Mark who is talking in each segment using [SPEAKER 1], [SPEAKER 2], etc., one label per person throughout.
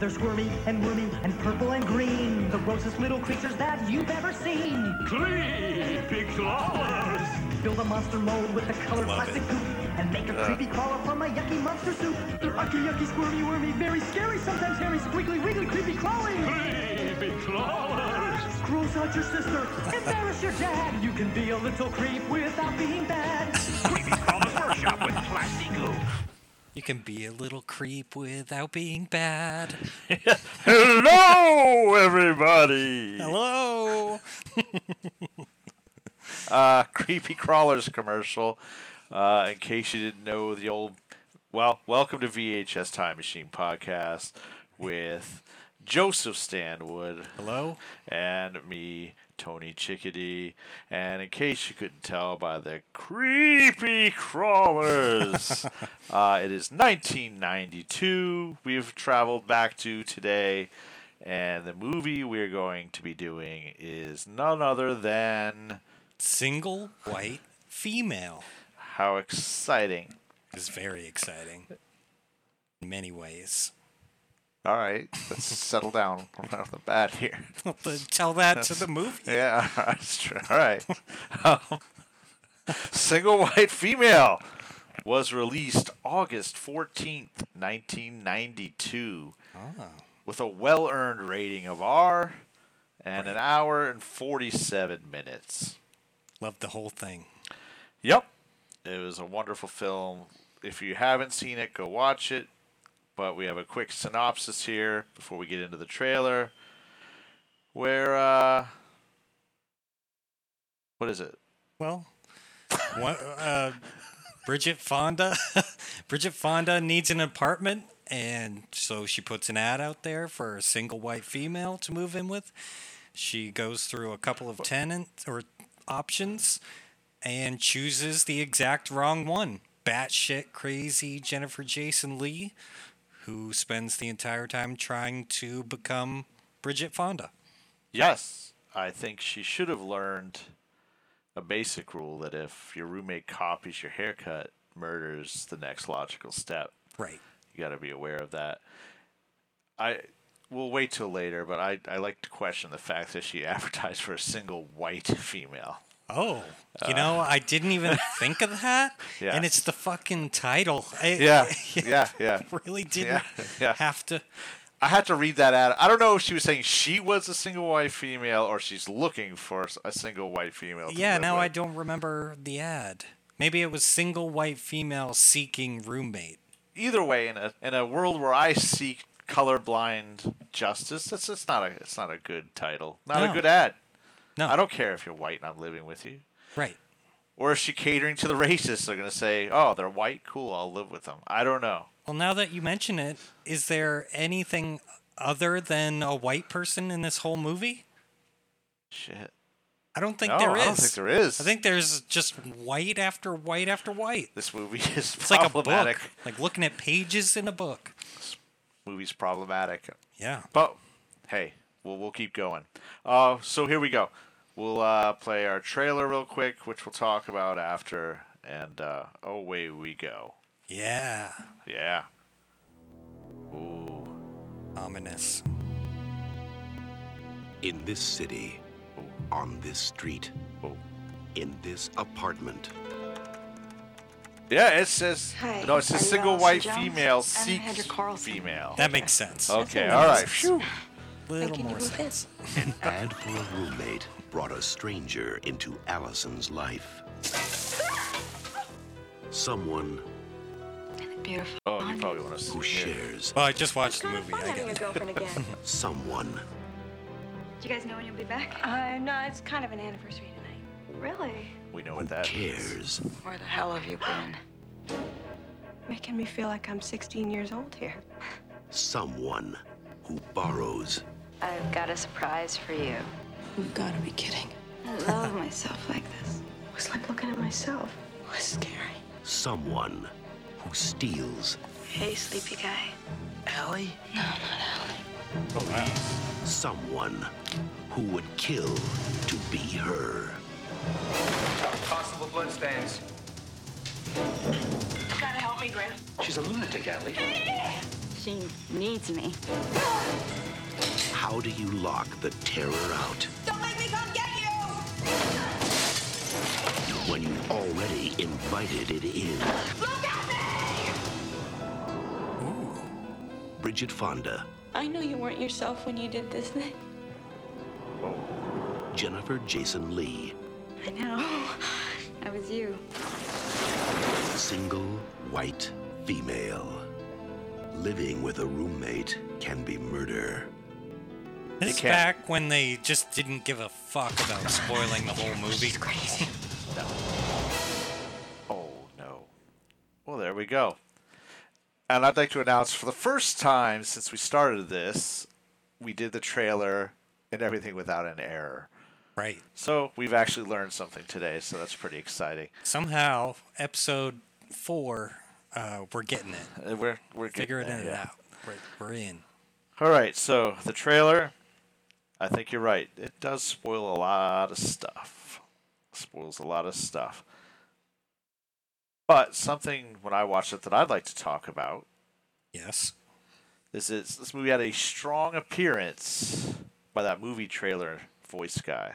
[SPEAKER 1] They're swirly and wormy and purple and green. The grossest little creatures that you've ever seen.
[SPEAKER 2] Creepy crawlers.
[SPEAKER 1] Build a monster mold with the colored
[SPEAKER 3] Love
[SPEAKER 1] plastic
[SPEAKER 3] it.
[SPEAKER 1] goop. And make a
[SPEAKER 3] Uh.
[SPEAKER 1] creepy crawler from a yucky monster soup. They're ucky, yucky, squirmy, wormy, very scary, sometimes hairy, squiggly, wiggly, creepy crawling.
[SPEAKER 2] Creepy crawlers.
[SPEAKER 1] Gross out your sister, embarrass your dad. You can be a little creep without being bad.
[SPEAKER 2] Creepy crawlers workshop with plastic goo.
[SPEAKER 4] You can be a little creep without being bad.
[SPEAKER 3] Hello, everybody.
[SPEAKER 4] Hello.
[SPEAKER 3] uh, creepy crawlers commercial. Uh, in case you didn't know, the old well, welcome to VHS Time Machine podcast with Joseph Stanwood
[SPEAKER 4] Hello.
[SPEAKER 3] and me, Tony Chickadee. And in case you couldn't tell by the creepy crawlers, uh, it is 1992. We've traveled back to today. And the movie we're going to be doing is none other than.
[SPEAKER 4] Single white female
[SPEAKER 3] How exciting.
[SPEAKER 4] is very exciting in many ways.
[SPEAKER 3] All right, let's settle down right off the bat here.
[SPEAKER 4] Tell that to the movie.
[SPEAKER 3] Yeah, that's true. All right. Um, Single White Female was released August 14th, 1992, with a well earned rating of R and an hour and 47 minutes.
[SPEAKER 4] Love the whole thing.
[SPEAKER 3] Yep. It was a wonderful film. If you haven't seen it, go watch it. But we have a quick synopsis here before we get into the trailer. Where, uh. What is it?
[SPEAKER 4] Well, one, uh, Bridget Fonda. Bridget Fonda needs an apartment, and so she puts an ad out there for a single white female to move in with. She goes through a couple of tenant or options and chooses the exact wrong one. Batshit crazy Jennifer Jason Lee, who spends the entire time trying to become Bridget Fonda.
[SPEAKER 3] Yes, I think she should have learned a basic rule that if your roommate copies your haircut, murder's the next logical step.
[SPEAKER 4] Right.
[SPEAKER 3] You got to be aware of that. I we'll wait till later, but I I like to question the fact that she advertised for a single white female.
[SPEAKER 4] Oh, you know, I didn't even think of that.
[SPEAKER 3] Uh. Yeah.
[SPEAKER 4] And it's the fucking title. I,
[SPEAKER 3] Yeah, yeah, yeah.
[SPEAKER 4] I really didn't
[SPEAKER 3] Yeah, yeah.
[SPEAKER 4] have to.
[SPEAKER 3] I had to read that ad. I don't know if she was saying she was a single white female or she's looking for a single white female. to
[SPEAKER 4] Yeah,
[SPEAKER 3] live
[SPEAKER 4] now
[SPEAKER 3] with.
[SPEAKER 4] I don't remember the ad. Maybe it was single white female seeking roommate.
[SPEAKER 3] Either way, in a in a world where I seek colorblind justice, that's it's not a it's not a good title, not
[SPEAKER 4] No.
[SPEAKER 3] a good ad.
[SPEAKER 4] No.
[SPEAKER 3] I don't care if you're white and I'm living with you.
[SPEAKER 4] Right.
[SPEAKER 3] Or is she catering to the racists? They're gonna say, "Oh, they're white, cool. I'll live with them." I don't know.
[SPEAKER 4] Well, now that you mention it, is there anything other than a white person in this whole movie?
[SPEAKER 3] Shit.
[SPEAKER 4] I don't think
[SPEAKER 3] No,
[SPEAKER 4] there is.
[SPEAKER 3] I don't think there is.
[SPEAKER 4] I think there's just white after white after white.
[SPEAKER 3] this movie is
[SPEAKER 4] It's like a
[SPEAKER 3] problematic.
[SPEAKER 4] book, like looking at pages in a book.
[SPEAKER 3] Movie's problematic.
[SPEAKER 4] Yeah.
[SPEAKER 3] But hey, we'll we'll keep going. Uh, so here we go. We'll uh, play our trailer real quick, which we'll talk about after, and uh, away we go.
[SPEAKER 4] Yeah.
[SPEAKER 3] Yeah. Ooh.
[SPEAKER 4] Ominous.
[SPEAKER 5] In this city, on this street,
[SPEAKER 3] Oh.
[SPEAKER 5] in this apartment,
[SPEAKER 3] Yeah, it says no.
[SPEAKER 6] Hi,
[SPEAKER 3] It
[SPEAKER 6] are
[SPEAKER 3] says
[SPEAKER 6] you
[SPEAKER 3] single
[SPEAKER 6] Allison
[SPEAKER 3] white
[SPEAKER 6] Jones?
[SPEAKER 3] female
[SPEAKER 6] I'm
[SPEAKER 3] seeks
[SPEAKER 6] Heather Carlson.
[SPEAKER 3] female.
[SPEAKER 4] That makes sense. A
[SPEAKER 3] okay,
[SPEAKER 6] That's
[SPEAKER 3] all
[SPEAKER 6] what
[SPEAKER 3] right.
[SPEAKER 6] it
[SPEAKER 3] Phew.
[SPEAKER 4] little
[SPEAKER 6] can
[SPEAKER 4] more
[SPEAKER 6] do
[SPEAKER 4] sense.
[SPEAKER 6] this.
[SPEAKER 5] an ad for a roommate brought a stranger into Allison's life. Someone
[SPEAKER 6] Beautiful.
[SPEAKER 3] Oh, you probably want to see
[SPEAKER 5] who
[SPEAKER 3] here.
[SPEAKER 5] shares
[SPEAKER 4] Well, I just watched the
[SPEAKER 6] Kind of
[SPEAKER 4] movie.
[SPEAKER 6] fun
[SPEAKER 4] I
[SPEAKER 6] having a
[SPEAKER 4] get it.
[SPEAKER 6] girlfriend again.
[SPEAKER 5] someone.
[SPEAKER 6] Do you guys know when you'll be back? Uh, no, it's kind of an anniversary tonight. Really?
[SPEAKER 3] We know what that is.
[SPEAKER 5] Cares
[SPEAKER 7] Where the hell have you been?
[SPEAKER 6] Making me feel like I'm 16 years old here.
[SPEAKER 5] someone who borrows
[SPEAKER 7] I've got a surprise for you.
[SPEAKER 6] Oh,
[SPEAKER 8] You've got to be kidding.
[SPEAKER 7] I love myself like this.
[SPEAKER 6] It's like looking at myself.
[SPEAKER 8] It was scary.
[SPEAKER 5] someone who steals
[SPEAKER 6] Hey, sleepy guy.
[SPEAKER 5] Ellie? Someone who would kill to be her.
[SPEAKER 9] Possible bloodstains.
[SPEAKER 6] You gotta help me, Graham.
[SPEAKER 9] She's a lunatic, Ellie.
[SPEAKER 7] machine needs me.
[SPEAKER 5] How do you lock the terror out
[SPEAKER 10] Don't make me come get you!
[SPEAKER 5] when you already invited it in?
[SPEAKER 10] Look at me!
[SPEAKER 5] Bridget Fonda,
[SPEAKER 6] I know you weren't yourself when you did this thing.
[SPEAKER 5] Jennifer Jason Lee,
[SPEAKER 6] I know. I was you.
[SPEAKER 5] single white female. Living with a roommate can be murder.
[SPEAKER 4] This is
[SPEAKER 3] can.
[SPEAKER 4] back when they just didn't give a fuck about spoiling the whole movie.
[SPEAKER 3] Oh no. Well, there we go. And I'd like to announce for the first time since we started this, we did the trailer and everything without an error.
[SPEAKER 4] Right.
[SPEAKER 3] So we've actually learned something today, so that's pretty exciting.
[SPEAKER 4] Somehow, episode four, uh, we're getting it.
[SPEAKER 3] Uh, We're we're getting
[SPEAKER 4] Figuring
[SPEAKER 3] there,
[SPEAKER 4] it
[SPEAKER 3] yeah.
[SPEAKER 4] out. We're, we're in.
[SPEAKER 3] All right, so the trailer. I think you're right. It does spoil a lot of stuff. Spoils a lot of stuff. But something when I watched it that I'd like to talk about
[SPEAKER 4] Yes.
[SPEAKER 3] This is this movie had a strong appearance by that movie trailer voice guy.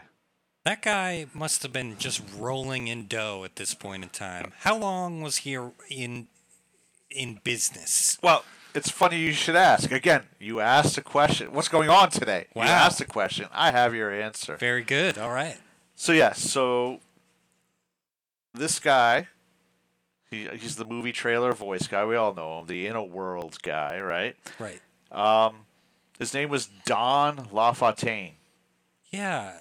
[SPEAKER 4] That guy must have been just rolling in dough at this point in time. How long was he in in business?
[SPEAKER 3] Well, it's funny you should ask. Again, you asked a question. What's going on today?
[SPEAKER 4] Wow.
[SPEAKER 3] You asked a question. I have your answer.
[SPEAKER 4] Very good. All right.
[SPEAKER 3] So yeah, so this guy, he, he's the movie trailer voice guy. We all know him, the Inner World guy, right?
[SPEAKER 4] Right.
[SPEAKER 3] Um, his name was Don LaFontaine.
[SPEAKER 4] Yeah.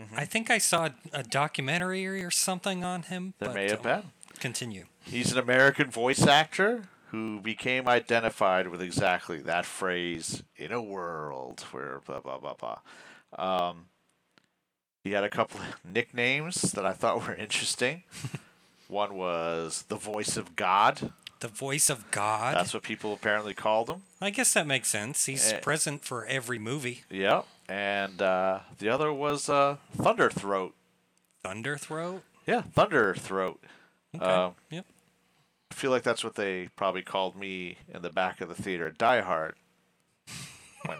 [SPEAKER 3] Mm-hmm.
[SPEAKER 4] I think I saw a documentary or something on him.
[SPEAKER 3] There
[SPEAKER 4] but,
[SPEAKER 3] may have
[SPEAKER 4] um,
[SPEAKER 3] been.
[SPEAKER 4] Continue.
[SPEAKER 3] He's an American voice actor who became identified with exactly that phrase in a world where blah blah blah blah. Um, he had a couple of nicknames that I thought were interesting. One was the voice of God.
[SPEAKER 4] The voice of God.
[SPEAKER 3] That's what people apparently called him.
[SPEAKER 4] I guess that makes sense. He's
[SPEAKER 3] Eh.
[SPEAKER 4] present for every movie.
[SPEAKER 3] Yeah. And uh, the other was uh, Thunderthroat.
[SPEAKER 4] Thunderthroat.
[SPEAKER 3] Yeah, Thunderthroat.
[SPEAKER 4] Okay.
[SPEAKER 3] Um,
[SPEAKER 4] yep.
[SPEAKER 3] I feel like that's what they probably called me in the back of the theater at Die Hard when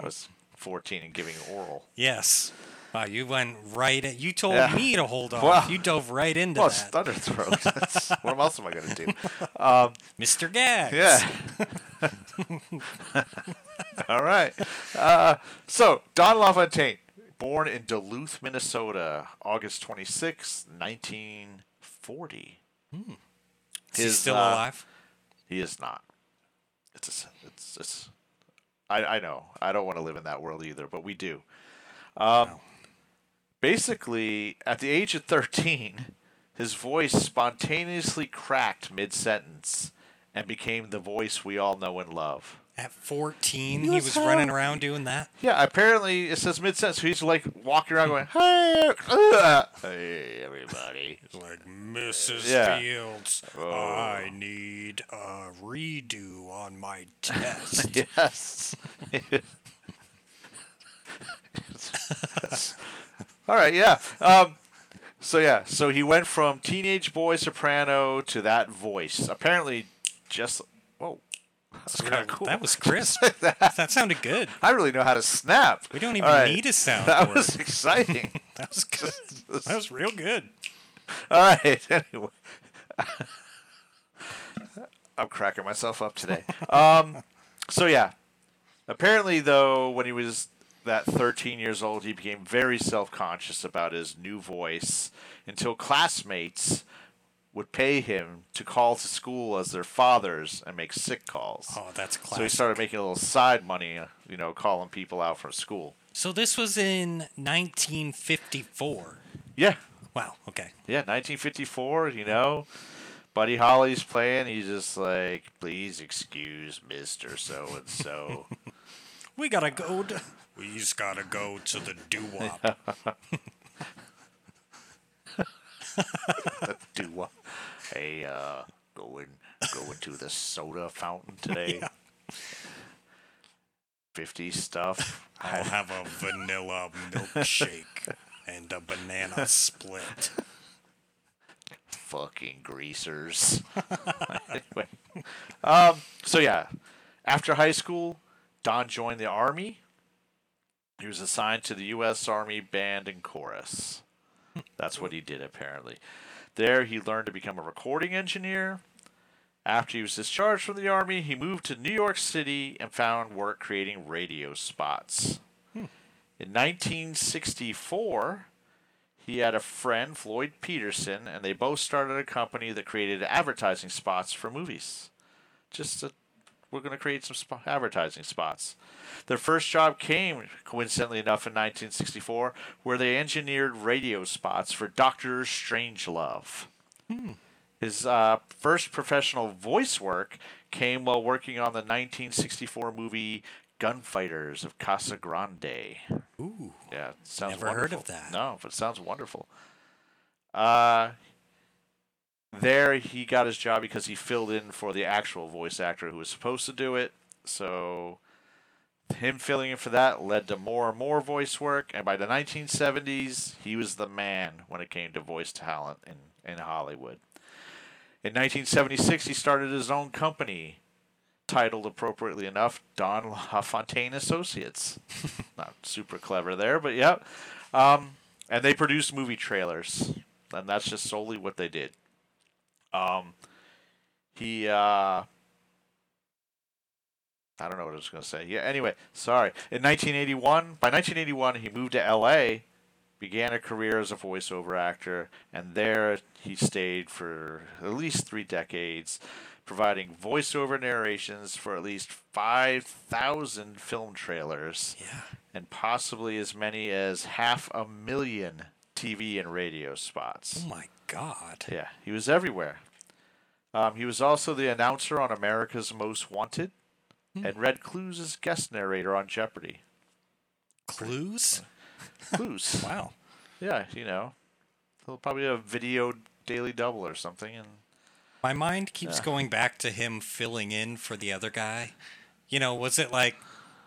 [SPEAKER 3] I was 14 and giving oral.
[SPEAKER 4] Yes. Wow, you went right. In, you told
[SPEAKER 3] Yeah.
[SPEAKER 4] me to hold off.
[SPEAKER 3] Wow.
[SPEAKER 4] You dove right into
[SPEAKER 3] Well, it's
[SPEAKER 4] that,
[SPEAKER 3] Thunderthroat. That's- what else am I going to do?
[SPEAKER 4] Mr. Gags.
[SPEAKER 3] Yeah. All right. Uh, so, Don LaFontaine, born in Duluth, Minnesota, August 26, 1940.
[SPEAKER 4] Hmm. Is he
[SPEAKER 3] His,
[SPEAKER 4] still
[SPEAKER 3] uh,
[SPEAKER 4] alive?
[SPEAKER 3] He is not. It's a, s- it's it's. I I know. I don't want to live in that world either, but we do. Um, Basically, at the age of thirteen, his voice spontaneously cracked mid-sentence and became the voice we all know and love.
[SPEAKER 4] At 14, he was, running around doing that.
[SPEAKER 3] Yeah, apparently it says mid-sentence. So he's like walking around going, "Hey, uh, hey, everybody."
[SPEAKER 4] Like Mrs.
[SPEAKER 3] Yeah. Oh.
[SPEAKER 4] Fields, I need a redo on my test.
[SPEAKER 3] Yes. All right, yeah. Um, so yeah, so he went from teenage boy soprano to that voice. Apparently, just whoa, that's kind of cool.
[SPEAKER 4] That was crisp. That sounded good.
[SPEAKER 3] I really know how to snap.
[SPEAKER 4] We don't
[SPEAKER 3] All
[SPEAKER 4] even
[SPEAKER 3] right,
[SPEAKER 4] need a sound.
[SPEAKER 3] That
[SPEAKER 4] word.
[SPEAKER 3] was exciting.
[SPEAKER 4] that was good. That was real good.
[SPEAKER 3] All right. Anyway, I'm cracking myself up today. Um, so yeah. Apparently, though, when he was that 13 years old, he became very self-conscious about his new voice until classmates would pay him to call to school as their fathers and make sick calls.
[SPEAKER 4] Oh, that's classic.
[SPEAKER 3] so he started making a little side money, you know, calling people out from school.
[SPEAKER 4] So this was in 1954.
[SPEAKER 3] Yeah,
[SPEAKER 4] Wow. Okay.
[SPEAKER 3] Yeah, 1954, you know. Buddy Holly's playing. He's just like, please excuse Mr. So and so.
[SPEAKER 4] We gotta go. To, we just gotta go to the doo wop.
[SPEAKER 3] Do I, hey, uh, going, going to the soda fountain today? 50 stuff.
[SPEAKER 4] I'll have a vanilla milkshake and a banana split.
[SPEAKER 3] fucking greasers. anyway, um, so yeah, after high school, Don joined the army. He was assigned to the U.S. Army Band and Chorus. That's what he did apparently. There, he learned to become a recording engineer. After he was discharged from the army, he moved to New York City and found work creating radio spots. In 1964, he had a friend, Floyd Peterson, and they both started a company that created advertising spots for movies. Just a, we're going to create some sp- advertising spots. Their first job came, coincidentally enough, in 1964, where they engineered radio spots for Doctor Strangelove. His uh, first professional voice work came while working on the 1964 movie Gunfighters of Casa Grande.
[SPEAKER 4] Ooh.
[SPEAKER 3] Yeah, it sounds
[SPEAKER 4] Never heard of
[SPEAKER 3] wonderful.
[SPEAKER 4] that.
[SPEAKER 3] No, but it sounds wonderful. Uh, there he got his job because he filled in for the actual voice actor who was supposed to do it. So him filling in for that led to more and more voice work, and by the 1970s, he was the man when it came to voice talent in, in Hollywood. In 1976, he started his own company, titled appropriately enough, Don LaFontaine Associates. Not super clever there, but yeah. Um, and they produced movie trailers, and that's just solely what they did. Um, he, uh, I don't know what I was going to say. Yeah, anyway, sorry. In 1981, by 1981, he moved to LA, began a career as a voiceover actor, and there he stayed for at least three decades, providing voiceover narrations for at least 5,000 film trailers
[SPEAKER 4] Yeah.
[SPEAKER 3] and possibly as many as half a million TV and radio spots.
[SPEAKER 4] Oh my God.
[SPEAKER 3] Yeah, he was everywhere. Um, he was also the announcer on America's Most Wanted
[SPEAKER 4] Hmm.
[SPEAKER 3] and read clues as guest narrator on Jeopardy.
[SPEAKER 4] Clues?
[SPEAKER 3] Clues.
[SPEAKER 4] Wow.
[SPEAKER 3] Yeah, you know. He'll probably have a video daily double or something and
[SPEAKER 4] My mind keeps going back to him filling in for the other guy. You know, was it like,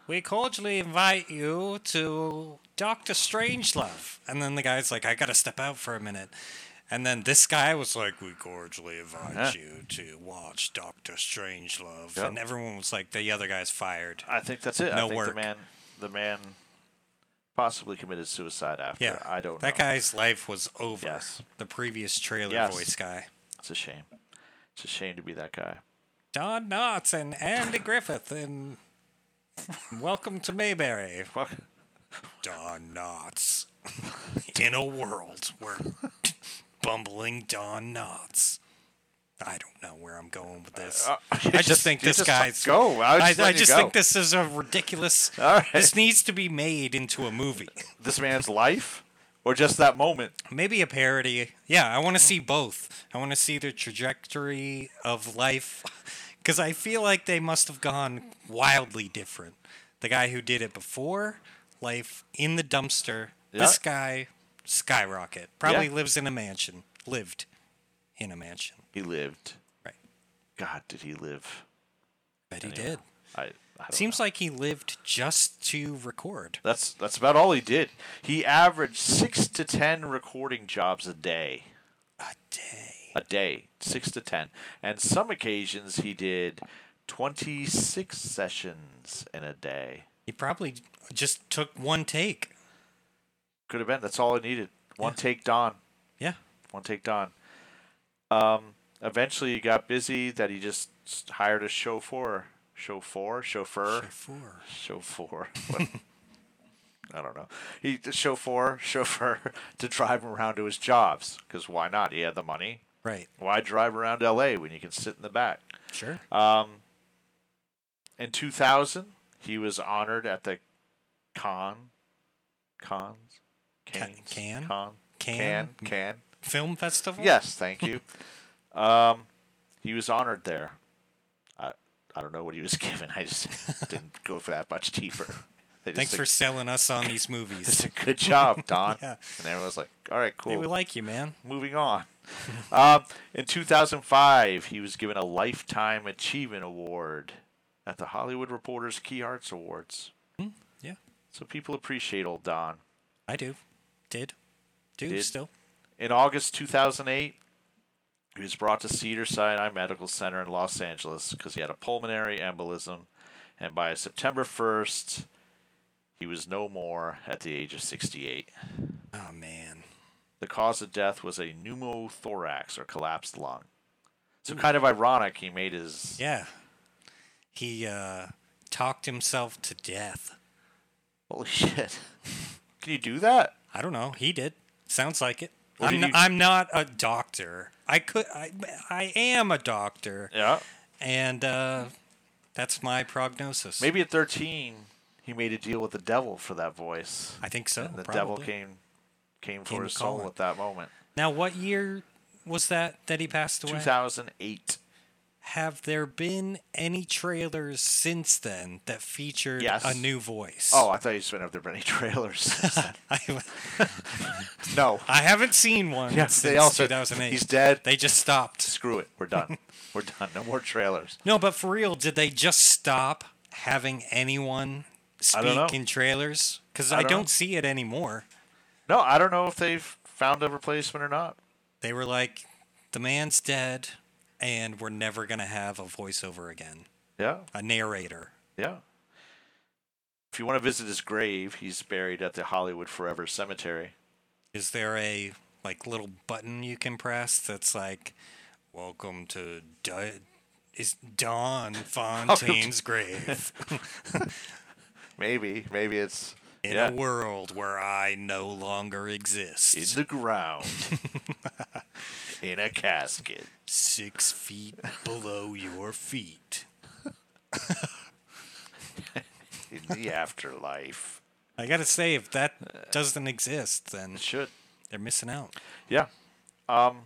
[SPEAKER 4] we cordially invite you to Doctor Strangelove? And then the guy's like, I gotta step out for a minute. And then this guy was like, we cordially invite
[SPEAKER 3] Uh-huh.
[SPEAKER 4] you to watch Doctor Strangelove.
[SPEAKER 3] Yep.
[SPEAKER 4] And everyone was like, the other guy's fired.
[SPEAKER 3] I think that's it. I
[SPEAKER 4] No
[SPEAKER 3] think the
[SPEAKER 4] work.
[SPEAKER 3] man the man possibly committed suicide after.
[SPEAKER 4] Yeah.
[SPEAKER 3] I don't
[SPEAKER 4] That
[SPEAKER 3] know.
[SPEAKER 4] guy's life was over.
[SPEAKER 3] Yes.
[SPEAKER 4] The previous trailer
[SPEAKER 3] Yes.
[SPEAKER 4] voice guy.
[SPEAKER 3] It's a shame. It's a shame to be that guy.
[SPEAKER 4] Don Knotts and Andy Griffith and Welcome to Mayberry. Don Knotts. In a world where bumbling Don Knotts. I don't know where I'm going with this. I just think
[SPEAKER 3] Uh, you
[SPEAKER 4] this
[SPEAKER 3] just
[SPEAKER 4] guy's
[SPEAKER 3] go. I was
[SPEAKER 4] I,
[SPEAKER 3] just
[SPEAKER 4] I
[SPEAKER 3] letting you
[SPEAKER 4] just
[SPEAKER 3] go.
[SPEAKER 4] think this is a ridiculous.
[SPEAKER 3] All right.
[SPEAKER 4] This needs to be made into a movie.
[SPEAKER 3] This man's life or just that moment?
[SPEAKER 4] Maybe a parody. Yeah, I want to see both. I want to see the trajectory of life because I feel like they must have gone wildly different. The guy who did it before, life in the dumpster. This
[SPEAKER 3] Yeah.
[SPEAKER 4] guy, skyrocket. Probably
[SPEAKER 3] Yeah.
[SPEAKER 4] lives in a mansion. Lived in a mansion.
[SPEAKER 3] He lived.
[SPEAKER 4] Right.
[SPEAKER 3] God, did he live?
[SPEAKER 4] Bet he did.
[SPEAKER 3] I, I don't
[SPEAKER 4] Seems
[SPEAKER 3] know.
[SPEAKER 4] like he lived just to record.
[SPEAKER 3] that's that's about all he did. He averaged six to ten recording jobs a day.
[SPEAKER 4] A day.
[SPEAKER 3] A day, six to ten, and some occasions he did twenty-six sessions in a day.
[SPEAKER 4] He probably just took one take.
[SPEAKER 3] Could have been. That's all it needed. One take, Don.
[SPEAKER 4] Yeah.
[SPEAKER 3] one take Don. Um, eventually he got busy that he just s- hired a chauffeur, chauffeur, chauffeur,
[SPEAKER 4] Four.
[SPEAKER 3] chauffeur. What? I don't know. He the chauffeur, chauffeur to drive him around to his jobs because why not? He had the money.
[SPEAKER 4] Right.
[SPEAKER 3] Why drive around L.A. when you can sit in the back?
[SPEAKER 4] Sure.
[SPEAKER 3] Um, in 2000, he was honored at the con, cons,
[SPEAKER 4] Ca-
[SPEAKER 3] Canes?
[SPEAKER 4] can?
[SPEAKER 3] con,
[SPEAKER 4] Can?
[SPEAKER 3] can, can.
[SPEAKER 4] Film festival?
[SPEAKER 3] Yes, thank you. um, he was honored there. I I don't know what he was given. I just didn't go for that much deeper. They just
[SPEAKER 4] Thanks for
[SPEAKER 3] said,
[SPEAKER 4] selling us on these movies.
[SPEAKER 3] good job, Don.
[SPEAKER 4] Yeah.
[SPEAKER 3] And everyone was like, all right, cool.
[SPEAKER 4] They would like you, man.
[SPEAKER 3] Moving on. um, in 2005, he was given a Lifetime Achievement Award at the Hollywood Reporters Key Arts Awards.
[SPEAKER 4] Hmm, Yeah,
[SPEAKER 3] So people appreciate old Don.
[SPEAKER 4] I do. Did. Do
[SPEAKER 3] Did.
[SPEAKER 4] still.
[SPEAKER 3] In August 2008, He was brought to Cedar Sinai Medical Center in Los Angeles because he had a pulmonary embolism, and by September 1st, he was no more at the age of 68.
[SPEAKER 4] Oh man.
[SPEAKER 3] The cause of death was a pneumothorax or collapsed lung. So kind of ironic he made his
[SPEAKER 4] Yeah. He uh, talked himself to death.
[SPEAKER 3] holy shit. Can you do that?
[SPEAKER 4] I don't know. He did. Sounds like it.
[SPEAKER 3] Well,
[SPEAKER 4] I'm,
[SPEAKER 3] did
[SPEAKER 4] no-
[SPEAKER 3] you-
[SPEAKER 4] I'm not a doctor. I could. I, I am a doctor,
[SPEAKER 3] Yeah.
[SPEAKER 4] and uh, that's my prognosis.
[SPEAKER 3] Maybe at 13 he made a deal with the devil for that voice.
[SPEAKER 4] I think so.
[SPEAKER 3] and the
[SPEAKER 4] probably.
[SPEAKER 3] devil came came for
[SPEAKER 4] Came
[SPEAKER 3] his soul
[SPEAKER 4] calling.
[SPEAKER 3] at that moment.
[SPEAKER 4] Now, what year was that that he passed away?
[SPEAKER 3] 2008.
[SPEAKER 4] Have there been any trailers since then that featured
[SPEAKER 3] Yes.
[SPEAKER 4] a new voice?
[SPEAKER 3] Oh, I thought you just went up there any trailers.
[SPEAKER 4] I,
[SPEAKER 3] no.
[SPEAKER 4] I haven't seen one
[SPEAKER 3] Yeah, they
[SPEAKER 4] since
[SPEAKER 3] all said,
[SPEAKER 4] 2008.
[SPEAKER 3] "He's dead."
[SPEAKER 4] They just stopped.
[SPEAKER 3] Screw it. We're done. We're done. No more trailers.
[SPEAKER 4] No, but for real, did they just stop having anyone
[SPEAKER 3] I don't know.
[SPEAKER 4] speak in trailers? Because
[SPEAKER 3] I
[SPEAKER 4] I,
[SPEAKER 3] don't
[SPEAKER 4] don't
[SPEAKER 3] know.
[SPEAKER 4] see it anymore.
[SPEAKER 3] No, I don't know if they've found a replacement or not.
[SPEAKER 4] They were like, the man's dead, and we're never going to have a voiceover again,
[SPEAKER 3] Yeah.
[SPEAKER 4] a narrator.
[SPEAKER 3] Yeah. If you want to visit his grave, he's buried at the Hollywood Forever Cemetery.
[SPEAKER 4] Is there a like little button you can press that's like, "Welcome to Di- is Don Fontaine's grave
[SPEAKER 3] Maybe, maybe it's
[SPEAKER 4] in
[SPEAKER 3] yeah,
[SPEAKER 4] a world where I no longer exist,
[SPEAKER 3] in the ground, in a casket.
[SPEAKER 4] six feet below your feet."
[SPEAKER 3] in the afterlife.
[SPEAKER 4] I gotta say, if that doesn't exist, then
[SPEAKER 3] It should.
[SPEAKER 4] they're missing out.
[SPEAKER 3] Yeah. Um.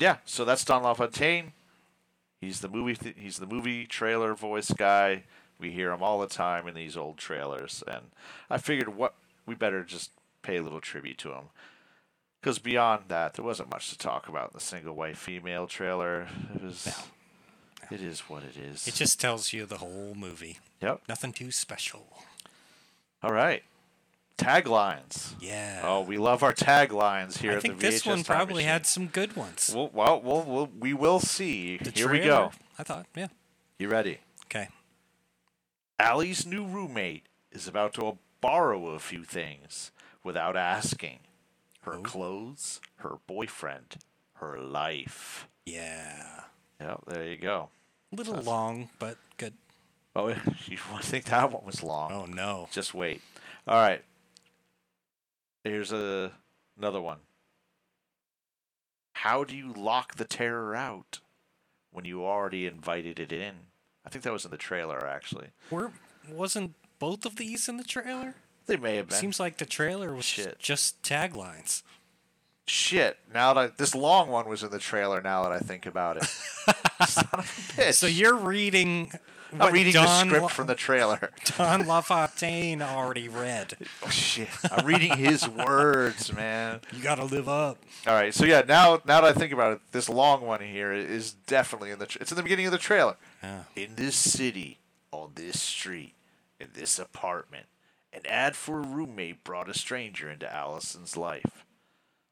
[SPEAKER 3] Yeah. So that's Don LaFontaine. He's the movie. Th- he's the movie trailer voice guy. We hear him all the time in these old trailers, and I figured what we better just pay a little tribute to him. Because beyond that, there wasn't much to talk about in the single white female trailer. It was. It is what it is.
[SPEAKER 4] It just tells you the whole movie.
[SPEAKER 3] yep.
[SPEAKER 4] Nothing too special.
[SPEAKER 3] All right. Taglines.
[SPEAKER 4] Yeah.
[SPEAKER 3] Oh, we love our taglines here
[SPEAKER 4] I
[SPEAKER 3] at
[SPEAKER 4] think
[SPEAKER 3] the VHS
[SPEAKER 4] this one
[SPEAKER 3] Time
[SPEAKER 4] probably
[SPEAKER 3] Machine.
[SPEAKER 4] had some good ones.
[SPEAKER 3] Well, well, well, well we will see.
[SPEAKER 4] The
[SPEAKER 3] Here we
[SPEAKER 4] trailer,
[SPEAKER 3] go.
[SPEAKER 4] I thought, yeah.
[SPEAKER 3] You ready?
[SPEAKER 4] Okay.
[SPEAKER 3] Allie's new roommate is about to borrow a few things without asking. Her
[SPEAKER 4] Oh.
[SPEAKER 3] clothes, her boyfriend, her life.
[SPEAKER 4] Yeah.
[SPEAKER 3] Yep, there you go.
[SPEAKER 4] A little long, but good.
[SPEAKER 3] Oh, you want to think that one was long?
[SPEAKER 4] Oh no.
[SPEAKER 3] Just wait. All right. Here's a, another one. How do you lock the terror out when you already invited it in? I think that was in the trailer, actually.
[SPEAKER 4] Were wasn't both of these in the trailer?
[SPEAKER 3] They may have been.
[SPEAKER 4] Seems like the trailer was
[SPEAKER 3] Shit.
[SPEAKER 4] just taglines.
[SPEAKER 3] Shit! Now that I, this long one was in the trailer, now that I think about it, Son of a bitch.
[SPEAKER 4] So you're reading
[SPEAKER 3] I'm
[SPEAKER 4] what
[SPEAKER 3] reading
[SPEAKER 4] Don
[SPEAKER 3] the script
[SPEAKER 4] La-
[SPEAKER 3] from the trailer.
[SPEAKER 4] Don LaFontaine already read.
[SPEAKER 3] Oh, shit! I'm reading his words, man.
[SPEAKER 4] You gotta live up.
[SPEAKER 3] All right, so yeah, now now that I think about it, this long one here is definitely in the. Tra- it's in the beginning of the trailer.
[SPEAKER 4] Yeah.
[SPEAKER 3] In this city, on this street, in this apartment, an ad for a roommate brought a stranger into Allison's life.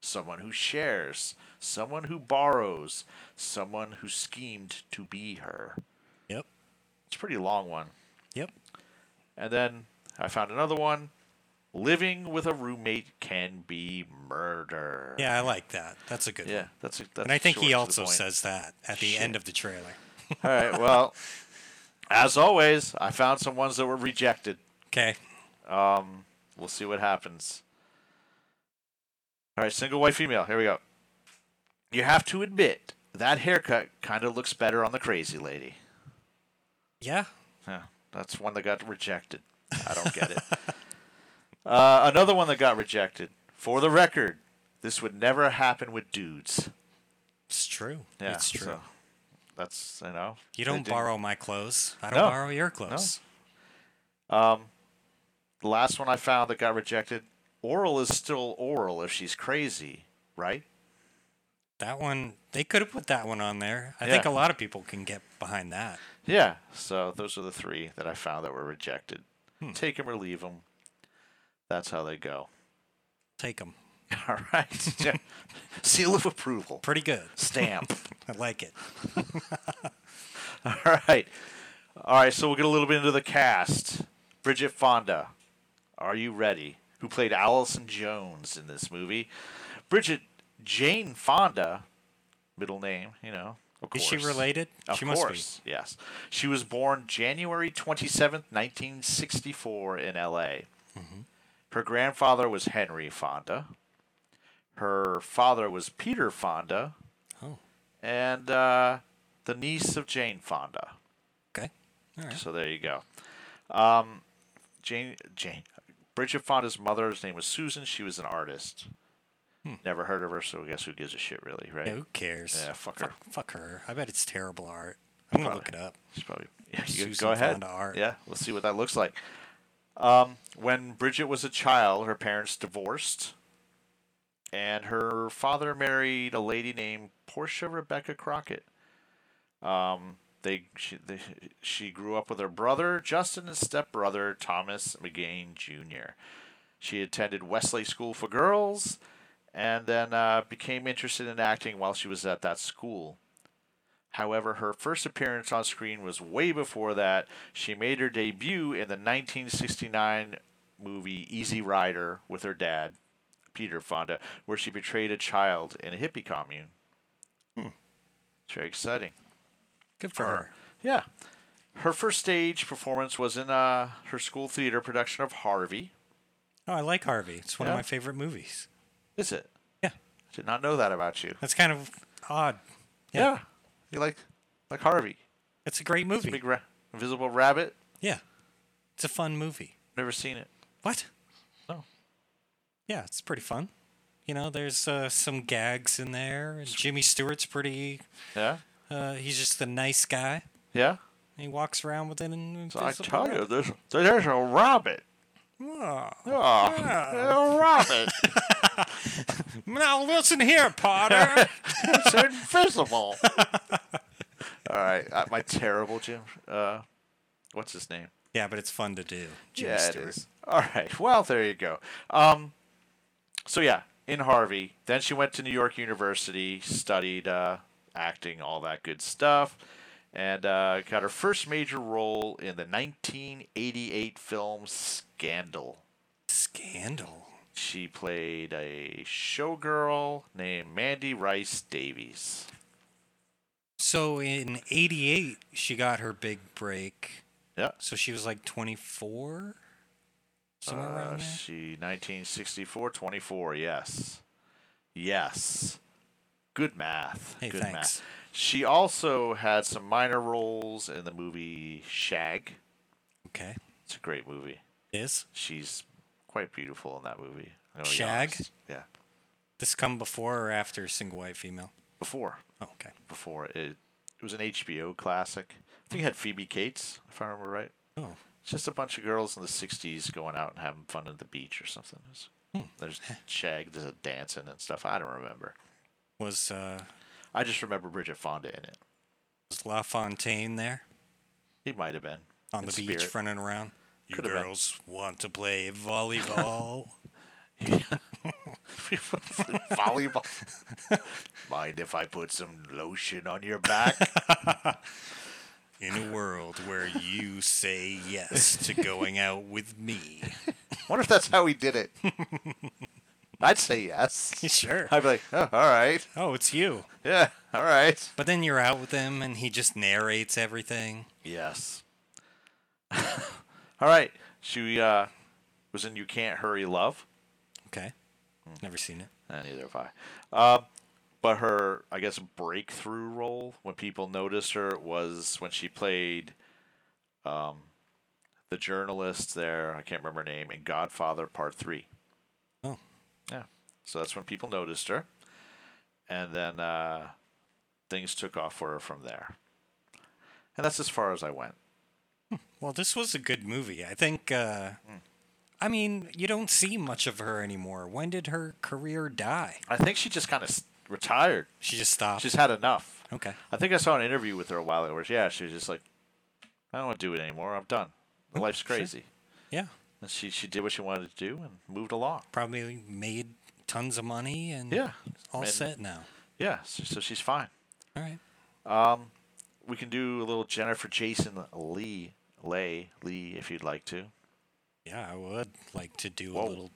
[SPEAKER 3] Someone who shares, someone who borrows, someone who schemed to be her.
[SPEAKER 4] Yep.
[SPEAKER 3] It's a pretty long one.
[SPEAKER 4] Yep.
[SPEAKER 3] And then I found another one. Living with a roommate can be murder.
[SPEAKER 4] Yeah, I like that. That's a good
[SPEAKER 3] Yeah,
[SPEAKER 4] one.
[SPEAKER 3] that's a, that's
[SPEAKER 4] And I think
[SPEAKER 3] short
[SPEAKER 4] he
[SPEAKER 3] to the
[SPEAKER 4] also
[SPEAKER 3] point.
[SPEAKER 4] says that at the end of the trailer.
[SPEAKER 3] All right. Well, as always, I found some ones that were rejected. Um,
[SPEAKER 4] Okay.
[SPEAKER 3] We'll see what happens. All right, single white female. Here we go. You have to admit that haircut kind of looks better on the crazy lady.
[SPEAKER 4] Yeah.
[SPEAKER 3] Yeah, that's one that got rejected. I don't get it. uh, another one that got rejected. For the record, this would never happen with dudes.
[SPEAKER 4] It's true.
[SPEAKER 3] Yeah,
[SPEAKER 4] it's true.
[SPEAKER 3] so that's you know.
[SPEAKER 4] you
[SPEAKER 3] they
[SPEAKER 4] don't
[SPEAKER 3] didn't-
[SPEAKER 4] borrow my clothes. I don't
[SPEAKER 3] No.
[SPEAKER 4] borrow your clothes.
[SPEAKER 3] Um, the last one I found that got rejected. Oral is still oral if she's crazy, right?
[SPEAKER 4] That one they could have put that one on there. I
[SPEAKER 3] Yeah.
[SPEAKER 4] think a lot of people can get behind that.
[SPEAKER 3] Yeah. So those are the three that I found that were Hmm. rejected. Take 'em or leave 'em. That's how they go.
[SPEAKER 4] Take them.
[SPEAKER 3] All right. Seal of approval.
[SPEAKER 4] Pretty good.
[SPEAKER 3] Stamp.
[SPEAKER 4] I like it.
[SPEAKER 3] All right. All right, so we'll get a little bit into the cast. Bridget Fonda, are you ready? Who played Allison Jones in this movie? Bridget Jane Fonda, middle name, you know. Of
[SPEAKER 4] Is
[SPEAKER 3] course.
[SPEAKER 4] she related?
[SPEAKER 3] Of
[SPEAKER 4] she
[SPEAKER 3] course,
[SPEAKER 4] must
[SPEAKER 3] yes. She was born January 27th, 1964, in LA.
[SPEAKER 4] Mm-hmm.
[SPEAKER 3] Her grandfather was Henry Fonda. Her father was Peter Fonda.
[SPEAKER 4] Oh.
[SPEAKER 3] And uh, the niece of Jane Fonda.
[SPEAKER 4] be. Okay. All right.
[SPEAKER 3] So there you go. Um, Jane, Jane, Bridget Fonda's mother's name was Susan. She was an artist. Never heard of her, so guess who gives a shit, really, right?
[SPEAKER 4] Yeah, who cares?
[SPEAKER 3] Yeah, fuck her.
[SPEAKER 4] Fuck, fuck her. I bet it's terrible art. I'm gonna look it up.
[SPEAKER 3] She's probably yeah, you
[SPEAKER 4] Susan
[SPEAKER 3] go ahead.
[SPEAKER 4] Fonda art.
[SPEAKER 3] Yeah, let's see what that looks like. Um, when Bridget was a child, her parents divorced, and her father married a lady named Portia Rebecca Crockett. Um, they she, they she grew up with her brother Justin and stepbrother Thomas McGain Jr. She attended Wesley School for Girls, and then uh, became interested in acting while she was at that school. However, her first appearance on screen was way before that. She made her debut in the 1969 movie Easy Rider with her dad, Peter Fonda, where she betrayed a child in a hippie commune. Hmm. It's very exciting.
[SPEAKER 4] Good for her.
[SPEAKER 3] Yeah. Her first stage performance was in uh, her school theater production of Harvey.
[SPEAKER 4] Oh, I like Harvey. It's one
[SPEAKER 3] Yeah.
[SPEAKER 4] of my favorite movies.
[SPEAKER 3] Is it?
[SPEAKER 4] Yeah,
[SPEAKER 3] I did not know that about you.
[SPEAKER 4] that's kind of odd.
[SPEAKER 3] Yeah. You like like Harvey.
[SPEAKER 4] It's a great movie.
[SPEAKER 3] Big ra- invisible rabbit.
[SPEAKER 4] Yeah, it's a fun movie.
[SPEAKER 3] Never seen it.
[SPEAKER 4] What?
[SPEAKER 3] No.
[SPEAKER 4] Yeah, it's pretty fun. You know, there's uh, some gags in there. and Jimmy Stewart's pretty.
[SPEAKER 3] Yeah?
[SPEAKER 4] Uh, he's just a nice guy.
[SPEAKER 3] Yeah?
[SPEAKER 4] He walks around with an invisible.
[SPEAKER 3] So I tell
[SPEAKER 4] rug.
[SPEAKER 3] you, there's, there's a rabbit. Oh, a rabbit.
[SPEAKER 4] Now listen here, Potter.
[SPEAKER 3] It's invisible. All right, uh, my terrible Jim. Uh, what's his name?
[SPEAKER 4] yeah, but it's fun to do. Jimmy
[SPEAKER 3] yeah,
[SPEAKER 4] Stewart.
[SPEAKER 3] it is. All right. Well, there you go. Um, so yeah, in Harvey. Then she went to New York University, studied uh, acting, all that good stuff, and uh, got her first major role in the 1988 film Scandal.
[SPEAKER 4] Scandal.
[SPEAKER 3] She played a showgirl named Mandy Rice Davies.
[SPEAKER 4] So in '88, she got her big break.
[SPEAKER 3] Yeah.
[SPEAKER 4] So she was like 24, somewhere
[SPEAKER 3] Uh,
[SPEAKER 4] around there.
[SPEAKER 3] she 1964 24 yes yes good math
[SPEAKER 4] Hey,
[SPEAKER 3] good
[SPEAKER 4] thanks.
[SPEAKER 3] math she also had some minor roles in the movie shag
[SPEAKER 4] Okay.
[SPEAKER 3] it's a great movie
[SPEAKER 4] Is
[SPEAKER 3] she's quite beautiful in that movie I'm gonna be
[SPEAKER 4] Shag?
[SPEAKER 3] honest. yeah
[SPEAKER 4] this come before or after Single White Female?
[SPEAKER 3] before
[SPEAKER 4] Oh, okay.
[SPEAKER 3] before it it was an hbo classic i think it had phoebe cates if i remember right
[SPEAKER 4] Oh,
[SPEAKER 3] it's just a bunch of girls in the 60s going out and having fun at the beach or something It's-
[SPEAKER 4] Hmm.
[SPEAKER 3] there's shag there's a dancing and stuff i don't remember
[SPEAKER 4] was uh,
[SPEAKER 3] I just remember Bridget Fonda in it.
[SPEAKER 4] was La Fontaine there
[SPEAKER 3] He might have been
[SPEAKER 4] on
[SPEAKER 3] in
[SPEAKER 4] the beach
[SPEAKER 3] spirit.
[SPEAKER 4] running around? You
[SPEAKER 3] Could've been.
[SPEAKER 4] girls want to play volleyball?
[SPEAKER 3] volleyball. Mind if I put some lotion on your back?
[SPEAKER 4] in a world where you say yes to going out with me.
[SPEAKER 3] Wonder if that's how he did it. I'd say yes.
[SPEAKER 4] sure.
[SPEAKER 3] I'd be like, oh, all right,
[SPEAKER 4] Oh, it's you.
[SPEAKER 3] yeah, all right.
[SPEAKER 4] But then you're out with him and he just narrates everything.
[SPEAKER 3] Yes. all right. She uh, was in "You Can't Hurry Love."
[SPEAKER 4] Okay. Never seen it.
[SPEAKER 3] Eh, neither have I. Um, but her, I guess, breakthrough role when people noticed her was when she played um, the journalist there. I can't remember her name in Godfather Part Three.
[SPEAKER 4] Oh.
[SPEAKER 3] Yeah. So that's when people noticed her, and then uh, things took off for her from there. And that's as far as I went.
[SPEAKER 4] Well, this was a good movie. I think, uh, I mean, you don't see much of her anymore. When did her career die?
[SPEAKER 3] I think she just kind of retired.
[SPEAKER 4] She just stopped.
[SPEAKER 3] She's had enough.
[SPEAKER 4] okay.
[SPEAKER 3] I think I saw an interview with her a while ago where yeah, she was just like, I don't want to do it anymore. I'm done. Life's crazy.
[SPEAKER 4] Yeah.
[SPEAKER 3] And she she did what she wanted to do and moved along.
[SPEAKER 4] Probably made tons of money and
[SPEAKER 3] Yeah.
[SPEAKER 4] all
[SPEAKER 3] And-
[SPEAKER 4] set now.
[SPEAKER 3] Yeah, so, so she's fine. Um,
[SPEAKER 4] All right.
[SPEAKER 3] We can do a little Jennifer Jason Lee, Lay, Lee, if you'd like to.
[SPEAKER 4] Yeah, I would like to do
[SPEAKER 3] Whoa.
[SPEAKER 4] a little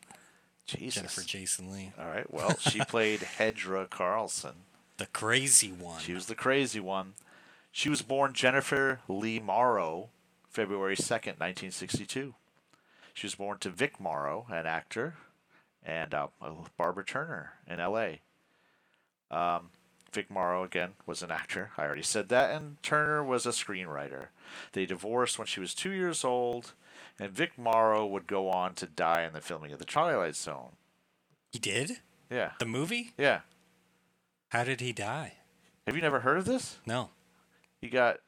[SPEAKER 3] Jesus.
[SPEAKER 4] Jennifer Jason Lee.
[SPEAKER 3] All right. Well, she played Hedra Carlson.
[SPEAKER 4] The crazy one.
[SPEAKER 3] She was the crazy one. She was born Jennifer Lee Morrow, February 2nd, 1962. She was born to Vic Morrow, an actor, and uh, Barbara Turner in LA. Um, Vic Morrow, again, was an actor. I already said that. And Turner was a screenwriter. They divorced when she was two years old, and Vic Morrow would go on to die in the filming of The Twilight Zone.
[SPEAKER 4] he did?
[SPEAKER 3] Yeah.
[SPEAKER 4] The movie?
[SPEAKER 3] Yeah.
[SPEAKER 4] How did he die?
[SPEAKER 3] Have you never heard of this?
[SPEAKER 4] No.
[SPEAKER 3] He got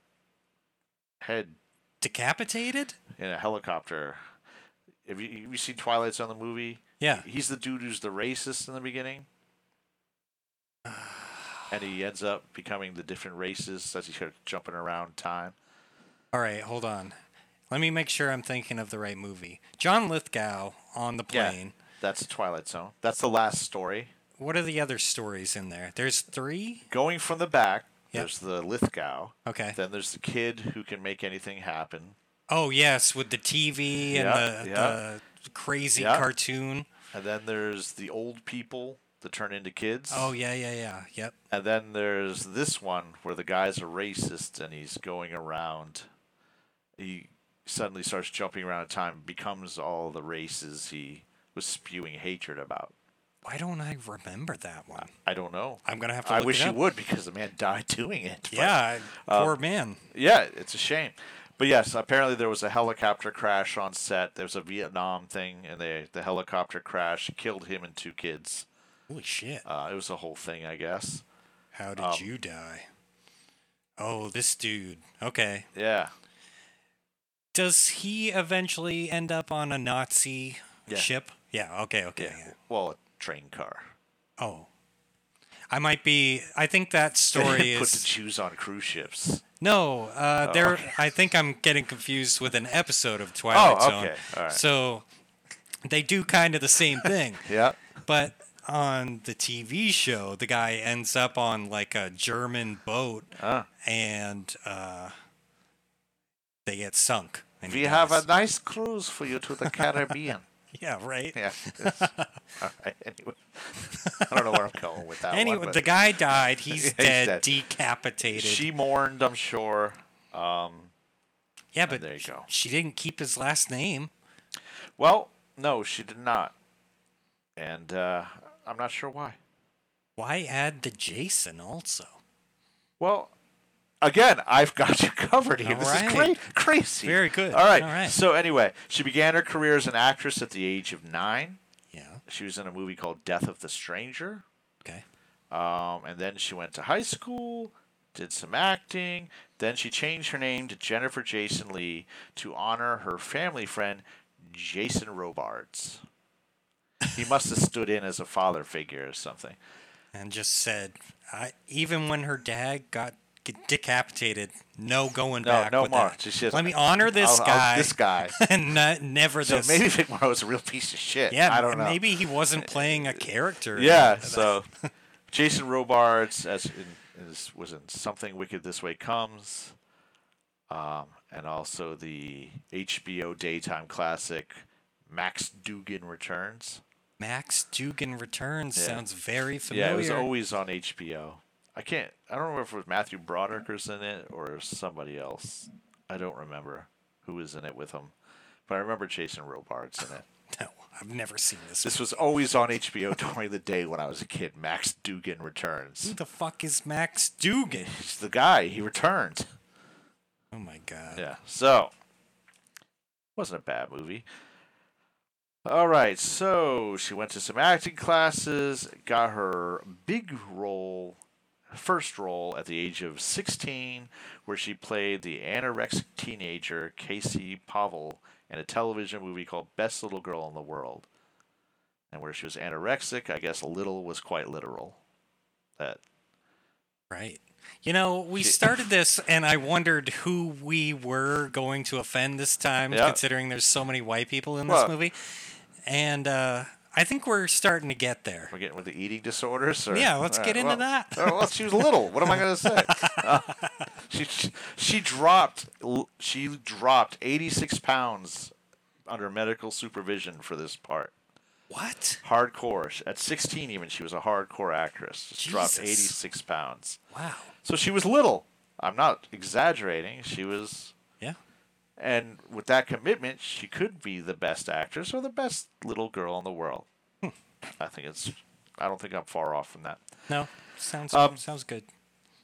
[SPEAKER 3] head
[SPEAKER 4] Decapitated?
[SPEAKER 3] in a helicopter. Have you, have you seen Twilight Zone the movie?
[SPEAKER 4] Yeah.
[SPEAKER 3] He's the dude who's the racist in the beginning. And he ends up becoming the different races as he's sort of jumping around time.
[SPEAKER 4] All right, hold on. Let me make sure I'm thinking of the right movie. John Lithgow on the plane.
[SPEAKER 3] Yeah, that's Twilight Zone. That's the last story.
[SPEAKER 4] What are the other stories in there? There's three?
[SPEAKER 3] Going from the back,
[SPEAKER 4] Yeah.
[SPEAKER 3] there's the Lithgow.
[SPEAKER 4] Okay.
[SPEAKER 3] Then there's the kid who can make anything happen.
[SPEAKER 4] Oh, yes, with the TV and
[SPEAKER 3] Yeah,
[SPEAKER 4] the,
[SPEAKER 3] yeah.
[SPEAKER 4] the crazy
[SPEAKER 3] Yeah.
[SPEAKER 4] cartoon.
[SPEAKER 3] And then there's the old people that turn into kids.
[SPEAKER 4] Oh, yeah, yeah, yeah. Yep.
[SPEAKER 3] And then there's this one where the guy's a racist and he's going around. He suddenly starts jumping around in time, becomes all the races he was spewing hatred about.
[SPEAKER 4] Why don't I remember that one?
[SPEAKER 3] I don't know.
[SPEAKER 4] I'm gonna have to
[SPEAKER 3] I
[SPEAKER 4] look
[SPEAKER 3] wish
[SPEAKER 4] it
[SPEAKER 3] he
[SPEAKER 4] up.
[SPEAKER 3] would because the man died doing it. but- uh,
[SPEAKER 4] yeah, poor man.
[SPEAKER 3] Yeah, it's a shame. But yes, apparently there was a helicopter crash on set. There was a Vietnam thing, and they the helicopter crash killed him and two kids.
[SPEAKER 4] Holy shit.
[SPEAKER 3] Uh, it was a whole thing, I guess.
[SPEAKER 4] How did
[SPEAKER 3] um,
[SPEAKER 4] you die? Oh, this dude. Okay.
[SPEAKER 3] Yeah.
[SPEAKER 4] Does he eventually end up on a Nazi
[SPEAKER 3] Yeah.
[SPEAKER 4] ship? Yeah, okay, okay. yeah.
[SPEAKER 3] Well, a train car.
[SPEAKER 4] Oh. I might be I think that story
[SPEAKER 3] Put the
[SPEAKER 4] is
[SPEAKER 3] Jews on cruise ships.
[SPEAKER 4] No, uh
[SPEAKER 3] Oh,
[SPEAKER 4] there
[SPEAKER 3] okay.
[SPEAKER 4] I think I'm getting confused with an episode of Twilight
[SPEAKER 3] Oh,
[SPEAKER 4] Zone.
[SPEAKER 3] okay, all right.
[SPEAKER 4] So they do kind of the same thing.
[SPEAKER 3] Yeah.
[SPEAKER 4] But on the TV show, the guy ends up on like a German boat
[SPEAKER 3] Ah.
[SPEAKER 4] and uh, they get sunk. and he
[SPEAKER 3] We have a
[SPEAKER 4] dies.
[SPEAKER 3] nice cruise for you to the Caribbean.
[SPEAKER 4] Yeah, right?
[SPEAKER 3] yeah. All right. Anyway, I don't know where I'm going with that.
[SPEAKER 4] anyway,
[SPEAKER 3] one, but
[SPEAKER 4] the guy died. He's,
[SPEAKER 3] He's
[SPEAKER 4] dead,
[SPEAKER 3] dead.
[SPEAKER 4] decapitated.
[SPEAKER 3] She mourned, I'm sure. Um,
[SPEAKER 4] yeah, but
[SPEAKER 3] there you go.
[SPEAKER 4] she didn't keep his last name.
[SPEAKER 3] well, no, she did not, and uh, I'm not sure why.
[SPEAKER 4] Why add the Jason also?
[SPEAKER 3] Well, again, I've got you covered here.
[SPEAKER 4] All
[SPEAKER 3] this is
[SPEAKER 4] right.
[SPEAKER 3] cra- crazy.
[SPEAKER 4] Very good.
[SPEAKER 3] All right.
[SPEAKER 4] All right.
[SPEAKER 3] So anyway, she began her career as an actress at the age of nine.
[SPEAKER 4] Yeah.
[SPEAKER 3] She was in a movie called Death of the Stranger.
[SPEAKER 4] Okay.
[SPEAKER 3] Um, and then she went to high school, did some acting. Then she changed her name to Jennifer Jason Lee to honor her family friend, Jason Robards. He must have stood in as a father figure or something.
[SPEAKER 4] And just said, I, even when her dad got g- decapitated, no going
[SPEAKER 3] No,
[SPEAKER 4] back.
[SPEAKER 3] no
[SPEAKER 4] with
[SPEAKER 3] more.
[SPEAKER 4] that.
[SPEAKER 3] She says,
[SPEAKER 4] Let me honor this
[SPEAKER 3] I'll- I'll-
[SPEAKER 4] guy.
[SPEAKER 3] this guy.
[SPEAKER 4] and not, never
[SPEAKER 3] So
[SPEAKER 4] this.
[SPEAKER 3] maybe Vic Morrow was a real piece of shit.
[SPEAKER 4] yeah,
[SPEAKER 3] I don't know.
[SPEAKER 4] Maybe he wasn't playing a character.
[SPEAKER 3] Yeah, so Jason Robards as in, is, was in Something Wicked This Way Comes, um, and also the HBO daytime classic Max Dugan Returns.
[SPEAKER 4] Max Dugan Returns
[SPEAKER 3] Yeah.
[SPEAKER 4] sounds very familiar.
[SPEAKER 3] Yeah, it was always on HBO. I can't. I don't remember if it was Matthew Broderick's in it or somebody else. I don't remember who was in it with him, but I remember Jason Robards in it.
[SPEAKER 4] No, I've never seen this.
[SPEAKER 3] This was always on HBO during the day when I was a kid. Max Dugan Returns.
[SPEAKER 4] Who the fuck is Max Dugan?
[SPEAKER 3] He's the guy. He returned.
[SPEAKER 4] Oh my god.
[SPEAKER 3] Yeah. So, wasn't a bad movie. All right. So she went to some acting classes, got her big role, first role at the age of 16, where she played the anorexic teenager Casey Pavel in a television movie called Best Little Girl in the World. And where she was anorexic, I guess little was quite literal. That
[SPEAKER 4] Right. You know, we started this and I wondered who we were going to offend this time,
[SPEAKER 3] Yeah.
[SPEAKER 4] considering there's so many white people in this
[SPEAKER 3] Well-
[SPEAKER 4] movie. And uh, I think we're starting to get there.
[SPEAKER 3] We're getting with the eating disorders. Or,
[SPEAKER 4] Yeah, let's
[SPEAKER 3] all
[SPEAKER 4] get into
[SPEAKER 3] well,
[SPEAKER 4] that.
[SPEAKER 3] all right, well, she was little. What am I going to say? Uh, she, she she dropped l- she dropped eighty six pounds under medical supervision for this part.
[SPEAKER 4] What?
[SPEAKER 3] Hardcore She- at sixteen, even she was a hardcore actress. Just dropped eighty
[SPEAKER 4] Jesus.
[SPEAKER 3] six pounds.
[SPEAKER 4] Wow.
[SPEAKER 3] So she was little. I'm not exaggerating. She was,
[SPEAKER 4] Yeah.
[SPEAKER 3] and with that commitment, she could be the best actress or the best little girl in the world. Hmm. I think it's. I don't think I'm far off from that.
[SPEAKER 4] No. Sounds
[SPEAKER 3] Uh,
[SPEAKER 4] sounds good.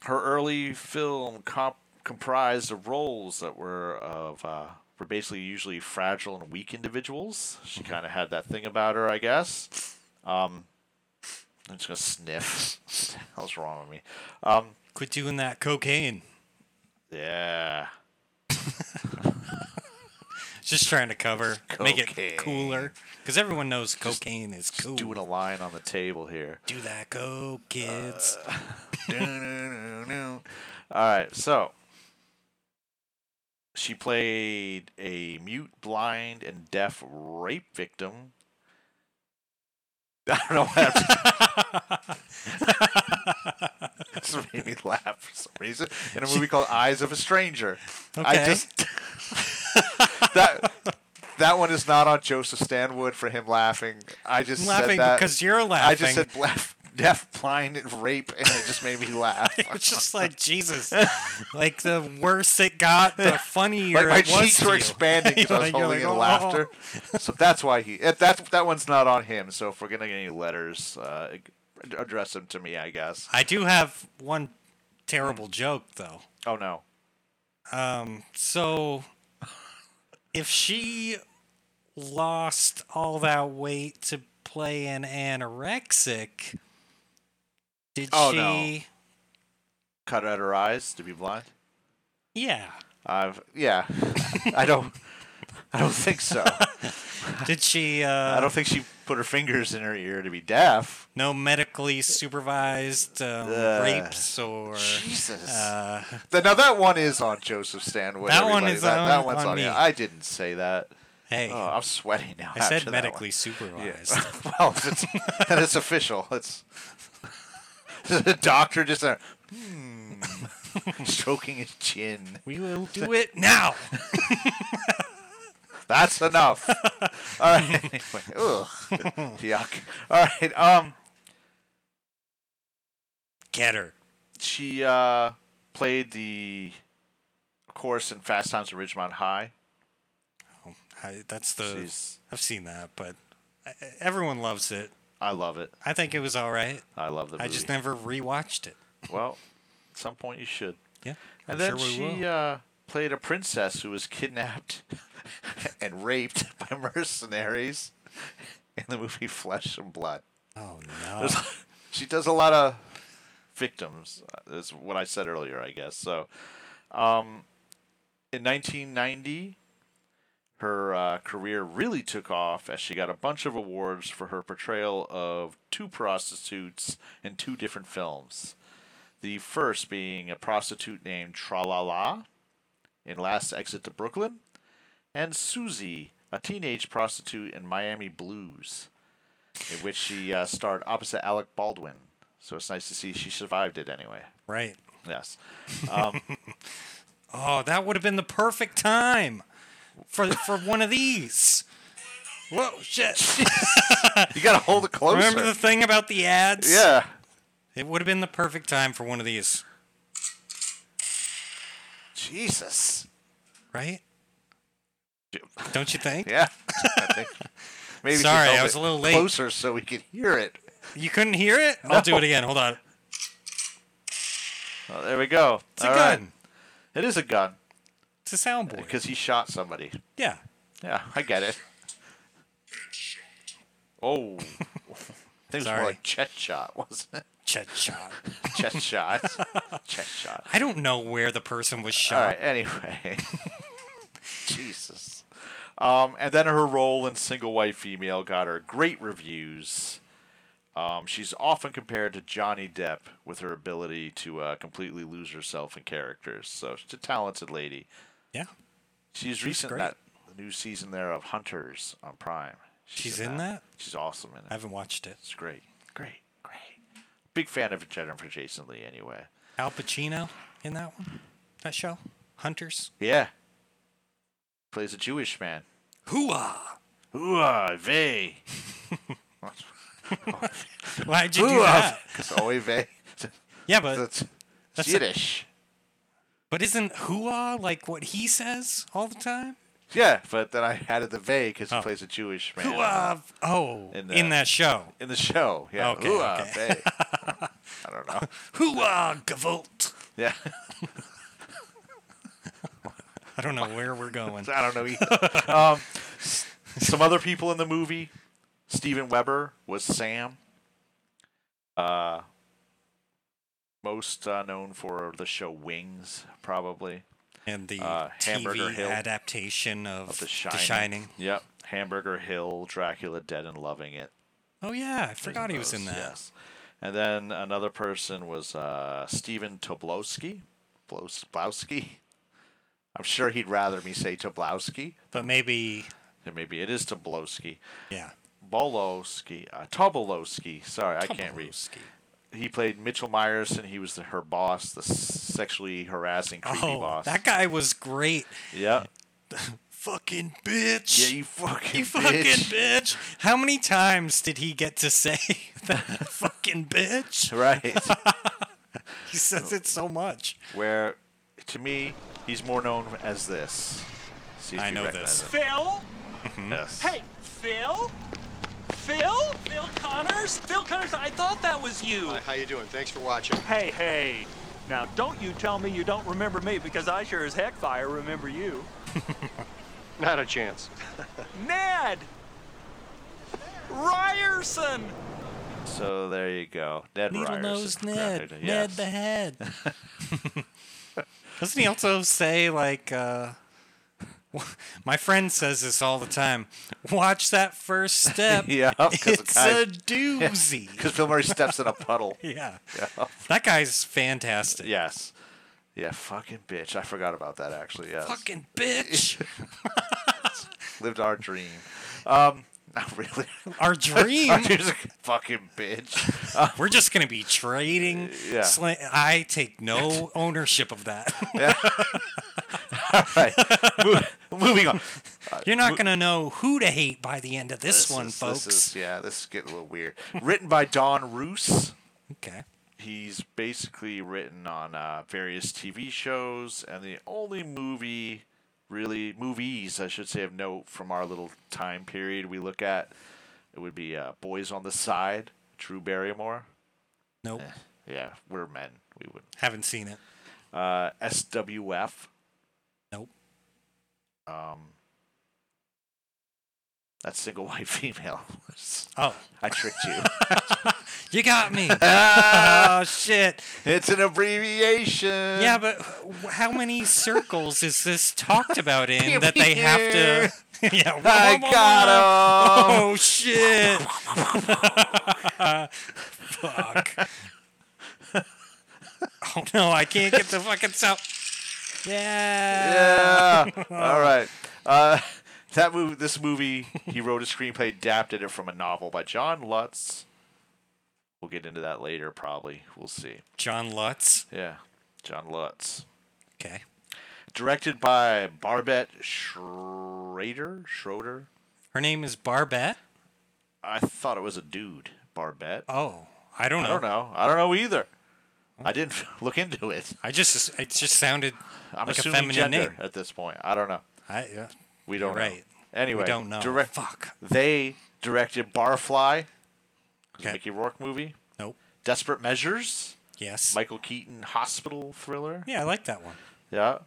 [SPEAKER 3] her early film comp- comprised of roles that were of uh, were basically usually fragile and weak individuals. She kind of had that thing about her, I guess. Um, I'm just gonna sniff. what the hell's wrong with me? Um,
[SPEAKER 4] Quit doing that cocaine.
[SPEAKER 3] yeah,
[SPEAKER 4] Just trying to cover, make
[SPEAKER 3] Cocaine.
[SPEAKER 4] it cooler, because everyone knows cocaine is cool.
[SPEAKER 3] doing a line on the table here.
[SPEAKER 4] Do that coke, kids.
[SPEAKER 3] Uh, All right, so she played a mute, blind, and deaf rape victim. I don't know why that just made me laugh for some reason. In a movie called Eyes of a Stranger, I
[SPEAKER 4] Okay.
[SPEAKER 3] just that that one is not on Joseph Stanwood for him laughing. I just
[SPEAKER 4] I'm
[SPEAKER 3] said
[SPEAKER 4] laughing
[SPEAKER 3] that-
[SPEAKER 4] because you're laughing.
[SPEAKER 3] I just said laugh, deaf, blind, and rape, and it just made me laugh.
[SPEAKER 4] it's just like Jesus. like the worse it got, the funnier
[SPEAKER 3] like my
[SPEAKER 4] it was
[SPEAKER 3] cheeks
[SPEAKER 4] to
[SPEAKER 3] were
[SPEAKER 4] you.
[SPEAKER 3] expanding because I was
[SPEAKER 4] Like, you're
[SPEAKER 3] holding in
[SPEAKER 4] like, "Oh."
[SPEAKER 3] laughter. So that's why he. That that that one's not on him. So if we're gonna get any letters, uh, ad- address them to me, I guess.
[SPEAKER 4] I do have one terrible joke though.
[SPEAKER 3] Oh no.
[SPEAKER 4] So, if she lost all that weight to play an anorexic, did
[SPEAKER 3] Oh,
[SPEAKER 4] she?
[SPEAKER 3] no. Cut out her eyes to be blind.
[SPEAKER 4] Yeah.
[SPEAKER 3] I've yeah. I don't. I don't think so.
[SPEAKER 4] Did she?
[SPEAKER 3] I
[SPEAKER 4] Uh,
[SPEAKER 3] don't think she put her fingers in her ear to be deaf.
[SPEAKER 4] no medically supervised um,
[SPEAKER 3] Uh,
[SPEAKER 4] rapes or.
[SPEAKER 3] Jesus.
[SPEAKER 4] Uh,
[SPEAKER 3] Th- now that one is on Joseph Stanwood.
[SPEAKER 4] That one
[SPEAKER 3] everybody.
[SPEAKER 4] is
[SPEAKER 3] that, that
[SPEAKER 4] on-
[SPEAKER 3] one's
[SPEAKER 4] on
[SPEAKER 3] on, you.
[SPEAKER 4] me.
[SPEAKER 3] I didn't say that.
[SPEAKER 4] hey,
[SPEAKER 3] Oh, I'm sweating now.
[SPEAKER 4] I said
[SPEAKER 3] after that one.
[SPEAKER 4] medically supervised.
[SPEAKER 3] well, if it's, then it's official. It's the doctor just uh, hmm, stroking his chin.
[SPEAKER 4] We will do it now.
[SPEAKER 3] That's enough. All right. Anyway, ugh, yuck. All right. Um,
[SPEAKER 4] Get her.
[SPEAKER 3] she uh played the course in Fast Times at Ridgemont High.
[SPEAKER 4] I, that's the.
[SPEAKER 3] She's-
[SPEAKER 4] I've seen that, but uh, everyone loves it.
[SPEAKER 3] I love it.
[SPEAKER 4] I think it was all right.
[SPEAKER 3] I love the movie.
[SPEAKER 4] I just never rewatched it.
[SPEAKER 3] well, at some point you should.
[SPEAKER 4] Yeah.
[SPEAKER 3] And
[SPEAKER 4] I'm sure
[SPEAKER 3] then
[SPEAKER 4] we
[SPEAKER 3] she
[SPEAKER 4] will.
[SPEAKER 3] uh, played a princess who was kidnapped and raped by mercenaries in the movie Flesh and Blood.
[SPEAKER 4] oh no.
[SPEAKER 3] There's- she does a lot of victims. That's what I said earlier, I guess. So, um, in 1990, her uh, career really took off as she got a bunch of awards for her portrayal of two prostitutes in two different films. The first being a prostitute named Tralala in Last Exit to Brooklyn, and Susie, a teenage prostitute in Miami Blues in which she uh, starred opposite Alec Baldwin. So it's nice to see she survived it anyway.
[SPEAKER 4] Right.
[SPEAKER 3] Yes.
[SPEAKER 4] Oh, that would have been the perfect time for for one of these. Whoa, shit.
[SPEAKER 3] You got to hold it closer.
[SPEAKER 4] Remember the thing about the ads?
[SPEAKER 3] yeah.
[SPEAKER 4] It would have been the perfect time for one of these,
[SPEAKER 3] Jesus.
[SPEAKER 4] right? Don't you think?
[SPEAKER 3] Yeah. I think maybe she
[SPEAKER 4] Sorry,
[SPEAKER 3] held
[SPEAKER 4] I was
[SPEAKER 3] it
[SPEAKER 4] a little late.
[SPEAKER 3] Closer so we could hear it.
[SPEAKER 4] You couldn't hear it? I'll do it again. Hold on.
[SPEAKER 3] Well, there we go.
[SPEAKER 4] It's a
[SPEAKER 3] All right.
[SPEAKER 4] gun.
[SPEAKER 3] It is a gun
[SPEAKER 4] It's a soundboard.
[SPEAKER 3] because he shot somebody.
[SPEAKER 4] yeah.
[SPEAKER 3] Yeah, I get it. Oh. I think it was more
[SPEAKER 4] Sorry.
[SPEAKER 3] like chest shot, wasn't it?
[SPEAKER 4] Chet shot.
[SPEAKER 3] Chest shot. chest shot.
[SPEAKER 4] I don't know where the person was
[SPEAKER 3] All
[SPEAKER 4] shot.
[SPEAKER 3] right. Anyway, Jesus. Um, and then her role in Single White Female got her great reviews. Um, she's often compared to Johnny Depp with her ability to uh, completely lose herself in characters. So she's a talented lady.
[SPEAKER 4] Yeah.
[SPEAKER 3] She's recent
[SPEAKER 4] great.
[SPEAKER 3] that the new season there of Hunters on Prime.
[SPEAKER 4] She's in that?
[SPEAKER 3] She's awesome in
[SPEAKER 4] I
[SPEAKER 3] it.
[SPEAKER 4] haven't watched it.
[SPEAKER 3] It's great. Great. Great. Big fan of Jennifer Jason Lee anyway.
[SPEAKER 4] Al Pacino in that one? That show? Hunters?
[SPEAKER 3] Yeah. Plays a Jewish man.
[SPEAKER 4] Hooah!
[SPEAKER 3] Ooh, vey.
[SPEAKER 4] Why'd you do that?
[SPEAKER 3] Because oy vey.
[SPEAKER 4] Yeah, but
[SPEAKER 3] That's,
[SPEAKER 4] that's a-
[SPEAKER 3] Yiddish.
[SPEAKER 4] but isn't hooah like what he says all the time?
[SPEAKER 3] Yeah, but then I added the vey because
[SPEAKER 4] Oh.
[SPEAKER 3] he plays a Jewish man.
[SPEAKER 4] Hooah! Oh,
[SPEAKER 3] In
[SPEAKER 4] in,
[SPEAKER 3] the-
[SPEAKER 4] that show.
[SPEAKER 3] In the show. Yeah.
[SPEAKER 4] Okay,
[SPEAKER 3] Ooh,
[SPEAKER 4] okay.
[SPEAKER 3] vey. I don't know.
[SPEAKER 4] Hooah! Gavolt!
[SPEAKER 3] Yeah.
[SPEAKER 4] I don't know where we're going.
[SPEAKER 3] I don't know either. um, s- some other people in the movie. Steven Weber was Sam. Uh, most uh, known for the show Wings, probably.
[SPEAKER 4] And the
[SPEAKER 3] Uh, Hamburger
[SPEAKER 4] TV
[SPEAKER 3] Hill.
[SPEAKER 4] adaptation of,
[SPEAKER 3] Of The Shining. Yep. Hamburger Hill, Dracula Dead and Loving It.
[SPEAKER 4] Oh yeah, I forgot he was
[SPEAKER 3] those,
[SPEAKER 4] in that.
[SPEAKER 3] Yes. And then another person was uh, Stephen Toblowski. Blos- Blowski? I'm sure he'd rather me say Toblowski.
[SPEAKER 4] But maybe
[SPEAKER 3] And maybe it is Toblowski.
[SPEAKER 4] yeah.
[SPEAKER 3] Bolowski. Uh, Tobolowski. Sorry, I can't read.
[SPEAKER 4] Tobolowsky.
[SPEAKER 3] He played Mitchell Myers, and he was the, her boss, the s- sexually harassing, creepy
[SPEAKER 4] Oh,
[SPEAKER 3] boss.
[SPEAKER 4] that guy was great.
[SPEAKER 3] Yeah.
[SPEAKER 4] Fucking bitch.
[SPEAKER 3] Yeah, you fucking
[SPEAKER 4] You fucking
[SPEAKER 3] bitch.
[SPEAKER 4] bitch. How many times did he get to say that fucking bitch?
[SPEAKER 3] Right.
[SPEAKER 4] He says it so much.
[SPEAKER 3] Where, to me, he's more known as this. See if
[SPEAKER 4] I
[SPEAKER 3] you
[SPEAKER 4] know
[SPEAKER 3] recognize Mm-hmm.
[SPEAKER 4] this.
[SPEAKER 3] it. Yes.
[SPEAKER 11] Phil? Hey, Phil? Phil? Phil Connors? Phil Connors, I thought that was you.
[SPEAKER 12] How you doing? Thanks for watching.
[SPEAKER 11] Hey, hey. Now, don't you tell me you don't remember me because I sure as heck fire remember you.
[SPEAKER 12] Not a chance.
[SPEAKER 11] Ned! Ryerson!
[SPEAKER 3] So there you go. Ned
[SPEAKER 4] Needle
[SPEAKER 3] Ryerson.
[SPEAKER 4] nosed Ned.
[SPEAKER 3] Crafted
[SPEAKER 4] Ned
[SPEAKER 3] it, yes.
[SPEAKER 4] the head. Doesn't he also say like uh my friend says this all the time. Watch that first step.
[SPEAKER 3] Yeah, 'cause the
[SPEAKER 4] It's
[SPEAKER 3] guy-
[SPEAKER 4] a doozy.
[SPEAKER 3] Because Bill Murray steps in a puddle.
[SPEAKER 4] Yeah. That guy's fantastic.
[SPEAKER 3] Yes. Yeah, fucking bitch. I forgot about that actually. Yes.
[SPEAKER 4] Fucking bitch.
[SPEAKER 3] Lived our dream. Um, not really.
[SPEAKER 4] Our dream.
[SPEAKER 3] Our dream's a fucking bitch.
[SPEAKER 4] We're just going to be trading.
[SPEAKER 3] Uh, Yeah.
[SPEAKER 4] sla- I take no ownership of that.
[SPEAKER 3] Right. Mo- moving on.
[SPEAKER 4] You're not going to know who to hate by the end of this, one,
[SPEAKER 3] is-
[SPEAKER 4] folks.
[SPEAKER 3] Uh, This is, yeah, this is getting a little weird. Written by Don Roos.
[SPEAKER 4] Okay.
[SPEAKER 3] he's basically written on uh, various TV shows, and the only movie, really movies, I should say, of note from our little time period we look at, it would be uh, Boys on the Side, Drew Barrymore.
[SPEAKER 4] Nope.
[SPEAKER 3] Yeah, we're men. We wouldn't.
[SPEAKER 4] Haven't seen it.
[SPEAKER 3] Uh, SWF.
[SPEAKER 4] Nope.
[SPEAKER 3] Um, that's single white female.
[SPEAKER 4] Oh,
[SPEAKER 3] I tricked you.
[SPEAKER 4] you got me. oh, shit.
[SPEAKER 3] it's an abbreviation.
[SPEAKER 4] Yeah, but wh- how many circles is this talked about in that they have to. yeah, wah,
[SPEAKER 3] I
[SPEAKER 4] wah, wah, wah.
[SPEAKER 3] got 'em.
[SPEAKER 4] Oh shit! Fuck! oh no, I can't get the fucking sound. Yeah.
[SPEAKER 3] yeah. All right. Uh, that movie, this movie, he wrote a screenplay, adapted it from a novel by John Lutz. We'll get into that later, probably. We'll see.
[SPEAKER 4] John Lutz.
[SPEAKER 3] Yeah, John Lutz.
[SPEAKER 4] Okay.
[SPEAKER 3] Directed by Barbette Schrader. Schroeder.
[SPEAKER 4] Her name is Barbette.
[SPEAKER 3] I thought it was a dude. Barbette.
[SPEAKER 4] Oh, I don't know.
[SPEAKER 3] I don't know. I don't know either. I didn't look into it.
[SPEAKER 4] I just it just sounded
[SPEAKER 3] I'm
[SPEAKER 4] like a
[SPEAKER 3] assuming
[SPEAKER 4] feminine
[SPEAKER 3] gender
[SPEAKER 4] name.
[SPEAKER 3] at this point. I don't know.
[SPEAKER 4] I, yeah.
[SPEAKER 3] We don't
[SPEAKER 4] You're right.
[SPEAKER 3] know. Anyway,
[SPEAKER 4] we don't know.
[SPEAKER 3] direct-
[SPEAKER 4] Fuck.
[SPEAKER 3] They directed Barfly, the
[SPEAKER 4] Okay.
[SPEAKER 3] Mickey Rourke movie,
[SPEAKER 4] Nope.
[SPEAKER 3] Desperate Measures,
[SPEAKER 4] Yes.
[SPEAKER 3] Michael Keaton hospital thriller.
[SPEAKER 4] yeah, I like that one.
[SPEAKER 3] Yeah.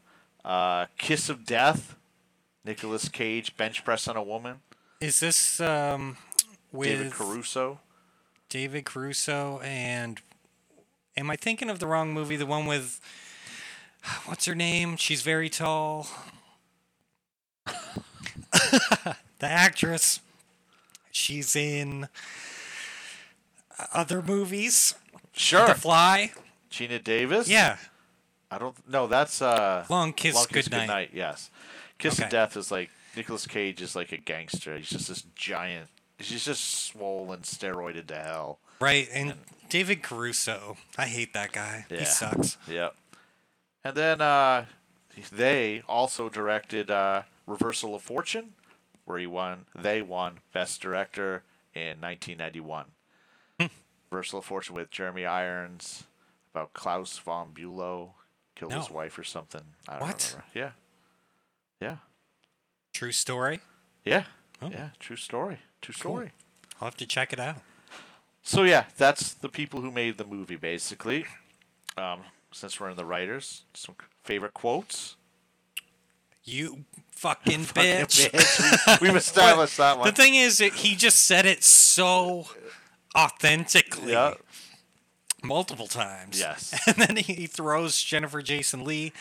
[SPEAKER 3] Uh, Kiss of Death, Nicolas Cage bench press on a woman,
[SPEAKER 4] Is this um with
[SPEAKER 3] David Caruso.
[SPEAKER 4] David Caruso and am I thinking of the wrong movie? The one with what's her name? She's very tall. the actress. She's in other movies.
[SPEAKER 3] Sure.
[SPEAKER 4] The Fly.
[SPEAKER 3] Gina Davis.
[SPEAKER 4] Yeah.
[SPEAKER 3] I don't. No, that's uh.
[SPEAKER 4] Long Kiss Goodnight.
[SPEAKER 3] Yes. Kiss
[SPEAKER 4] Okay.
[SPEAKER 3] of Death is like Nicolas Cage is like a gangster. He's just this giant She's just swollen, steroided to hell.
[SPEAKER 4] Right, and, David Caruso. I hate that guy. He sucks.
[SPEAKER 3] Yep. And then uh, they also directed uh, Reversal of Fortune, where he won. They won Best Director in 1991.
[SPEAKER 4] Hmm.
[SPEAKER 3] Reversal of Fortune with Jeremy Irons about Klaus von Bülow killed his
[SPEAKER 4] No.
[SPEAKER 3] wife or something. I don't
[SPEAKER 4] What?
[SPEAKER 3] remember. Yeah. Yeah.
[SPEAKER 4] True story.
[SPEAKER 3] Yeah.
[SPEAKER 4] Oh.
[SPEAKER 3] Yeah. True story. True story.
[SPEAKER 4] I'll have to check it out.
[SPEAKER 3] So yeah, that's the people who made the movie basically. Um, since we're in the writers, some favorite quotes.
[SPEAKER 4] You fucking
[SPEAKER 3] Fucking
[SPEAKER 4] bitch.
[SPEAKER 3] bitch. We- we've established that one.
[SPEAKER 4] The thing is, that he just said it so authentically. Multiple times.
[SPEAKER 3] Yes.
[SPEAKER 4] And then he throws Jennifer Jason Lee.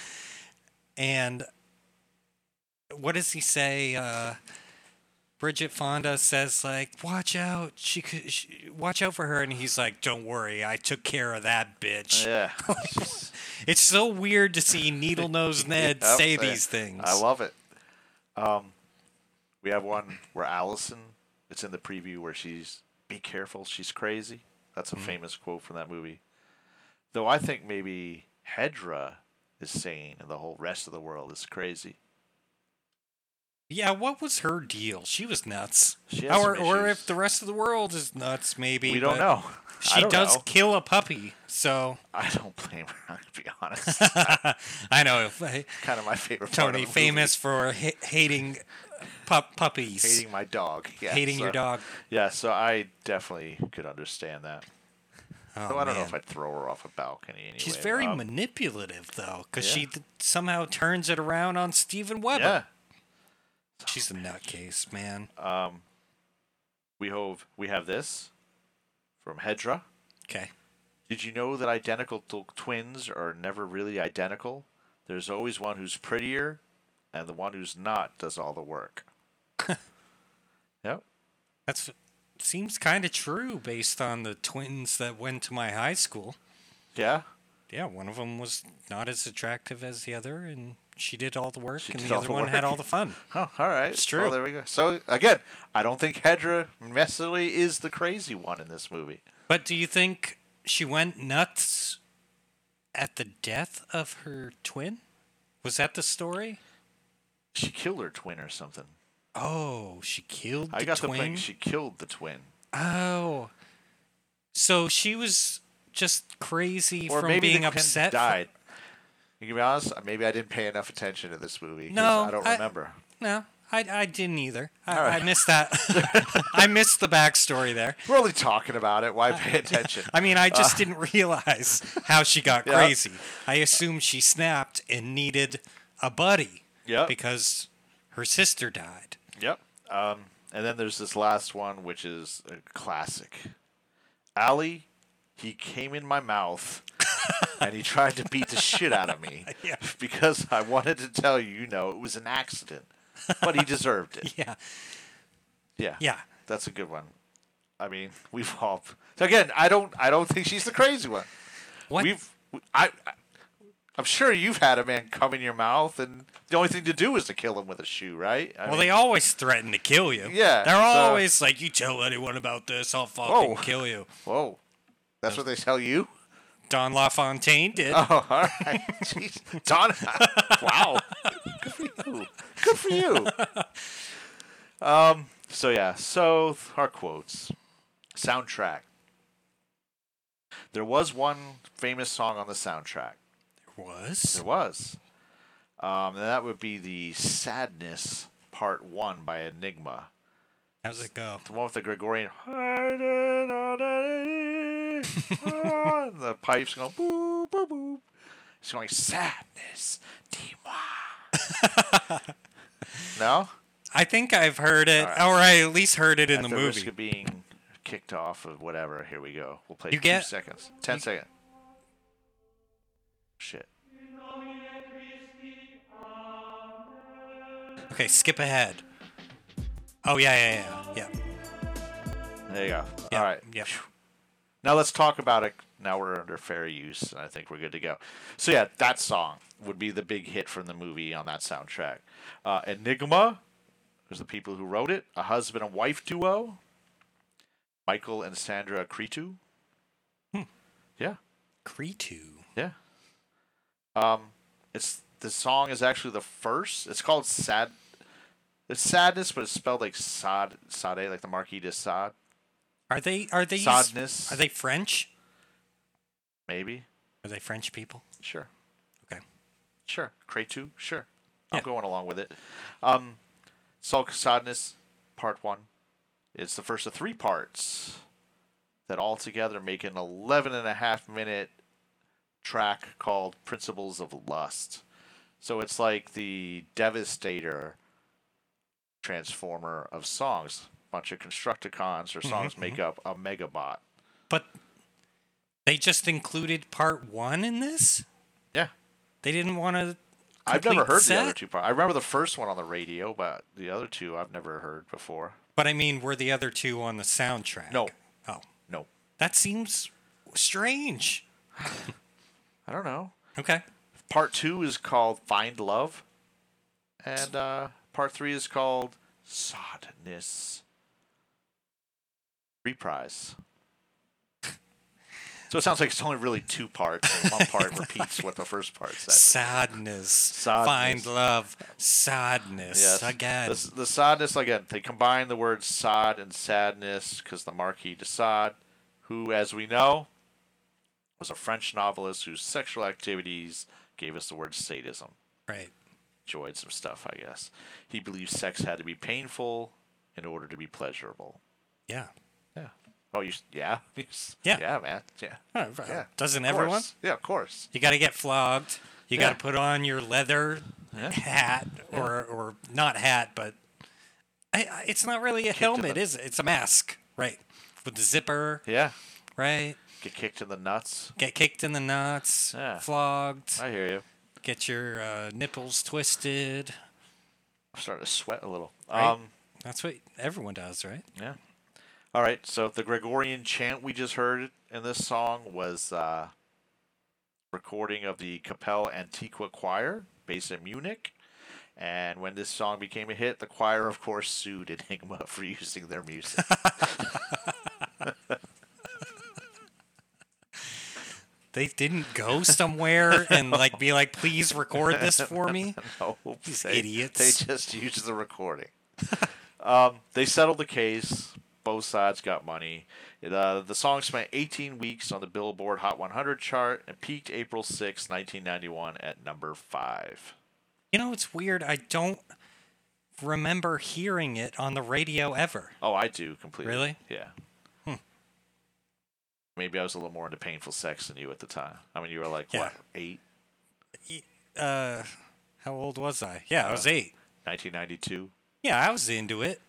[SPEAKER 4] And what does he say? Uh, Bridget Fonda says, like, watch out. She could, she, watch out for her. And he's like, don't worry. I took care of that bitch.
[SPEAKER 3] Yeah.
[SPEAKER 4] it's so weird to see Needle Nose Ned
[SPEAKER 3] Yep,
[SPEAKER 4] say
[SPEAKER 3] I-
[SPEAKER 4] these things.
[SPEAKER 3] I love it. Um, we have one where Allison. It's in the preview where she's be careful, she's crazy. That's
[SPEAKER 4] Mm-hmm.
[SPEAKER 3] a famous quote from that movie. Though I think maybe Hedra is sane and the whole rest of the world is crazy.
[SPEAKER 4] Yeah, what was her deal? She was nuts.
[SPEAKER 3] She has
[SPEAKER 4] or
[SPEAKER 3] some
[SPEAKER 4] or
[SPEAKER 3] issues.
[SPEAKER 4] if the rest of the world is nuts, maybe.
[SPEAKER 3] We don't
[SPEAKER 4] but
[SPEAKER 3] know. I
[SPEAKER 4] She
[SPEAKER 3] don't
[SPEAKER 4] does
[SPEAKER 3] know.
[SPEAKER 4] kill a puppy, so
[SPEAKER 3] I don't blame her, to be honest.
[SPEAKER 4] I know.
[SPEAKER 3] kind of my favorite part of
[SPEAKER 4] Tony,
[SPEAKER 3] the
[SPEAKER 4] famous for ha- hating pup- puppies.
[SPEAKER 3] hating my dog. Yeah,
[SPEAKER 4] Hating your dog.
[SPEAKER 3] Yeah, so I definitely could understand that.
[SPEAKER 4] Oh,
[SPEAKER 3] Though I don't know
[SPEAKER 4] man.
[SPEAKER 3] if I'd throw her off a balcony anyway. um,
[SPEAKER 4] She's very
[SPEAKER 3] Rob.
[SPEAKER 4] manipulative, though, because
[SPEAKER 3] Yeah.
[SPEAKER 4] she th- somehow turns it around on Steven Weber.
[SPEAKER 3] Yeah.
[SPEAKER 4] She's a nutcase, man.
[SPEAKER 3] Um, we have we have this from Hedra.
[SPEAKER 4] Okay.
[SPEAKER 3] Did you know that identical t- twins are never really identical? There's always one who's prettier, and the one who's not does all the work. yep.
[SPEAKER 4] That's seems kind of true based on the twins that went to my high school.
[SPEAKER 3] Yeah.
[SPEAKER 4] Yeah, one of them was not as attractive as the other, and she did all the work, and
[SPEAKER 3] did
[SPEAKER 4] the
[SPEAKER 3] all
[SPEAKER 4] other
[SPEAKER 3] the
[SPEAKER 4] one had
[SPEAKER 3] work.
[SPEAKER 4] all the fun.
[SPEAKER 3] Oh, all right.
[SPEAKER 4] It's true.
[SPEAKER 3] Well, there we go. So again, I don't think Hedra necessarily is the crazy one in this movie.
[SPEAKER 4] But do you think she went nuts at the death of her twin? Was that the story?
[SPEAKER 3] She killed her twin or something.
[SPEAKER 4] Oh, she killed the
[SPEAKER 3] I got the
[SPEAKER 4] twin.
[SPEAKER 3] thing she killed the twin.
[SPEAKER 4] oh, so she was just crazy
[SPEAKER 3] or
[SPEAKER 4] from
[SPEAKER 3] maybe
[SPEAKER 4] being
[SPEAKER 3] the twin
[SPEAKER 4] upset. for-
[SPEAKER 3] died. You can be honest. uh, Maybe I didn't pay enough attention to this movie. 'cause
[SPEAKER 4] No,
[SPEAKER 3] I don't
[SPEAKER 4] I-
[SPEAKER 3] remember.
[SPEAKER 4] No, I, I didn't either. I,
[SPEAKER 3] All right.
[SPEAKER 4] I missed that. I missed the backstory there.
[SPEAKER 3] We're only talking about it. Why pay attention?
[SPEAKER 4] I mean, I just
[SPEAKER 3] Uh,
[SPEAKER 4] didn't realize how she got
[SPEAKER 3] Yeah.
[SPEAKER 4] crazy. I assumed she snapped and needed a buddy.
[SPEAKER 3] Yep.
[SPEAKER 4] Because her sister died.
[SPEAKER 3] Yep. Um, and then there's this last one, which is a classic. Ali, he came in my mouth, and he tried to beat the shit out of me
[SPEAKER 4] Yeah.
[SPEAKER 3] because I wanted to tell you, you know, it was an accident, but he deserved it.
[SPEAKER 4] Yeah.
[SPEAKER 3] Yeah.
[SPEAKER 4] Yeah.
[SPEAKER 3] That's a good one. I mean, we've all. So again, I don't. I don't think she's the crazy one.
[SPEAKER 4] What?
[SPEAKER 3] We've. we- I. I- I'm sure you've had a man come in your mouth, and the only thing to do is to kill him with a shoe, right? I
[SPEAKER 4] well,
[SPEAKER 3] mean,
[SPEAKER 4] they always threaten to kill you.
[SPEAKER 3] Yeah,
[SPEAKER 4] They're
[SPEAKER 3] so- Oh.
[SPEAKER 4] always like, you tell anyone about this, I'll fucking
[SPEAKER 3] Whoa.
[SPEAKER 4] kill you.
[SPEAKER 3] Whoa, that's what they tell you.
[SPEAKER 4] Don LaFontaine did.
[SPEAKER 3] Oh, all right. Jeez. Don. wow. Good for you. Good for you. Um. So yeah. So our quotes. Soundtrack. There was one famous song on the soundtrack.
[SPEAKER 4] Was?
[SPEAKER 3] There was. Um, and that would be the Sadness Part One by Enigma.
[SPEAKER 4] How's it go?
[SPEAKER 3] The one with the Gregorian and the pipes going boop boop boop. It's going sadness, Dima. no?
[SPEAKER 4] I think I've heard it,
[SPEAKER 3] All right.
[SPEAKER 4] or I at least heard it in
[SPEAKER 3] At
[SPEAKER 4] the
[SPEAKER 3] risk
[SPEAKER 4] movie.
[SPEAKER 3] of being kicked off of whatever. Here we go. We'll play
[SPEAKER 4] You
[SPEAKER 3] two
[SPEAKER 4] get-
[SPEAKER 3] seconds. Ten seconds. Shit.
[SPEAKER 4] Okay, skip ahead. Oh, yeah, yeah, yeah. Yeah.
[SPEAKER 3] There you go.
[SPEAKER 4] Yeah,
[SPEAKER 3] All right.
[SPEAKER 4] yeah.
[SPEAKER 3] Phew. Now let's talk about it. Now we're under fair use, and I think we're good to go. So yeah, that song would be the big hit from the movie on that soundtrack. Uh, Enigma, was the people who wrote it, a husband and wife duo. Michael and Sandra Cretu. Yeah.
[SPEAKER 4] Cretu.
[SPEAKER 3] Yeah. Um, it's the song is actually the first. It's called Sad. It's sadness, but it's spelled like sad, sade, like the Marquis de Sade.
[SPEAKER 4] Are they are they
[SPEAKER 3] Sadness.
[SPEAKER 4] Are they French?
[SPEAKER 3] Maybe.
[SPEAKER 4] Are they French people?
[SPEAKER 3] Sure.
[SPEAKER 4] Okay.
[SPEAKER 3] Sure. Cretu. Sure. I'm going along with it. Um, Sulk Sadness, Part One. It's the first of three parts that all together make an 11 and a half minute track called Principles of Lust. So it's like the Devastator transformer of songs. bunch of Constructicons or songs
[SPEAKER 4] Mhm,
[SPEAKER 3] make up a Megabot.
[SPEAKER 4] But they just included part one in this.
[SPEAKER 3] Yeah.
[SPEAKER 4] They didn't want to.
[SPEAKER 3] I've never heard the other two parts. I remember the first one on the radio, but the other two I've never heard before.
[SPEAKER 4] But I mean, were the other two on the soundtrack?
[SPEAKER 3] No.
[SPEAKER 4] Oh.
[SPEAKER 3] No.
[SPEAKER 4] That seems strange.
[SPEAKER 3] I don't know.
[SPEAKER 4] Okay.
[SPEAKER 3] Part two is called Find Love, and uh, part three is called Sodness Reprise. So it sounds like it's only really two parts. and One part repeats what the first part said.
[SPEAKER 4] Sadness.
[SPEAKER 3] Sadness.
[SPEAKER 4] Find love. Sadness. Again.
[SPEAKER 3] The, the sadness again. They combine the words sod and sadness because the Marquis de Sade, who, as we know, was a French novelist whose sexual activities gave us the word sadism.
[SPEAKER 4] Right.
[SPEAKER 3] Enjoyed some stuff, I guess. He believed sex had to be painful in order to be pleasurable.
[SPEAKER 4] Yeah.
[SPEAKER 3] Yeah. Oh, you? Yeah.
[SPEAKER 4] Yeah.
[SPEAKER 3] Yeah, man. Yeah.
[SPEAKER 4] Oh, right.
[SPEAKER 3] yeah.
[SPEAKER 4] Doesn't
[SPEAKER 3] Of course.
[SPEAKER 4] everyone?
[SPEAKER 3] Yeah, of course.
[SPEAKER 4] You got to get flogged. You got
[SPEAKER 3] Yeah.
[SPEAKER 4] to put on your leather
[SPEAKER 3] Yeah.
[SPEAKER 4] hat
[SPEAKER 3] Yeah.
[SPEAKER 4] or or not hat, but I, I, it's not really a
[SPEAKER 3] Kicked in
[SPEAKER 4] helmet,
[SPEAKER 3] the-
[SPEAKER 4] is it? It's a mask, right? With the zipper,
[SPEAKER 3] Yeah.
[SPEAKER 4] right?
[SPEAKER 3] Get kicked in the nuts.
[SPEAKER 4] Get kicked in the nuts,
[SPEAKER 3] Yeah.
[SPEAKER 4] flogged,
[SPEAKER 3] I hear you.
[SPEAKER 4] get your uh, nipples twisted.
[SPEAKER 3] I'm starting to sweat a little.
[SPEAKER 4] Right?
[SPEAKER 3] Um.
[SPEAKER 4] That's what everyone does, right?
[SPEAKER 3] Yeah. All right. So the Gregorian chant we just heard in this song was uh, recording of the Capelle Antiqua Choir based in Munich. And when this song became a hit, the choir, of course, sued Enigma for using their music.
[SPEAKER 4] They didn't go somewhere and like be like, please record this for me.
[SPEAKER 3] no,
[SPEAKER 4] These
[SPEAKER 3] Oh, they,
[SPEAKER 4] idiots.
[SPEAKER 3] They just used the recording. um, they settled the case. Both sides got money. It, uh, the song spent 18 weeks on the Billboard Hot 100 chart and peaked April 6, 1991, at number five.
[SPEAKER 4] You know, it's weird. I don't remember hearing it on the radio ever.
[SPEAKER 3] Oh, I do completely.
[SPEAKER 4] Really?
[SPEAKER 3] Yeah.
[SPEAKER 4] Hmm.
[SPEAKER 3] Maybe I was a little more into painful sex than you at the time. I mean, you were like,
[SPEAKER 4] Yeah.
[SPEAKER 3] what, eight?
[SPEAKER 4] Uh, how old was I? Yeah, I was eight.
[SPEAKER 3] 1992?
[SPEAKER 4] Yeah, I was into it.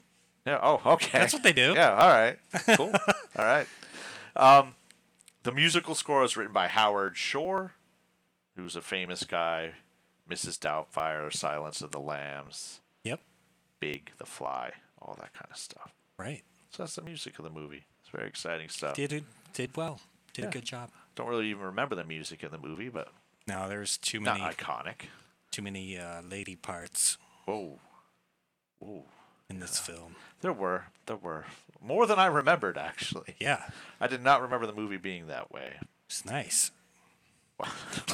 [SPEAKER 3] Yeah. Oh, okay.
[SPEAKER 4] That's what they do.
[SPEAKER 3] Yeah. All right. Cool. all right. Um, the musical score was written by Howard Shore, who's a famous guy. Mrs. Doubtfire, Silence of the Lambs,
[SPEAKER 4] Yep.
[SPEAKER 3] Big, The Fly, all that kind of stuff.
[SPEAKER 4] Right.
[SPEAKER 3] So that's the music of the movie. It's very exciting stuff.
[SPEAKER 4] Did it? Did well. Did
[SPEAKER 3] Yeah.
[SPEAKER 4] a good job.
[SPEAKER 3] Don't really even remember the music in the movie, but
[SPEAKER 4] No, there's too
[SPEAKER 3] not
[SPEAKER 4] many
[SPEAKER 3] iconic.
[SPEAKER 4] too many uh, lady parts
[SPEAKER 3] Whoa. Whoa.
[SPEAKER 4] in this film.
[SPEAKER 3] There were. There were. More than I remembered, actually.
[SPEAKER 4] Yeah,
[SPEAKER 3] I did not remember the movie being that way.
[SPEAKER 4] it's nice.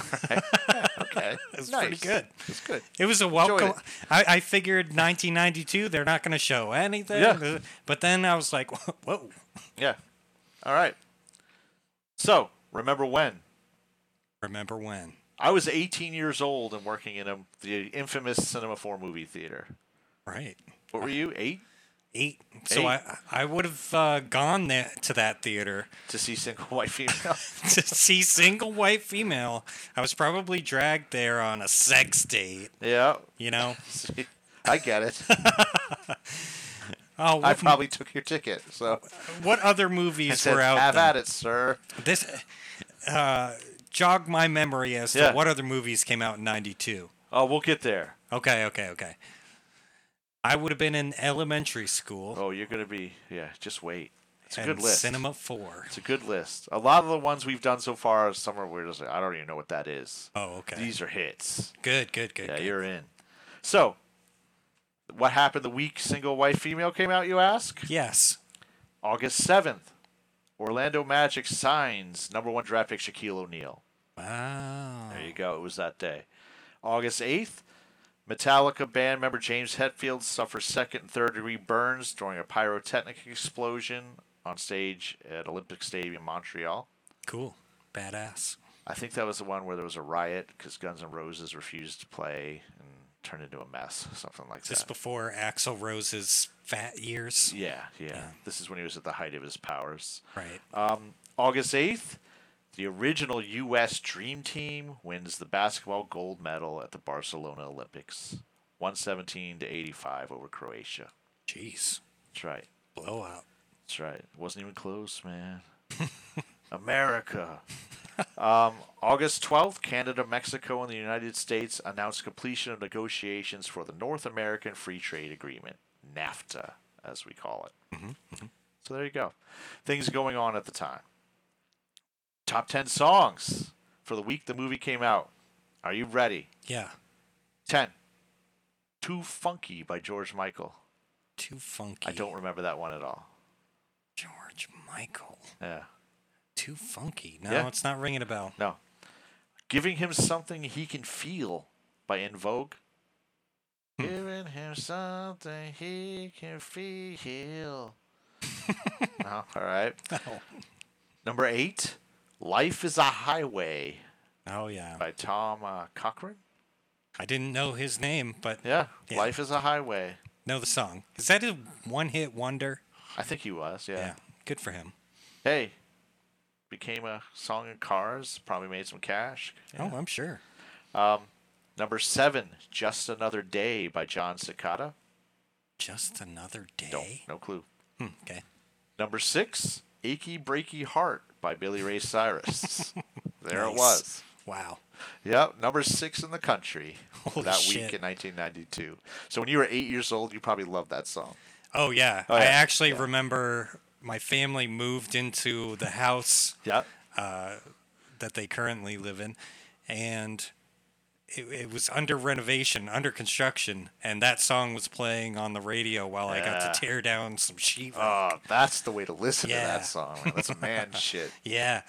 [SPEAKER 3] Okay.
[SPEAKER 4] It's pretty good.
[SPEAKER 3] It's good.
[SPEAKER 4] It was a welcome.
[SPEAKER 3] it.
[SPEAKER 4] I, I figured 1992 they're not going to show anything.
[SPEAKER 3] Yeah.
[SPEAKER 4] But then I was like, whoa.
[SPEAKER 3] Yeah. All right. So, remember when?
[SPEAKER 4] Remember when?
[SPEAKER 3] I was 18 years old and working in a, the infamous Cinema 4 movie theater.
[SPEAKER 4] Right.
[SPEAKER 3] What were you, eight?
[SPEAKER 4] Eight. So I I would have uh, gone there to that theater
[SPEAKER 3] To see single white female?
[SPEAKER 4] to see single white female. I was probably dragged there on a sex date.
[SPEAKER 3] yeah.
[SPEAKER 4] You know.
[SPEAKER 3] I get it.
[SPEAKER 4] Oh,
[SPEAKER 3] I
[SPEAKER 4] what,
[SPEAKER 3] probably took your ticket. So,
[SPEAKER 4] what other
[SPEAKER 3] I
[SPEAKER 4] movies
[SPEAKER 3] said,
[SPEAKER 4] were out?
[SPEAKER 3] have
[SPEAKER 4] then?
[SPEAKER 3] at it, sir.
[SPEAKER 4] This uh, jog my memory as to
[SPEAKER 3] Yeah.
[SPEAKER 4] what other movies came out in '92.
[SPEAKER 3] Oh, we'll get there.
[SPEAKER 4] Okay, okay, okay. I would have been in elementary school.
[SPEAKER 3] Oh, you're gonna be yeah. Just wait. It's a
[SPEAKER 4] and
[SPEAKER 3] good list.
[SPEAKER 4] Cinema Four.
[SPEAKER 3] It's a good list. A lot of the ones we've done so far, some are we're just like, I don't even know what that is.
[SPEAKER 4] Oh, okay.
[SPEAKER 3] These are hits.
[SPEAKER 4] good, good, good.
[SPEAKER 3] Yeah,
[SPEAKER 4] good.
[SPEAKER 3] you're in. So, what happened the week single white female came out? You ask.
[SPEAKER 4] Yes.
[SPEAKER 3] August 7th, Orlando Magic signs number one draft pick Shaquille O'Neal.
[SPEAKER 4] Wow.
[SPEAKER 3] There you go. It was that day. August 8th, Metallica band member James Hetfield suffers second and third degree burns during a pyrotechnic explosion on stage at Olympic Stadium in Montreal.
[SPEAKER 4] Cool. Badass.
[SPEAKER 3] I think that was the one where there was a riot because Guns N' Roses refused to play and turned into a mess, something like
[SPEAKER 4] Just
[SPEAKER 3] that.
[SPEAKER 4] before Axl Rose's fat years.
[SPEAKER 3] Yeah, yeah, This is when he was at the height of his powers.
[SPEAKER 4] Right.
[SPEAKER 3] Um, August 8th, the original U.S. Dream Team wins the basketball gold medal at the Barcelona Olympics, 117 to 85 over Croatia.
[SPEAKER 4] Jeez.
[SPEAKER 3] That's right.
[SPEAKER 4] Blowout.
[SPEAKER 3] That's right. It wasn't even close, man. America. Um, August 12th, Canada, Mexico, and the United States announced completion of negotiations for the North American Free Trade Agreement, NAFTA, as we call it. So there you go. Things going on at the time. Top 10 songs for the week the movie came out. Are you ready?
[SPEAKER 4] Yeah.
[SPEAKER 3] 10. Too Funky by George Michael.
[SPEAKER 4] Too funky.
[SPEAKER 3] I don't remember that one at all.
[SPEAKER 4] George Michael.
[SPEAKER 3] Yeah.
[SPEAKER 4] Too funky. No,
[SPEAKER 3] Yeah.
[SPEAKER 4] it's not ringing a bell.
[SPEAKER 3] No. Giving him something he can feel by In Vogue. Giving him something he can feel. no, all right. Number eight, Life is a Highway
[SPEAKER 4] Oh yeah.
[SPEAKER 3] by Tom uh, Cochran.
[SPEAKER 4] I didn't know his name, but
[SPEAKER 3] Yeah,
[SPEAKER 4] Yeah.
[SPEAKER 3] Life is a Highway.
[SPEAKER 4] know the song. Is that a one-hit wonder?
[SPEAKER 3] I think he was, yeah.
[SPEAKER 4] Yeah. Good for him.
[SPEAKER 3] Hey, became a song in cars, probably made some cash.
[SPEAKER 4] Oh, I'm sure.
[SPEAKER 3] Um, number seven, Just Another Day by John Cicada.
[SPEAKER 4] Just another day.
[SPEAKER 3] Don't, no clue.
[SPEAKER 4] Hmm, okay.
[SPEAKER 3] Number six, Achy Breaky Heart by Billy Ray Cyrus. there it
[SPEAKER 4] Nice.
[SPEAKER 3] was.
[SPEAKER 4] Wow.
[SPEAKER 3] Yep, number six in the country
[SPEAKER 4] Holy
[SPEAKER 3] that
[SPEAKER 4] shit.
[SPEAKER 3] week in 1992. So when you were eight years old, you probably loved that song.
[SPEAKER 4] Oh yeah.
[SPEAKER 3] Oh,
[SPEAKER 4] I
[SPEAKER 3] yeah.
[SPEAKER 4] actually remember my family moved into the house
[SPEAKER 3] Yep.
[SPEAKER 4] uh, that they currently live in, and it, it was under renovation, under construction, and that song was playing on the radio while I got
[SPEAKER 3] Yeah.
[SPEAKER 4] to tear down some sheetrock.
[SPEAKER 3] Oh, that's the way to listen to
[SPEAKER 4] Yeah.
[SPEAKER 3] that song. man. That's man shit.
[SPEAKER 4] yeah.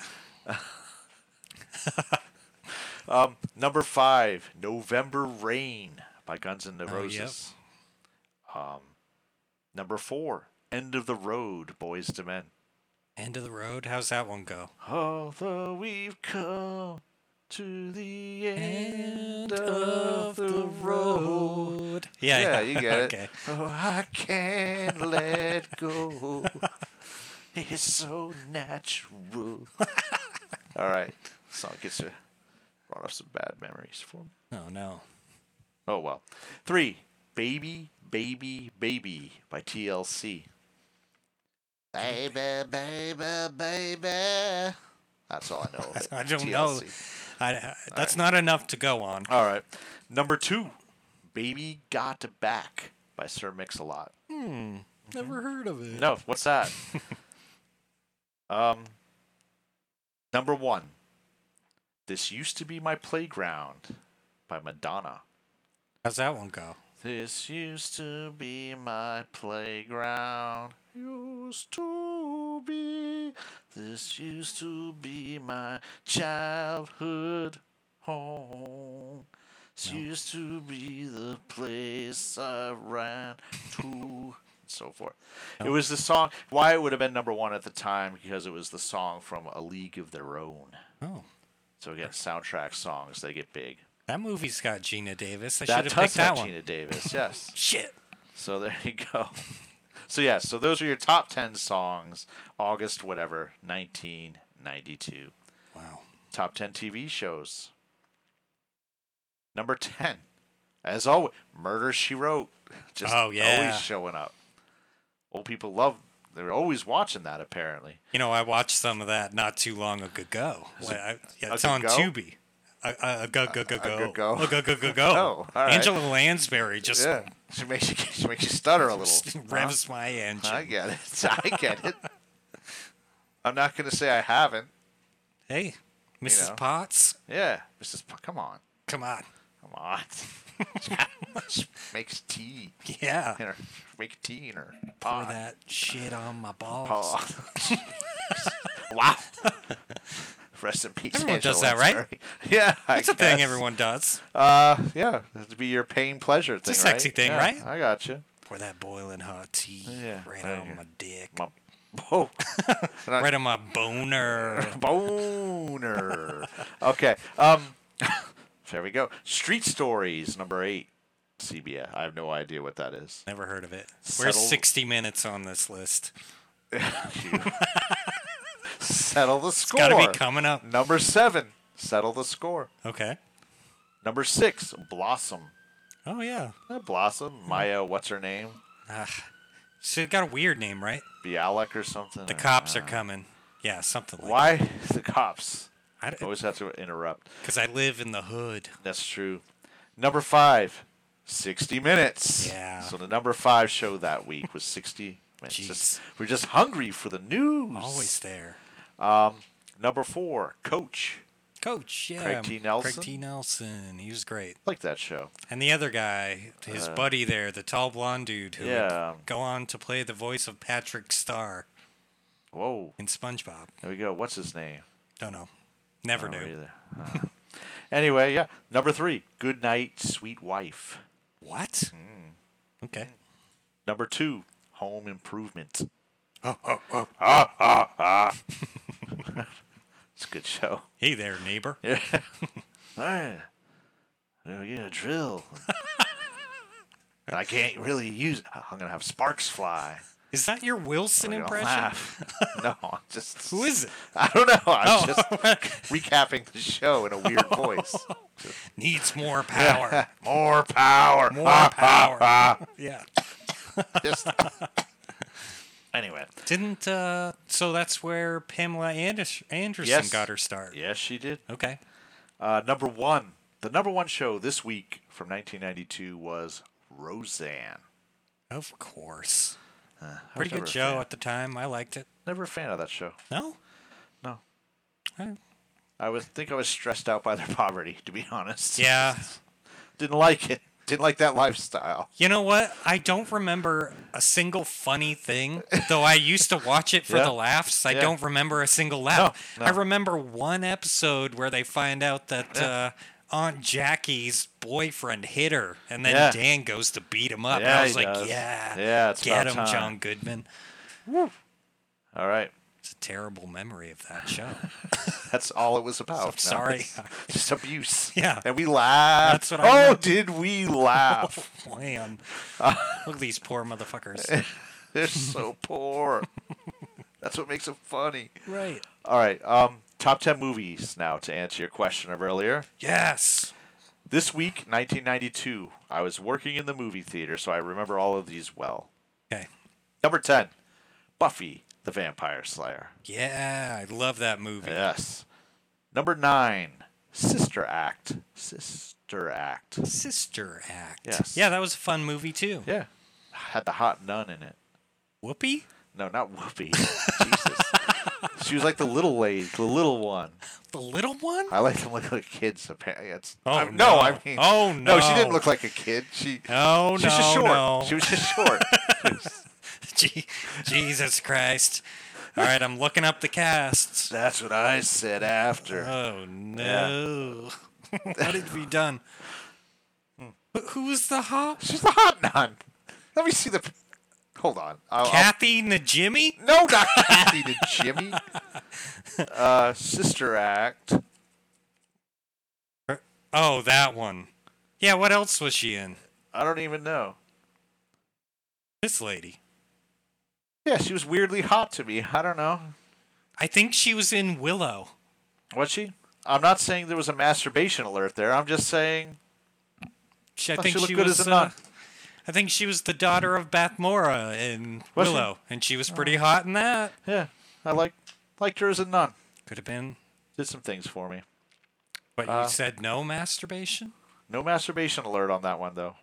[SPEAKER 3] Um, number five, November Rain by Guns N'
[SPEAKER 4] Oh, yep.
[SPEAKER 3] Roses. Um, number four, End of the Road, Boys to Men.
[SPEAKER 4] End of the road. How's that one go?
[SPEAKER 3] Although we've come to the
[SPEAKER 4] End
[SPEAKER 3] end,
[SPEAKER 4] of the road. Yeah.
[SPEAKER 3] Yeah, you get it.
[SPEAKER 4] okay.
[SPEAKER 3] Oh, I can't let go. It's so natural. All right. Song gets to brought up some bad memories for me.
[SPEAKER 4] Oh no.
[SPEAKER 3] Oh, well. Three. Baby, Baby, Baby by TLC. Baby, baby, baby. That's all I know. Of it.
[SPEAKER 4] I don't
[SPEAKER 3] TLC.
[SPEAKER 4] know. I, I- that's not enough to go on.
[SPEAKER 3] All right. Number two, Baby Got Back by Sir Mix-a-Lot.
[SPEAKER 4] Never heard of it.
[SPEAKER 3] No, what's that? um, number one, This Used to Be My Playground by Madonna.
[SPEAKER 4] How's that one go?
[SPEAKER 3] This used to be my playground. Used to be. This used to be my childhood home. This used to be the place I ran to. and so forth. It was the song. Why it would have been number one at the time because it was the song from A League of Their Own.
[SPEAKER 4] Oh,
[SPEAKER 3] So again, soundtrack songs they get big.
[SPEAKER 4] that movie's got Gina Davis. I
[SPEAKER 3] That
[SPEAKER 4] should have
[SPEAKER 3] does
[SPEAKER 4] picked that
[SPEAKER 3] have
[SPEAKER 4] one.
[SPEAKER 3] Gina Davis. Yes.
[SPEAKER 4] Shit.
[SPEAKER 3] So there you go. so yeah, so those are your top ten songs, August whatever, nineteen ninety two.
[SPEAKER 4] Wow.
[SPEAKER 3] Top ten TV shows. Number ten, as always, Murder She Wrote. Just
[SPEAKER 4] Oh, yeah.
[SPEAKER 3] always showing up. Old people love. They're always watching that apparently.
[SPEAKER 4] You know, I watched some of that not too long ago. Well, I- yeah,
[SPEAKER 3] a
[SPEAKER 4] It's on
[SPEAKER 3] go-go?
[SPEAKER 4] Tubi. A- A go go go go
[SPEAKER 3] go-go?
[SPEAKER 4] A go go go
[SPEAKER 3] Oh,
[SPEAKER 4] go.
[SPEAKER 3] all right.
[SPEAKER 4] Angela Lansbury just
[SPEAKER 3] yeah, she makes you she makes you stutter a little. Huh?
[SPEAKER 4] revs my engine.
[SPEAKER 3] I get it. I get it. I'm not gonna say I haven't.
[SPEAKER 4] hey, Mrs.
[SPEAKER 3] know.
[SPEAKER 4] Potts,
[SPEAKER 3] Yeah, Mrs. P- Come on.
[SPEAKER 4] come on.
[SPEAKER 3] Come on. She makes tea.
[SPEAKER 4] Yeah.
[SPEAKER 3] In her, make tea in her
[SPEAKER 4] Pour
[SPEAKER 3] pot.
[SPEAKER 4] that shit on my balls.
[SPEAKER 3] Pot. wow. Rest in peace.
[SPEAKER 4] Everyone does
[SPEAKER 3] Angela
[SPEAKER 4] that, right?
[SPEAKER 3] Lansbury. Yeah. I
[SPEAKER 4] It's a thing
[SPEAKER 3] guess.
[SPEAKER 4] everyone does.
[SPEAKER 3] Uh, yeah. It'd be your pain pleasure
[SPEAKER 4] a
[SPEAKER 3] thing.
[SPEAKER 4] sexy
[SPEAKER 3] right?
[SPEAKER 4] thing,
[SPEAKER 3] Yeah,
[SPEAKER 4] right?
[SPEAKER 3] I got you.
[SPEAKER 4] Pour that boiling hot tea
[SPEAKER 3] Yeah.
[SPEAKER 4] right
[SPEAKER 3] there
[SPEAKER 4] on
[SPEAKER 3] you
[SPEAKER 4] my
[SPEAKER 3] go.
[SPEAKER 4] dick.
[SPEAKER 3] My- Oh.
[SPEAKER 4] right on my boner.
[SPEAKER 3] Boner. okay. Um, there we go. Street Stories number eight. CBS. I have no idea what that is.
[SPEAKER 4] Never heard of it. We're
[SPEAKER 3] Settle-
[SPEAKER 4] 60 minutes on this list.
[SPEAKER 3] Settle the score.
[SPEAKER 4] gotta be coming up.
[SPEAKER 3] Number seven. Settle the score.
[SPEAKER 4] Okay.
[SPEAKER 3] Number six. Blossom.
[SPEAKER 4] Oh, yeah.
[SPEAKER 3] Uh, Blossom.
[SPEAKER 4] Hmm.
[SPEAKER 3] Maya. What's her name?
[SPEAKER 4] Ah, so it got a weird name, right?
[SPEAKER 3] Bialik or something.
[SPEAKER 4] The
[SPEAKER 3] or-
[SPEAKER 4] cops are coming. Yeah, something like
[SPEAKER 3] Why the cops?
[SPEAKER 4] I
[SPEAKER 3] I
[SPEAKER 4] don't-
[SPEAKER 3] always have to interrupt.
[SPEAKER 4] Because I live in the hood.
[SPEAKER 3] That's true. Number five, 60 minutes.
[SPEAKER 4] Yeah.
[SPEAKER 3] So the number five show that week was 60 minutes. Just- we're just hungry for the news.
[SPEAKER 4] Always there.
[SPEAKER 3] Number four, Coach.
[SPEAKER 4] Coach, yeah.
[SPEAKER 3] Craig T. Nelson?
[SPEAKER 4] Craig T. Nelson. He was great.
[SPEAKER 3] I like that show.
[SPEAKER 4] And the other guy, his
[SPEAKER 3] Uh,
[SPEAKER 4] buddy there, the tall blonde dude who
[SPEAKER 3] Yeah.
[SPEAKER 4] would go on to play the voice of Patrick Starr
[SPEAKER 3] Whoa.
[SPEAKER 4] in SpongeBob.
[SPEAKER 3] There we go. What's his name?
[SPEAKER 4] Don't know. Never
[SPEAKER 3] I don't
[SPEAKER 4] knew.
[SPEAKER 3] either. Uh, anyway, yeah. Number three, Good Night, Sweet Wife.
[SPEAKER 4] What?
[SPEAKER 3] Hmm.
[SPEAKER 4] Okay.
[SPEAKER 3] Number two, Home Improvement. It's a good show.
[SPEAKER 4] Hey there, neighbor.
[SPEAKER 3] Yeah. Alright. Now we get a drill. and I can't really use it. I'm gonna have sparks fly.
[SPEAKER 4] Is that your Wilson
[SPEAKER 3] I'm gonna
[SPEAKER 4] impression?
[SPEAKER 3] laugh. no, I'm just
[SPEAKER 4] Who is it?
[SPEAKER 3] I don't know. I'm just
[SPEAKER 4] Oh,
[SPEAKER 3] recapping the show in a weird voice.
[SPEAKER 4] needs more power.
[SPEAKER 3] More power.
[SPEAKER 4] More
[SPEAKER 3] Ah,
[SPEAKER 4] power.
[SPEAKER 3] ah, ah.
[SPEAKER 4] yeah.
[SPEAKER 3] Just- anyway.
[SPEAKER 4] Didn't uh so that's where Pamela Anders- Anderson
[SPEAKER 3] Yes.
[SPEAKER 4] got her start.
[SPEAKER 3] Yes, she did.
[SPEAKER 4] Okay.
[SPEAKER 3] Uh, number one. The number one show this week from 1992 was Roseanne.
[SPEAKER 4] Of course.
[SPEAKER 3] I was
[SPEAKER 4] Pretty
[SPEAKER 3] never
[SPEAKER 4] good
[SPEAKER 3] a
[SPEAKER 4] show
[SPEAKER 3] fan-
[SPEAKER 4] at the time. I liked it.
[SPEAKER 3] Never a fan of that show.
[SPEAKER 4] No?
[SPEAKER 3] No.
[SPEAKER 4] I-
[SPEAKER 3] I was think I was stressed out by their poverty, to be honest.
[SPEAKER 4] Yeah.
[SPEAKER 3] Didn't like it. Didn't like that lifestyle.
[SPEAKER 4] You know what? I don't remember a single funny thing, though I used to watch it for
[SPEAKER 3] Yeah.
[SPEAKER 4] the laughs. I
[SPEAKER 3] Yeah.
[SPEAKER 4] don't remember a single laugh.
[SPEAKER 3] No,
[SPEAKER 4] I
[SPEAKER 3] no.
[SPEAKER 4] remember one episode where they find out that uh, Aunt Jackie's boyfriend hit her, and then
[SPEAKER 3] Yeah.
[SPEAKER 4] Dan goes to beat him up. And
[SPEAKER 3] Yeah,
[SPEAKER 4] I was
[SPEAKER 3] he
[SPEAKER 4] like,
[SPEAKER 3] does.
[SPEAKER 4] yeah,
[SPEAKER 3] Yeah, it's
[SPEAKER 4] get him,
[SPEAKER 3] about time."
[SPEAKER 4] John Goodman.
[SPEAKER 3] All right.
[SPEAKER 4] It's a terrible memory of that show.
[SPEAKER 3] That's all it was about.
[SPEAKER 4] I'm sorry.
[SPEAKER 3] Just abuse.
[SPEAKER 4] Yeah.
[SPEAKER 3] And we laughed.
[SPEAKER 4] That's what I
[SPEAKER 3] oh,
[SPEAKER 4] remember.
[SPEAKER 3] did we laugh?
[SPEAKER 4] Man, look at these poor motherfuckers.
[SPEAKER 3] They're so poor. That's what makes it funny.
[SPEAKER 4] right.
[SPEAKER 3] All right. Um, top 10 movies now to answer your question of earlier.
[SPEAKER 4] Yes.
[SPEAKER 3] This week, 1992, I was working in the movie theater, so I remember all of these well.
[SPEAKER 4] Okay.
[SPEAKER 3] Number 10, Buffy the Vampire Slayer.
[SPEAKER 4] Yeah, I love that movie.
[SPEAKER 3] Yes. Number 9, Sister Act. Sister Act.
[SPEAKER 4] Sister Act.
[SPEAKER 3] Yes.
[SPEAKER 4] Yeah, that was a fun movie too.
[SPEAKER 3] Yeah. Had the hot nun in it.
[SPEAKER 4] Whoopi?
[SPEAKER 3] No, not Whoopi. Jesus. She was like the little lady, the little one.
[SPEAKER 4] The little one?
[SPEAKER 3] I like to look like kids. Apparently, it's,
[SPEAKER 4] Oh,
[SPEAKER 3] I'm- no,
[SPEAKER 4] no.
[SPEAKER 3] I mean,
[SPEAKER 4] Oh,
[SPEAKER 3] no, she didn't
[SPEAKER 4] no.
[SPEAKER 3] look like a kid. She,
[SPEAKER 4] Oh no.
[SPEAKER 3] she was just Uh, short.
[SPEAKER 4] No.
[SPEAKER 3] She was just short.
[SPEAKER 4] Je- Jesus Christ. All right, I'm looking up the casts.
[SPEAKER 3] That's what I said after.
[SPEAKER 4] Oh no. How did we done? Wh- Who was the hot?
[SPEAKER 3] She's the hot nun. Let me see the. Hold on. Oh, I'll, I'll-
[SPEAKER 4] Kathy Najimy?
[SPEAKER 3] no, not Kathy to Jimmy. Uh, Sister Act.
[SPEAKER 4] Or- Oh, that one. Yeah, what else was she in?
[SPEAKER 3] I don't even know.
[SPEAKER 4] This lady.
[SPEAKER 3] Yeah, she was weirdly hot to me. I don't know.
[SPEAKER 4] I think she was in Willow.
[SPEAKER 3] Was she? I'm not saying there was a masturbation alert there. I'm just saying.
[SPEAKER 4] She, I
[SPEAKER 3] Oh,
[SPEAKER 4] think
[SPEAKER 3] she
[SPEAKER 4] she,
[SPEAKER 3] looked good
[SPEAKER 4] was.
[SPEAKER 3] as a
[SPEAKER 4] uh,
[SPEAKER 3] nun.
[SPEAKER 4] I think she was the daughter of Bathmora in
[SPEAKER 3] Was she?
[SPEAKER 4] Willow, and she was pretty hot in that.
[SPEAKER 3] Yeah, I like liked her as a nun.
[SPEAKER 4] Could have been,
[SPEAKER 3] Did some things for me.
[SPEAKER 4] but
[SPEAKER 3] Uh,
[SPEAKER 4] you said no masturbation. Hmm.
[SPEAKER 3] No masturbation alert on that one though.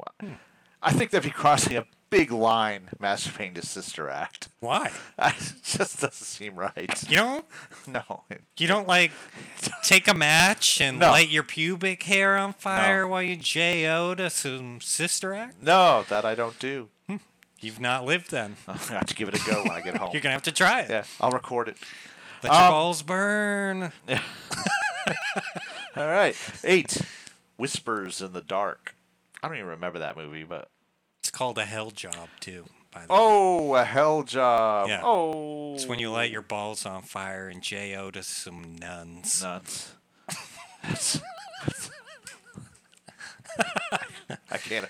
[SPEAKER 3] I think that'd be crossing a big line, masturbating to Sister Act.
[SPEAKER 4] Why?
[SPEAKER 3] it just doesn't seem right.
[SPEAKER 4] You don't?
[SPEAKER 3] No. it-
[SPEAKER 4] You don't like take a match and
[SPEAKER 3] No.
[SPEAKER 4] light your pubic hair on fire while you J.O. to some sister act?
[SPEAKER 3] No, that I don't do.
[SPEAKER 4] You've not lived then.
[SPEAKER 3] I have to give it a go when I get home.
[SPEAKER 4] You're gonna have to try it.
[SPEAKER 3] Yeah, I'll record it.
[SPEAKER 4] Let your
[SPEAKER 3] Um,
[SPEAKER 4] balls burn.
[SPEAKER 3] All right. Eight. Whispers in the Dark. I don't even remember that movie, but
[SPEAKER 4] It's called a hell job too. By the way.
[SPEAKER 3] oh, a hell job.
[SPEAKER 4] Yeah.
[SPEAKER 3] Oh,
[SPEAKER 4] It's when you light your balls on fire and J.O. to some nuns.
[SPEAKER 3] nuts. I can't.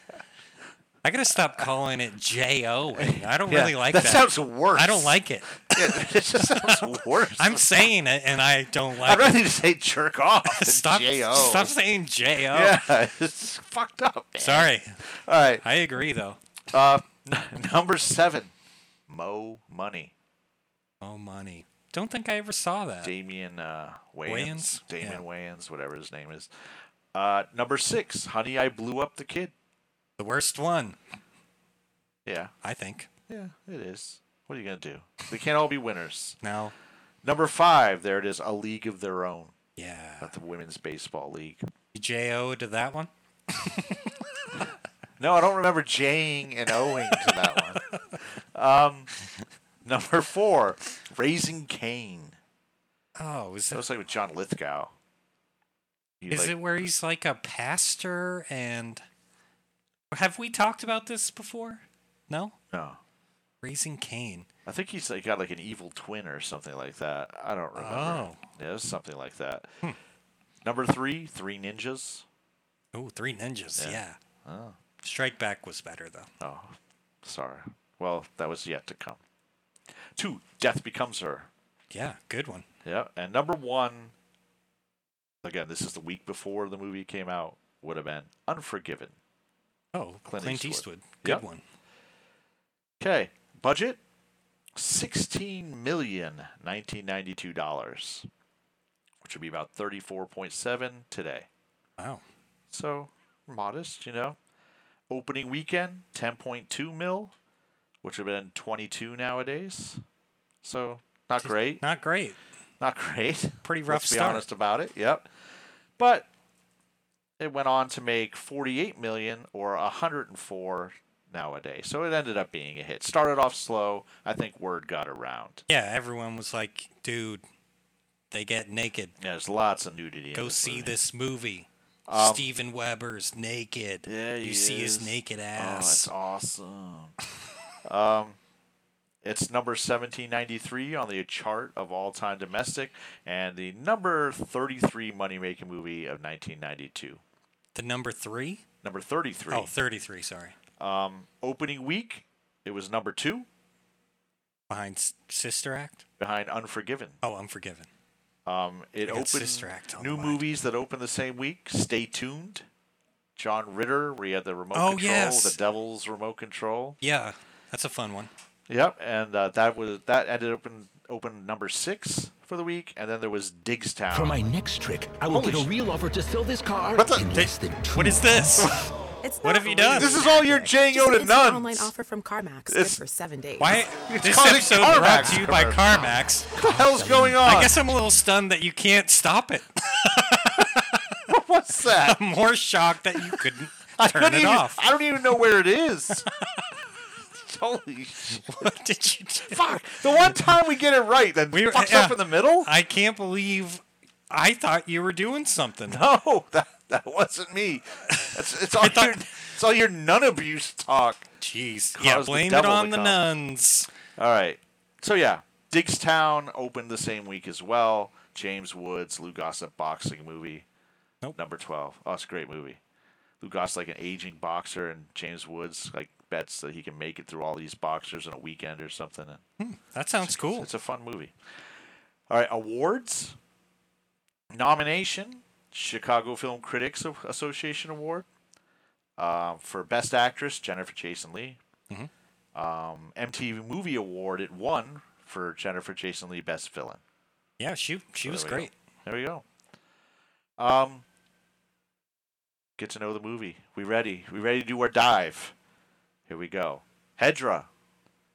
[SPEAKER 4] I gotta stop calling it J.O. I don't
[SPEAKER 3] Yeah,
[SPEAKER 4] really like that.
[SPEAKER 3] that sounds worse.
[SPEAKER 4] I don't like it.
[SPEAKER 3] Yeah, it just sounds worse.
[SPEAKER 4] I'm saying it and I don't like
[SPEAKER 3] I'd rather
[SPEAKER 4] it.
[SPEAKER 3] just say jerk off. than
[SPEAKER 4] Stop,
[SPEAKER 3] J.O.
[SPEAKER 4] stop saying J.O.
[SPEAKER 3] Yeah, it's fucked up. Man.
[SPEAKER 4] Sorry.
[SPEAKER 3] All right.
[SPEAKER 4] I agree though.
[SPEAKER 3] Uh, n- number seven, Mo Money.
[SPEAKER 4] Oh, money. Don't think I ever saw that.
[SPEAKER 3] Damien uh, Wayans.
[SPEAKER 4] Wayans?
[SPEAKER 3] Damien
[SPEAKER 4] Yeah.
[SPEAKER 3] Wayans, whatever his name is. Uh, number six, Honey, I Blew Up the Kid.
[SPEAKER 4] The worst one,
[SPEAKER 3] Yeah,
[SPEAKER 4] I think.
[SPEAKER 3] yeah, it is. What are you going to do? They can't all be winners.
[SPEAKER 4] No.
[SPEAKER 3] Number five, there it is, A League of Their Own.
[SPEAKER 4] Yeah.
[SPEAKER 3] Not the Women's Baseball League.
[SPEAKER 4] J.O. to that one.
[SPEAKER 3] No, I don't remember jaying and owing to that one. Um, number four, Raising Cain.
[SPEAKER 4] Oh, is
[SPEAKER 3] That
[SPEAKER 4] it?
[SPEAKER 3] was like with John Lithgow. He,
[SPEAKER 4] Is
[SPEAKER 3] like-
[SPEAKER 4] it where he's like a pastor and have we talked about this before? No?
[SPEAKER 3] No.
[SPEAKER 4] Raising Cain.
[SPEAKER 3] I think he's like, got like an evil twin or something like that. I don't remember.
[SPEAKER 4] Oh. Hmm.
[SPEAKER 3] Yeah, it was something like that. Number three, Three Ninjas.
[SPEAKER 4] Oh, three ninjas,
[SPEAKER 3] Yeah.
[SPEAKER 4] yeah. Strike back was better though.
[SPEAKER 3] Oh, sorry. Well, that was yet to come. Two, Death Becomes Her.
[SPEAKER 4] Yeah, good one.
[SPEAKER 3] Yeah. And number one, again, this is the week before the movie came out, would have been Unforgiven.
[SPEAKER 4] Oh,
[SPEAKER 3] Clint
[SPEAKER 4] Clint,
[SPEAKER 3] Eastwood.
[SPEAKER 4] Eastwood. Good
[SPEAKER 3] Yep.
[SPEAKER 4] one.
[SPEAKER 3] Okay. Budget? Sixteen million nineteen ninety two dollars. Which would be about thirty four point seven today.
[SPEAKER 4] Wow.
[SPEAKER 3] So modest, you know. Opening weekend, 10.2 mil, which would have been 22 nowadays. So not great.
[SPEAKER 4] Not great.
[SPEAKER 3] Not great.
[SPEAKER 4] pretty rough
[SPEAKER 3] Let's be
[SPEAKER 4] start.
[SPEAKER 3] honest about it. Yep. But it went on to make 48 million or 104 nowadays. So it ended up being a hit. Started off slow. I think word got around.
[SPEAKER 4] Yeah, everyone was like, dude, they get naked.
[SPEAKER 3] Yeah, there's lots of nudity. in
[SPEAKER 4] Go
[SPEAKER 3] this
[SPEAKER 4] see
[SPEAKER 3] movie.
[SPEAKER 4] this movie. Steven Weber's naked.
[SPEAKER 3] Yeah,
[SPEAKER 4] you
[SPEAKER 3] he
[SPEAKER 4] see
[SPEAKER 3] is.
[SPEAKER 4] his naked
[SPEAKER 3] Oh,
[SPEAKER 4] ass.
[SPEAKER 3] that's awesome. um, it's number 1793 on the chart of all time domestic and the number 33 money making movie of 1992.
[SPEAKER 4] the number three?
[SPEAKER 3] Number 33.
[SPEAKER 4] Oh, 33, sorry.
[SPEAKER 3] um, opening week, it was number two
[SPEAKER 4] Behind S- Sister Act?
[SPEAKER 3] behind Unforgiven.
[SPEAKER 4] Oh, Unforgiven.
[SPEAKER 3] Um, it
[SPEAKER 4] I got
[SPEAKER 3] opened
[SPEAKER 4] Sister Act on
[SPEAKER 3] new
[SPEAKER 4] the mind.
[SPEAKER 3] movies that opened the same week. Stay tuned. John Ritter, where he had the remote
[SPEAKER 4] Oh,
[SPEAKER 3] control,
[SPEAKER 4] yes.
[SPEAKER 3] the Devil's remote control.
[SPEAKER 4] Yeah, that's a fun one.
[SPEAKER 3] Yep, and uh, that was that ended up in open number six for the week, and then there was Digstown.
[SPEAKER 13] For my next trick, I will
[SPEAKER 3] Holy
[SPEAKER 13] get
[SPEAKER 3] sh-
[SPEAKER 13] a real offer to sell this car
[SPEAKER 3] What the-
[SPEAKER 13] in less than two
[SPEAKER 4] What is this?
[SPEAKER 14] It's
[SPEAKER 4] What
[SPEAKER 14] not
[SPEAKER 4] have you
[SPEAKER 14] illegal.
[SPEAKER 4] done?
[SPEAKER 3] this is all your Jang
[SPEAKER 14] Just
[SPEAKER 3] Yoda
[SPEAKER 14] an instant online
[SPEAKER 3] nuns.
[SPEAKER 14] offer from CarMax. Good
[SPEAKER 3] It's-
[SPEAKER 14] for seven days.
[SPEAKER 4] Why? This
[SPEAKER 3] causing
[SPEAKER 4] episode
[SPEAKER 3] CarMax
[SPEAKER 4] brought to you by
[SPEAKER 3] commercials.
[SPEAKER 4] CarMax.
[SPEAKER 3] What the hell's going on?
[SPEAKER 4] I guess I'm a little stunned that you can't stop it.
[SPEAKER 3] What's that?
[SPEAKER 4] I'm more shocked that you couldn't
[SPEAKER 3] I
[SPEAKER 4] turn
[SPEAKER 3] don't
[SPEAKER 4] it
[SPEAKER 3] even,
[SPEAKER 4] off.
[SPEAKER 3] I don't even know where it is. Holy shit.
[SPEAKER 4] What did you do?
[SPEAKER 3] fuck! The one time we get it right, then
[SPEAKER 4] We were-
[SPEAKER 3] fucks up
[SPEAKER 4] yeah.
[SPEAKER 3] in the middle.
[SPEAKER 4] I can't believe I thought you were doing something.
[SPEAKER 3] no, that that wasn't me. That's, it's all
[SPEAKER 4] I thought-
[SPEAKER 3] your it's all your nun abuse talk.
[SPEAKER 4] Jeez.
[SPEAKER 3] Cause
[SPEAKER 4] Yeah,
[SPEAKER 3] the
[SPEAKER 4] blame it
[SPEAKER 3] devil to
[SPEAKER 4] on the
[SPEAKER 3] come.
[SPEAKER 4] nuns.
[SPEAKER 3] All right. So yeah, Digstown opened the same week as well. James Woods, Lou Gossett boxing movie.
[SPEAKER 4] Nope.
[SPEAKER 3] Number twelve. Oh, it's a great movie. Lou Gossett's like an aging boxer, and James Woods like bets that he can make it through all these boxers in a weekend or something. And
[SPEAKER 4] That sounds cool.
[SPEAKER 3] It's a fun movie. All right, awards. Nomination: Chicago Film Critics Of- Association Award uh, for Best Actress, Jennifer Jason Lee.
[SPEAKER 4] Mhm.
[SPEAKER 3] Um, MTV Movie Award it won for Jennifer Jason Lee Best Villain.
[SPEAKER 4] Yeah, she she
[SPEAKER 3] So
[SPEAKER 4] was
[SPEAKER 3] there we go.
[SPEAKER 4] great.
[SPEAKER 3] There we go. Um, get to know the movie. We ready? We ready to do our dive? Here we go. Hedra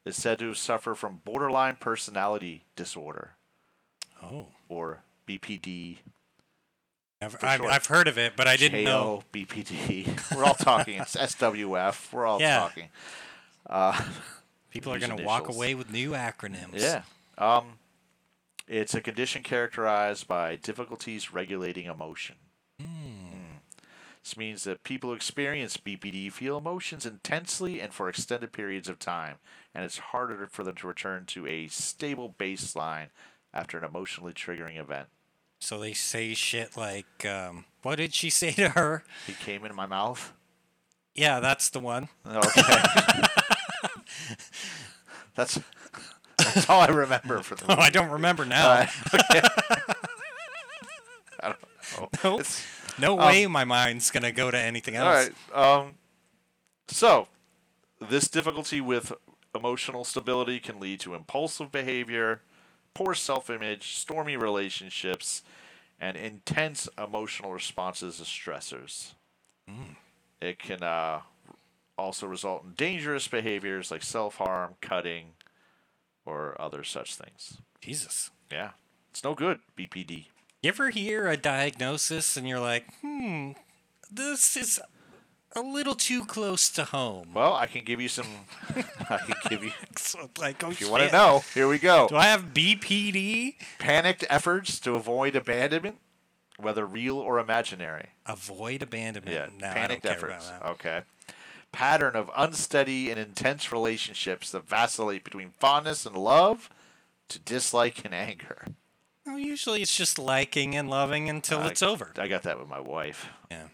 [SPEAKER 3] is said to suffer from borderline personality disorder.
[SPEAKER 4] Oh.
[SPEAKER 3] Or BPD.
[SPEAKER 4] I've,
[SPEAKER 3] for
[SPEAKER 4] I've,
[SPEAKER 3] short.
[SPEAKER 4] I've heard of it, but I didn't know.
[SPEAKER 3] JOBPD. We're all talking. It's SWF. We're all
[SPEAKER 4] Yeah.
[SPEAKER 3] talking. Uh,
[SPEAKER 4] People are
[SPEAKER 3] these
[SPEAKER 4] going to walk
[SPEAKER 3] initials.
[SPEAKER 4] away with new acronyms.
[SPEAKER 3] Yeah. Um, it's a condition characterized by difficulties regulating emotion. Mm. This means that people who experience BPD feel emotions intensely and for extended periods of time, and it's harder for them to return to a stable baseline after an emotionally triggering event.
[SPEAKER 4] So they say shit like, um, what did she say to her?
[SPEAKER 3] He came into my mouth.
[SPEAKER 4] Yeah, that's the one.
[SPEAKER 3] Okay. that's, that's all I remember for the
[SPEAKER 4] Oh, I don't remember now.
[SPEAKER 3] Uh, okay. I don't know.
[SPEAKER 4] No,
[SPEAKER 3] It's-
[SPEAKER 4] no
[SPEAKER 3] um,
[SPEAKER 4] way my mind's going to go to anything else.
[SPEAKER 3] All right. Um, so, this difficulty with emotional stability can lead to impulsive behavior, poor self image, stormy relationships, and intense emotional responses to stressors. It can uh, also result in dangerous behaviors like self harm, cutting, or other such things.
[SPEAKER 4] Jesus.
[SPEAKER 3] Yeah. It's no good, BPD.
[SPEAKER 4] You ever hear a diagnosis and you're like, hmm, this is a little too close to home.
[SPEAKER 3] Well, I can give you some. I can give you.
[SPEAKER 4] So, like, oh,
[SPEAKER 3] If you want to
[SPEAKER 4] shit.
[SPEAKER 3] know, here we go.
[SPEAKER 4] Do I have BPD?
[SPEAKER 3] Panicked efforts to avoid abandonment, whether real or imaginary.
[SPEAKER 4] Avoid abandonment.
[SPEAKER 3] Yeah,
[SPEAKER 4] no,
[SPEAKER 3] panicked
[SPEAKER 4] I don't care
[SPEAKER 3] efforts.
[SPEAKER 4] About that.
[SPEAKER 3] Okay. Pattern of unsteady and intense relationships that vacillate between fondness and love to dislike and anger.
[SPEAKER 4] No, usually it's just liking and loving until
[SPEAKER 3] I-
[SPEAKER 4] it's over.
[SPEAKER 3] I got that with my wife.
[SPEAKER 4] Yeah.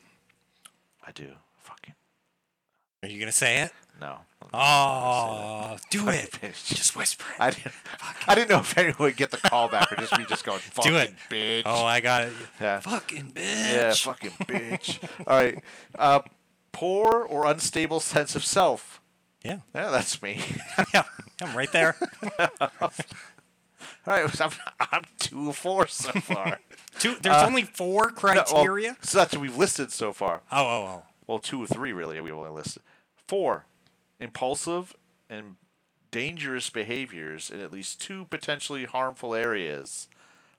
[SPEAKER 3] I do. Fucking
[SPEAKER 4] Are you gonna say it?
[SPEAKER 3] no.
[SPEAKER 4] Oh, do it. Just whisper it.
[SPEAKER 3] I didn't. I didn't know if anyone would get the call back or just be just going fucking
[SPEAKER 4] do it.
[SPEAKER 3] bitch.
[SPEAKER 4] Oh, I got it.
[SPEAKER 3] Yeah.
[SPEAKER 4] Fucking bitch.
[SPEAKER 3] Yeah, fucking bitch. All right. Uh, poor or unstable sense of self.
[SPEAKER 4] Yeah.
[SPEAKER 3] Yeah, that's me.
[SPEAKER 4] yeah. I'm right there.
[SPEAKER 3] All right, I'm, I'm two of four so far.
[SPEAKER 4] Two, there's
[SPEAKER 3] Uh,
[SPEAKER 4] only four
[SPEAKER 3] No, well,
[SPEAKER 4] criteria.
[SPEAKER 3] so that's what we've listed so far.
[SPEAKER 4] Oh, oh, oh.
[SPEAKER 3] Well, two of three really we only listed. Four, impulsive and dangerous behaviors in at least two potentially harmful areas,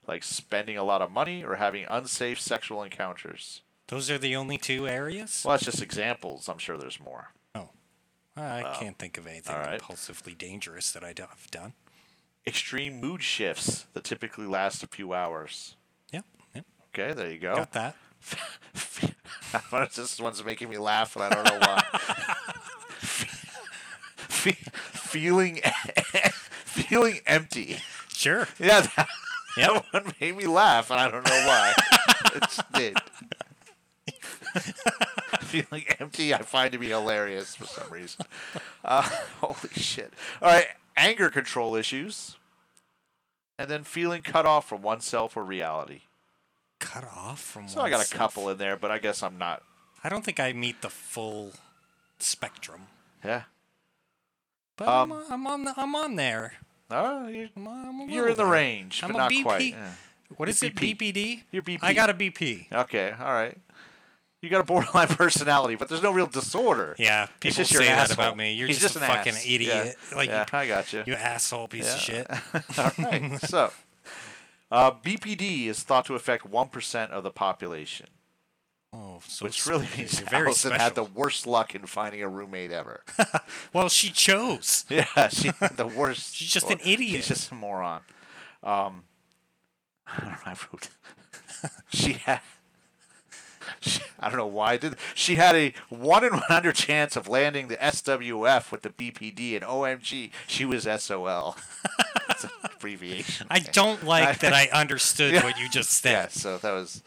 [SPEAKER 3] like spending a lot of money or having unsafe sexual encounters.
[SPEAKER 4] Those are the only two areas. Oh.
[SPEAKER 3] Well, that's just examples. I'm sure there's more.
[SPEAKER 4] I can't think of anything
[SPEAKER 3] uh, all right.
[SPEAKER 4] impulsively dangerous that I do- I've done.
[SPEAKER 3] Extreme mood shifts that typically last a few hours.
[SPEAKER 4] Yep. yep.
[SPEAKER 3] Okay, there you go.
[SPEAKER 4] Got that.
[SPEAKER 3] this one's making me laugh, and I don't know why. Fe- feeling, feeling empty.
[SPEAKER 4] Sure.
[SPEAKER 3] Yeah, that,
[SPEAKER 4] Yep.
[SPEAKER 3] that one made me laugh, and I don't know why. it just did. feeling empty, I find to be hilarious for some reason. Uh, holy shit! All right, anger control issues, and then feeling cut off from oneself or reality.
[SPEAKER 4] Cut off from.
[SPEAKER 3] So I got a
[SPEAKER 4] oneself.
[SPEAKER 3] couple in there, but I guess I'm not.
[SPEAKER 4] I don't think I meet the full spectrum,
[SPEAKER 3] Yeah.
[SPEAKER 4] but
[SPEAKER 3] Um,
[SPEAKER 4] I'm, I'm on the, I'm on there.
[SPEAKER 3] Oh, you-
[SPEAKER 4] I'm, I'm a
[SPEAKER 3] You're
[SPEAKER 4] little
[SPEAKER 3] in the
[SPEAKER 4] there.
[SPEAKER 3] range,
[SPEAKER 4] I'm
[SPEAKER 3] but
[SPEAKER 4] a
[SPEAKER 3] not
[SPEAKER 4] BP.
[SPEAKER 3] quite. Yeah.
[SPEAKER 4] What is it?
[SPEAKER 3] BP.
[SPEAKER 4] BPD.
[SPEAKER 3] You're BP.
[SPEAKER 4] I got a BP.
[SPEAKER 3] Okay, all right. You got a borderline personality, but there's no real disorder.
[SPEAKER 4] Yeah,
[SPEAKER 3] He's
[SPEAKER 4] people
[SPEAKER 3] just your
[SPEAKER 4] say that
[SPEAKER 3] asshole.
[SPEAKER 4] about me. You're
[SPEAKER 3] He's
[SPEAKER 4] just,
[SPEAKER 3] just
[SPEAKER 4] a
[SPEAKER 3] an
[SPEAKER 4] fucking
[SPEAKER 3] ass.
[SPEAKER 4] idiot.
[SPEAKER 3] Yeah.
[SPEAKER 4] Like
[SPEAKER 3] Yeah, I gotcha.
[SPEAKER 4] You asshole piece of shit.
[SPEAKER 3] all right. So, uh, BPD is thought to affect one percent of the population,
[SPEAKER 4] Oh, so
[SPEAKER 3] which really
[SPEAKER 4] special.
[SPEAKER 3] means
[SPEAKER 4] You're very
[SPEAKER 3] Allison
[SPEAKER 4] special.
[SPEAKER 3] had the worst luck in finding a roommate ever.
[SPEAKER 4] well, she chose.
[SPEAKER 3] yeah, she had the worst.
[SPEAKER 4] She's just an
[SPEAKER 3] or-
[SPEAKER 4] idiot.
[SPEAKER 3] She's just a moron. Um, I don't know. I wrote. she had. She, I don't know why I did. She had a one in one hundred chance of landing the SWF with the BPD, and OMG, she was SOL. it's an abbreviation.
[SPEAKER 4] I don't like that I understood
[SPEAKER 3] Yeah.
[SPEAKER 4] what you just said.
[SPEAKER 3] Yeah, so that was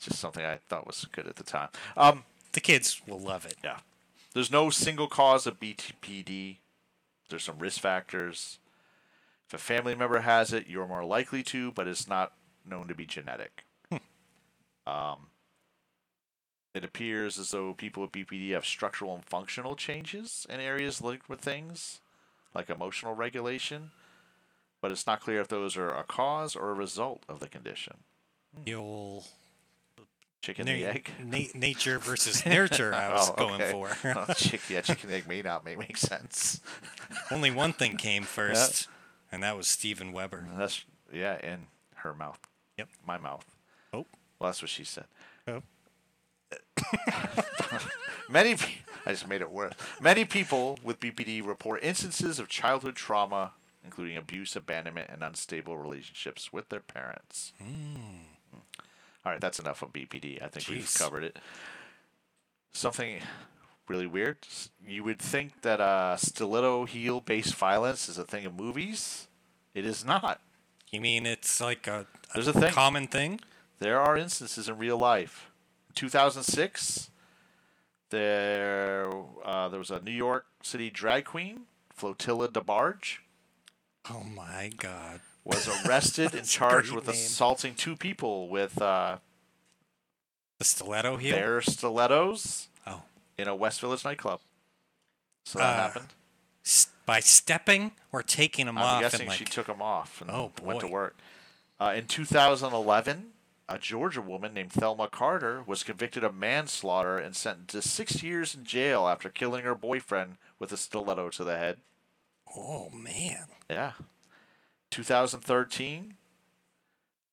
[SPEAKER 3] just something I thought was good at the time. Um,
[SPEAKER 4] The kids will love it.
[SPEAKER 3] yeah. There's no single cause of BTPD. There's some risk factors. If a family member has it, you're more likely to, but it's not known to be genetic. Hmm. um, it appears as though people with BPD have structural and functional changes in areas linked with things like emotional regulation, but it's not clear if those are a cause or a result of the condition.
[SPEAKER 4] You'll
[SPEAKER 3] Chicken
[SPEAKER 4] Na-
[SPEAKER 3] the egg?
[SPEAKER 4] na- nature versus nurture, I was
[SPEAKER 3] Oh,
[SPEAKER 4] going
[SPEAKER 3] okay.
[SPEAKER 4] for.
[SPEAKER 3] oh, chick, yeah, chicken egg may not make, make sense.
[SPEAKER 4] Only one thing came first, and that was Steven Weber.
[SPEAKER 3] That's yeah, in her mouth.
[SPEAKER 4] Yep.
[SPEAKER 3] My mouth.
[SPEAKER 4] Oh.
[SPEAKER 3] Well, that's what she said.
[SPEAKER 4] Oh.
[SPEAKER 3] Many, pe- I just made it worse. Many people with BPD report instances of childhood trauma, including abuse, abandonment, and unstable relationships with their parents. All right, that's enough of BPD. I think we've
[SPEAKER 4] Hmm. Jeez.
[SPEAKER 3] covered it. Something really weird. s- You would think that uh, stiletto heel based violence is a thing in movies. It is not.
[SPEAKER 4] You mean it's like a, a
[SPEAKER 3] There's a thing.
[SPEAKER 4] common thing?
[SPEAKER 3] There are instances in real life. 2006, there uh, there was a New York City drag queen, Flotilla DeBarge,
[SPEAKER 4] Oh my God.
[SPEAKER 3] was arrested and
[SPEAKER 4] That's a
[SPEAKER 3] charged
[SPEAKER 4] great
[SPEAKER 3] with
[SPEAKER 4] name.
[SPEAKER 3] assaulting two people with uh,
[SPEAKER 4] The stiletto heel?
[SPEAKER 3] their stilettos
[SPEAKER 4] Oh.
[SPEAKER 3] in a West Village nightclub. So that
[SPEAKER 4] Uh,
[SPEAKER 3] happened.
[SPEAKER 4] S- by stepping or taking them
[SPEAKER 3] I'm
[SPEAKER 4] off? And
[SPEAKER 3] guessing
[SPEAKER 4] like,
[SPEAKER 3] she took them off and
[SPEAKER 4] Oh,
[SPEAKER 3] went to
[SPEAKER 4] boy.
[SPEAKER 3] work. Uh, in 2011, a Georgia woman named Thelma Carter was convicted of manslaughter and sentenced to six years in jail after killing her boyfriend with a stiletto to the head.
[SPEAKER 4] oh man.
[SPEAKER 3] Yeah. 2013,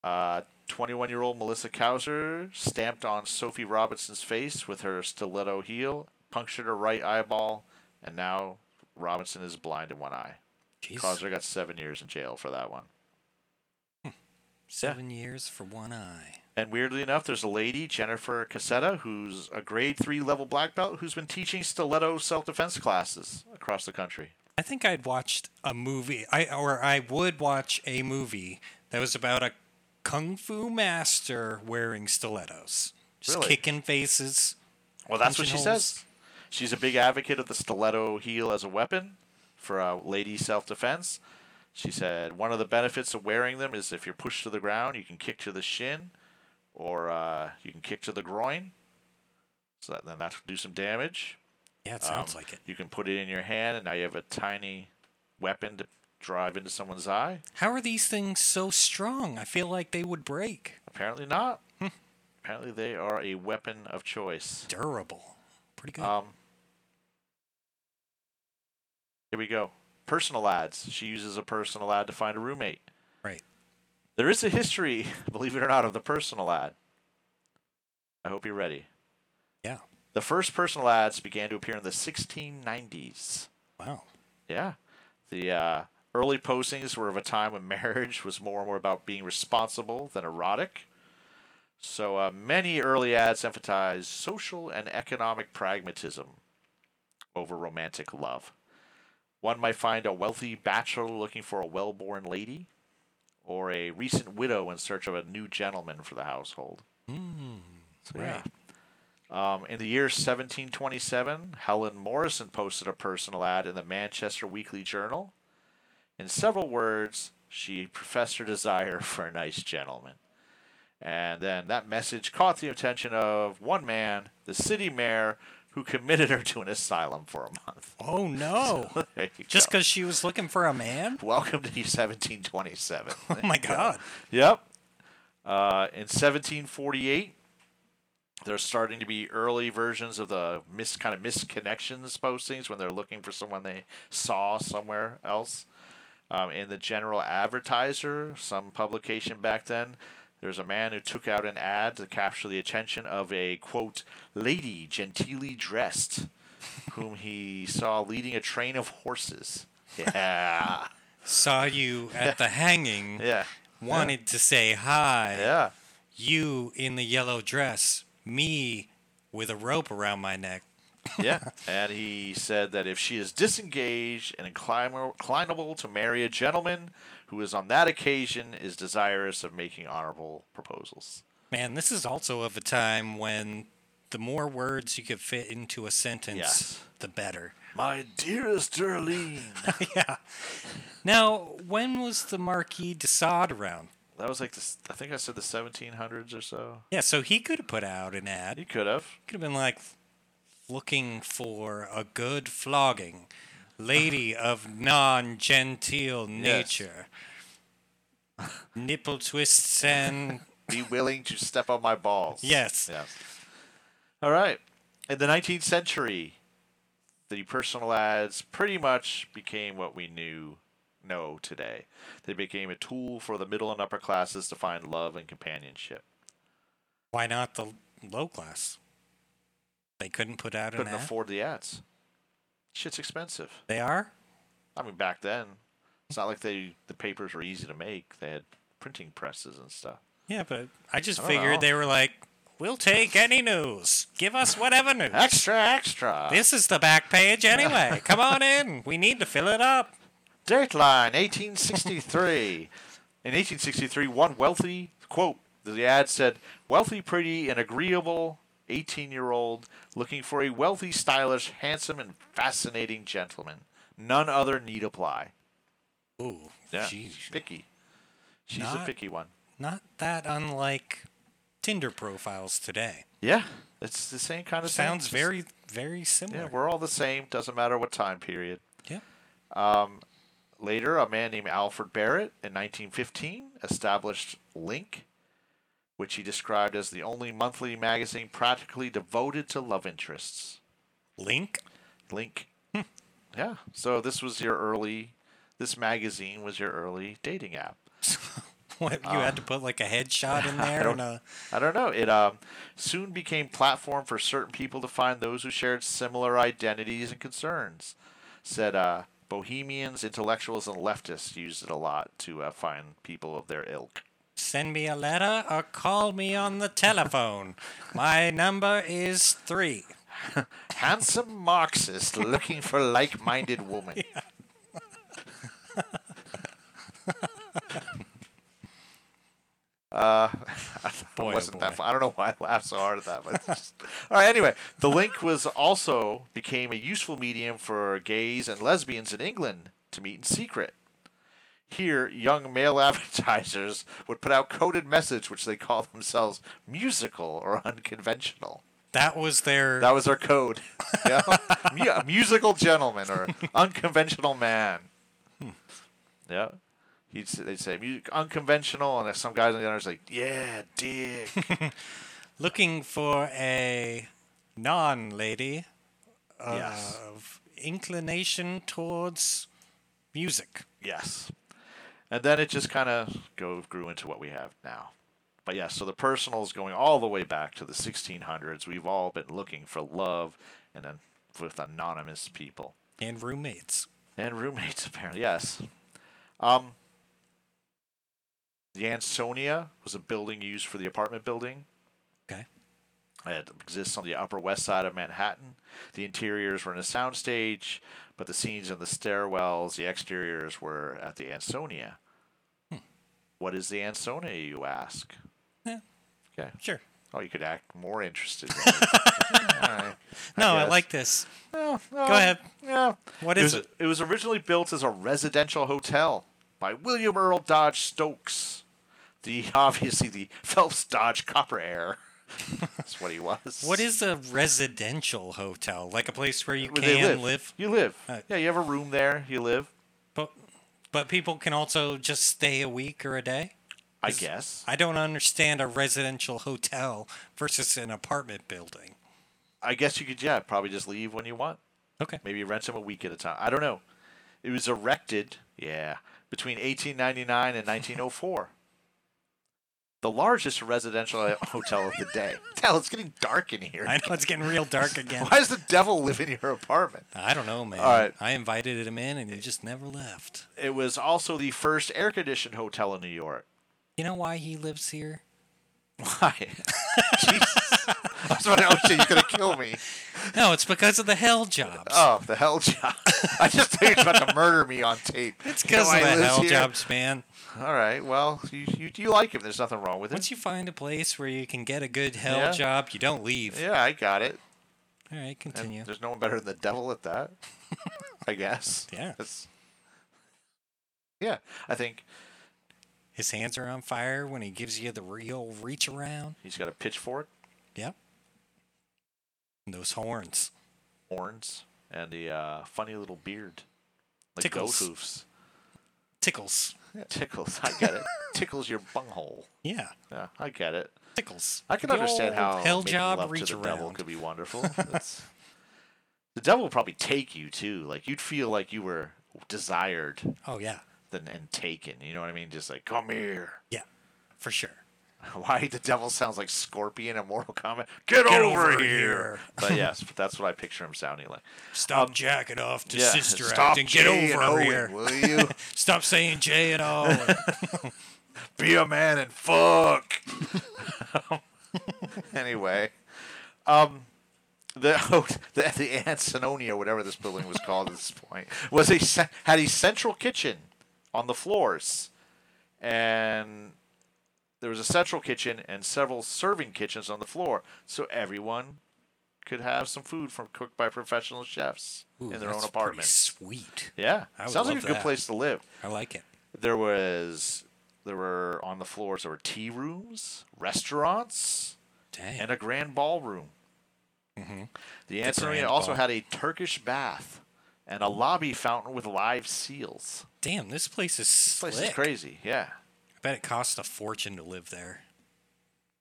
[SPEAKER 3] 21 year old uh, Melissa Kauser stamped on Sophie Robinson's face with her stiletto heel, punctured her right eyeball, and now Robinson is blind in one eye.
[SPEAKER 4] Jeez.
[SPEAKER 3] Kauser got seven years in jail for that one.
[SPEAKER 4] Seven years for one eye.
[SPEAKER 3] And weirdly enough, there's a lady, Jennifer Cassetta, who's a grade three level black belt, who's been teaching stiletto self defense classes across the country.
[SPEAKER 4] I think I'd watched a movie, I or I would watch a movie that was about a kung fu master wearing stilettos, just
[SPEAKER 3] Really?
[SPEAKER 4] kicking faces.
[SPEAKER 3] Well, that's what she
[SPEAKER 4] punching
[SPEAKER 3] says. She's a big advocate of the stiletto heel as a weapon for uh, lady self defense. She said one of the benefits of wearing them is if you're pushed to the ground, you can kick to the shin or uh, you can kick to the groin. So that, then that will do some damage.
[SPEAKER 4] Yeah, it sounds
[SPEAKER 3] Um,
[SPEAKER 4] like it.
[SPEAKER 3] You can put it in your hand, and now you have a tiny weapon to drive into someone's eye.
[SPEAKER 4] How are these things so strong? I feel like they would break.
[SPEAKER 3] Apparently not. Apparently they are a weapon of choice.
[SPEAKER 4] Durable. Pretty good.
[SPEAKER 3] Um, here we go. Personal ads. She uses a personal ad to find a roommate.
[SPEAKER 4] right.
[SPEAKER 3] There is a history, believe it or not, of the personal ad. I hope you're ready.
[SPEAKER 4] Yeah.
[SPEAKER 3] The first personal ads began to appear in the 1690s.
[SPEAKER 4] Wow.
[SPEAKER 3] Yeah. The uh, early postings were of a time when marriage was more and more about being responsible than erotic. So uh, many early ads emphasized social and economic pragmatism over romantic love. One might find a wealthy bachelor looking for a well born lady, or a recent widow in search of a new gentleman for the household. So, yeah. Um, in the year 1727, Helen Morrison posted a personal ad in the Manchester Weekly Journal. In several words, she professed her desire for a nice gentleman. And then that message caught the attention of one man, the city mayor, who committed her to an asylum for a month.
[SPEAKER 4] Oh no.
[SPEAKER 3] There you
[SPEAKER 4] Just
[SPEAKER 3] go.
[SPEAKER 4] because she was looking for a man?
[SPEAKER 3] Welcome to 1727.
[SPEAKER 4] Oh my God.
[SPEAKER 3] Yep. Uh, in 1748, there's starting to be early versions of the mis kind of misconnections postings when they're looking for someone they saw somewhere else. Um, in the General Advertiser, some publication back then, there's a man who took out an ad to capture the attention of a quote lady genteelly dressed, whom he saw leading a train of horses. Yeah,
[SPEAKER 4] Saw you at the hanging.
[SPEAKER 3] yeah,
[SPEAKER 4] Wanted to say hi.
[SPEAKER 3] yeah.
[SPEAKER 4] You in the yellow dress. Me with a rope around my neck.
[SPEAKER 3] yeah. And he said that if she is disengaged and inclin- inclinable to marry a gentleman who is on that occasion is desirous of making honorable proposals.
[SPEAKER 4] Man, this is also of a time when the more words you could fit into a sentence,
[SPEAKER 3] Yes.
[SPEAKER 4] the better.
[SPEAKER 3] My dearest Darlene.
[SPEAKER 4] yeah. Now, when was the Marquis de Sade around?
[SPEAKER 3] that was like, the, s- I think I said the 1700s or so.
[SPEAKER 4] Yeah, so he could have put out an ad.
[SPEAKER 3] He could have.
[SPEAKER 4] could have been like looking for a good flogging lady of non genteel
[SPEAKER 3] Yes.
[SPEAKER 4] nature. Nipple twists and
[SPEAKER 3] Be willing to step on my balls.
[SPEAKER 4] Yes.
[SPEAKER 3] Yes. All right. In the 19th century, the personal ads pretty much became what we knew know today. They became a tool for the middle and upper classes to find love and companionship.
[SPEAKER 4] Why not the low class? They couldn't put out
[SPEAKER 3] Couldn't
[SPEAKER 4] an ad.
[SPEAKER 3] afford the ads. Shit's expensive.
[SPEAKER 4] They are.
[SPEAKER 3] I mean, back then, it's not like they the papers were easy to make. They had printing presses and stuff.
[SPEAKER 4] Yeah, but I just
[SPEAKER 3] I don't
[SPEAKER 4] figured
[SPEAKER 3] know.
[SPEAKER 4] they were like, "We'll take any news. Give us whatever news.
[SPEAKER 3] Extra, extra.
[SPEAKER 4] This is the back page anyway. Come on in. We need to fill it up."
[SPEAKER 3] Dateline, 1863. In 1863, one wealthy, quote, the ad said, wealthy, pretty, and agreeable 18 year old looking for a wealthy, stylish, handsome, and fascinating gentleman. None other need apply.
[SPEAKER 4] Ooh,
[SPEAKER 3] Yeah.
[SPEAKER 4] Jeez.
[SPEAKER 3] Picky. She's a
[SPEAKER 4] Not-
[SPEAKER 3] picky one.
[SPEAKER 4] Not that unlike Tinder profiles today.
[SPEAKER 3] Yeah. It's the same kind of thing,
[SPEAKER 4] Sounds
[SPEAKER 3] just-
[SPEAKER 4] very, very
[SPEAKER 3] Yeah,
[SPEAKER 4] similar.
[SPEAKER 3] we're all the same. Doesn't matter what time period.
[SPEAKER 4] Yeah.
[SPEAKER 3] Um, later, a man named Alfred Barrett in 1915 established Link, which he described as the only monthly magazine practically devoted to love interests.
[SPEAKER 4] Link?
[SPEAKER 3] Link. yeah. So this was your early, this magazine was your early dating app.
[SPEAKER 4] What, you had to put like a headshot in
[SPEAKER 3] Uh, I
[SPEAKER 4] there
[SPEAKER 3] don't,
[SPEAKER 4] and a
[SPEAKER 3] I don't know. It um, soon became platform for certain people to find those who shared similar identities and concerns. Said uh, bohemians, intellectuals, and leftists used it a lot to uh, find people of their ilk.
[SPEAKER 4] send me a letter or call me on the telephone. My number is three.
[SPEAKER 3] Handsome Marxist looking for like-minded woman. Uh,
[SPEAKER 4] Boy, oh
[SPEAKER 3] it
[SPEAKER 4] boy.
[SPEAKER 3] wasn't that fun. I don't know why I laughed so hard at that. But it's just... All right, anyway, the link was also became a useful medium for gays and lesbians in England to meet in secret. Here, young male advertisers would put out coded message, which they called themselves musical or unconventional.
[SPEAKER 4] That was their.
[SPEAKER 3] That was their code. Yeah, Mu- a musical gentleman or unconventional man. Yeah, he'd say, they'd say music unconventional, and then some guys on the other side like, yeah, dick.
[SPEAKER 4] looking for a non lady of
[SPEAKER 3] Yes.
[SPEAKER 4] inclination towards music.
[SPEAKER 3] Yes. And then it just kind of go grew into what we have now. But yeah, so the personal is going all the way back to the 1600s. We've all been looking for love and then with anonymous people
[SPEAKER 4] And roommates.
[SPEAKER 3] and roommates apparently. Yes. Um the Ansonia was a building used for the apartment building.
[SPEAKER 4] Okay.
[SPEAKER 3] It exists on the Upper West Side of Manhattan. The interiors were in a soundstage, but the scenes in the stairwells, the exteriors were at the Ansonia. What is the Ansonia, you ask?
[SPEAKER 4] Hmm. Yeah.
[SPEAKER 3] Okay.
[SPEAKER 4] Sure.
[SPEAKER 3] Oh, you could act more interested. in it. All right.
[SPEAKER 4] No, I,
[SPEAKER 3] guess.
[SPEAKER 4] like this.
[SPEAKER 3] Well,
[SPEAKER 4] Go ahead.
[SPEAKER 3] Yeah.
[SPEAKER 4] What
[SPEAKER 3] it
[SPEAKER 4] is
[SPEAKER 3] was,
[SPEAKER 4] it?
[SPEAKER 3] It was originally built as a residential hotel by William Earl Dodge Stokes, the obviously the Phelps Dodge Copper heir. That's what he was.
[SPEAKER 4] What is a residential hotel? Like a place where you
[SPEAKER 3] Where they
[SPEAKER 4] can
[SPEAKER 3] live.
[SPEAKER 4] live.
[SPEAKER 3] You live.
[SPEAKER 4] Uh,
[SPEAKER 3] yeah, you have a room there. You live.
[SPEAKER 4] But but people can also just stay a week or a day?
[SPEAKER 3] I
[SPEAKER 4] Is-
[SPEAKER 3] guess.
[SPEAKER 4] I don't understand a residential hotel versus an apartment building.
[SPEAKER 3] I guess you could, yeah, probably just leave when you want.
[SPEAKER 4] Okay.
[SPEAKER 3] Maybe rent them a week at a time. I don't know. It was erected, yeah, between 1899 and 1904. the largest residential hotel of the day. Hell, it's getting dark in here.
[SPEAKER 4] I know it's getting real dark again.
[SPEAKER 3] Why does the devil live in your apartment?
[SPEAKER 4] I don't know, man.
[SPEAKER 3] All right.
[SPEAKER 4] I invited him in and he just never left.
[SPEAKER 3] It was also the first air conditioned hotel in New York.
[SPEAKER 4] You know why he lives here?
[SPEAKER 3] Why? Jesus. I was about to, oh shit, you're going to kill me.
[SPEAKER 4] No, it's because of the hell jobs.
[SPEAKER 3] Oh, the hell job. I just think you're about to murder me on tape.
[SPEAKER 4] it's
[SPEAKER 3] You know
[SPEAKER 4] because
[SPEAKER 3] why he
[SPEAKER 4] of the
[SPEAKER 3] lives
[SPEAKER 4] hell
[SPEAKER 3] here?
[SPEAKER 4] jobs, man.
[SPEAKER 3] All right. Well, you, you, you like him. There's nothing wrong with it.
[SPEAKER 4] Once you find a place where you can get a good hell
[SPEAKER 3] Yeah.
[SPEAKER 4] job, you don't leave.
[SPEAKER 3] Yeah, I got it.
[SPEAKER 4] All right,
[SPEAKER 3] And
[SPEAKER 4] continue.
[SPEAKER 3] There's no one better than the devil at that. I guess.
[SPEAKER 4] Yeah.
[SPEAKER 3] That's- yeah. I think
[SPEAKER 4] His hands are on fire when he gives you the real reach around.
[SPEAKER 3] he's got a pitchfork,
[SPEAKER 4] Yep. And those horns.
[SPEAKER 3] horns, and the uh, funny little beard, like goat
[SPEAKER 4] Tickles.
[SPEAKER 3] hoofs.
[SPEAKER 4] Tickles.
[SPEAKER 3] Tickles. I get it. Tickles your bunghole.
[SPEAKER 4] Yeah.
[SPEAKER 3] Yeah, I get it.
[SPEAKER 4] Tickles.
[SPEAKER 3] I can
[SPEAKER 4] The
[SPEAKER 3] understand how
[SPEAKER 4] old hell
[SPEAKER 3] making
[SPEAKER 4] job
[SPEAKER 3] love
[SPEAKER 4] reach
[SPEAKER 3] to the devil
[SPEAKER 4] around.
[SPEAKER 3] could be wonderful. That's- the devil would probably take you too. Like you'd feel like you were desired.
[SPEAKER 4] Oh, yeah.
[SPEAKER 3] Than and taken. You know what I mean? Just like come here.
[SPEAKER 4] Yeah, for sure.
[SPEAKER 3] Why the devil sounds like Scorpion in Mortal Kombat? Get,
[SPEAKER 4] Get
[SPEAKER 3] over,
[SPEAKER 4] over
[SPEAKER 3] here.
[SPEAKER 4] here.
[SPEAKER 3] but yes, that's what I picture him sounding like.
[SPEAKER 4] Stop jacking off to
[SPEAKER 3] Um, yeah,
[SPEAKER 4] sister
[SPEAKER 3] stop
[SPEAKER 4] act and get
[SPEAKER 3] Jay and
[SPEAKER 4] over
[SPEAKER 3] Owen,
[SPEAKER 4] here.
[SPEAKER 3] will you?
[SPEAKER 4] stop saying J and O.
[SPEAKER 3] Be a man and fuck. anyway, um, the oh, the the Ansonia, whatever this building was called at this point, was a ce- had a central kitchen on the floors, and there was a central kitchen and several serving kitchens on the floor, so everyone could have some food from cooked by professional chefs
[SPEAKER 4] Ooh,
[SPEAKER 3] in
[SPEAKER 4] that's
[SPEAKER 3] their own
[SPEAKER 4] pretty
[SPEAKER 3] apartment.
[SPEAKER 4] Sweet.
[SPEAKER 3] Yeah,
[SPEAKER 4] I would
[SPEAKER 3] sounds like a
[SPEAKER 4] love
[SPEAKER 3] good
[SPEAKER 4] that.
[SPEAKER 3] place to live.
[SPEAKER 4] I like it.
[SPEAKER 3] There was there were on the floors there were tea rooms, restaurants,
[SPEAKER 4] Dang.
[SPEAKER 3] and a grand ballroom.
[SPEAKER 4] Mm-hmm.
[SPEAKER 3] The
[SPEAKER 4] The
[SPEAKER 3] Ansonia
[SPEAKER 4] grand
[SPEAKER 3] also
[SPEAKER 4] ball.
[SPEAKER 3] had a Turkish bath and a lobby fountain with live seals.
[SPEAKER 4] Damn, this place is
[SPEAKER 3] This place
[SPEAKER 4] slick.
[SPEAKER 3] is crazy. Yeah,
[SPEAKER 4] I bet it cost a fortune to live there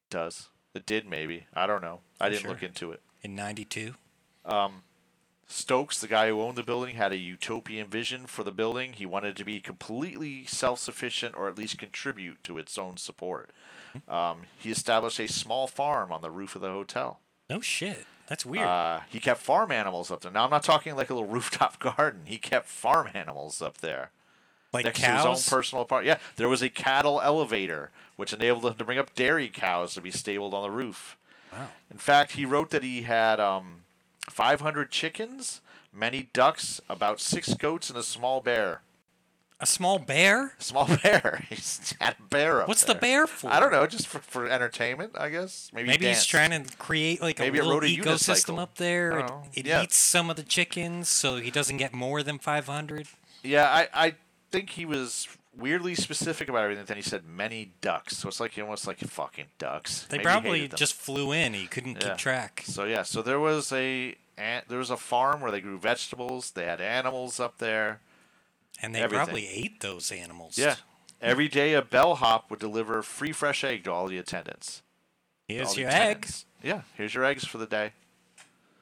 [SPEAKER 3] it does it did maybe I don't know. I
[SPEAKER 4] I'm
[SPEAKER 3] didn't
[SPEAKER 4] sure.
[SPEAKER 3] look into it.
[SPEAKER 4] in '92.
[SPEAKER 3] Um, Stokes, the guy who owned the building, had a utopian vision for the building. He wanted to be completely self sufficient or at least contribute to its own support. Um, he established a small farm on the roof of the hotel.
[SPEAKER 4] No shit. That's weird.
[SPEAKER 3] Uh, he kept farm animals up there. Now, I'm not talking like a little rooftop garden. He kept farm animals up there.
[SPEAKER 4] Like
[SPEAKER 3] next to
[SPEAKER 4] cows?
[SPEAKER 3] his own personal apartment. Yeah, there was a cattle elevator, which enabled him to bring up dairy cows to be stabled on the roof.
[SPEAKER 4] Wow.
[SPEAKER 3] In fact, he wrote that he had um, 500 chickens, many ducks, about six goats, and a small bear.
[SPEAKER 4] A small bear?
[SPEAKER 3] Small bear. He's had a bear up
[SPEAKER 4] What's
[SPEAKER 3] there.
[SPEAKER 4] the bear for?
[SPEAKER 3] I don't know, just for, for entertainment, I guess. Maybe, he
[SPEAKER 4] Maybe he's
[SPEAKER 3] danced.
[SPEAKER 4] trying to create like
[SPEAKER 3] Maybe it
[SPEAKER 4] a little
[SPEAKER 3] rode a
[SPEAKER 4] ecosystem
[SPEAKER 3] unicycle.
[SPEAKER 4] up there.
[SPEAKER 3] I
[SPEAKER 4] It,
[SPEAKER 3] don't know.
[SPEAKER 4] it
[SPEAKER 3] Yeah.
[SPEAKER 4] eats some of the chickens, so he doesn't get more than 500.
[SPEAKER 3] Yeah, I, I think he was weirdly specific about everything. Then he said many ducks, so it's like he almost like fucking ducks.
[SPEAKER 4] They
[SPEAKER 3] Maybe he
[SPEAKER 4] probably
[SPEAKER 3] hated them.
[SPEAKER 4] just flew in. He couldn't
[SPEAKER 3] Yeah.
[SPEAKER 4] keep track.
[SPEAKER 3] So yeah, so there was a an- there was a farm where they grew vegetables. They had animals up there.
[SPEAKER 4] And they
[SPEAKER 3] Everything.
[SPEAKER 4] probably ate those animals.
[SPEAKER 3] Yeah. Every day, a bellhop would deliver free fresh egg to all the attendants.
[SPEAKER 4] Here's
[SPEAKER 3] All the
[SPEAKER 4] your
[SPEAKER 3] attendants. Yeah, here's your eggs for the day.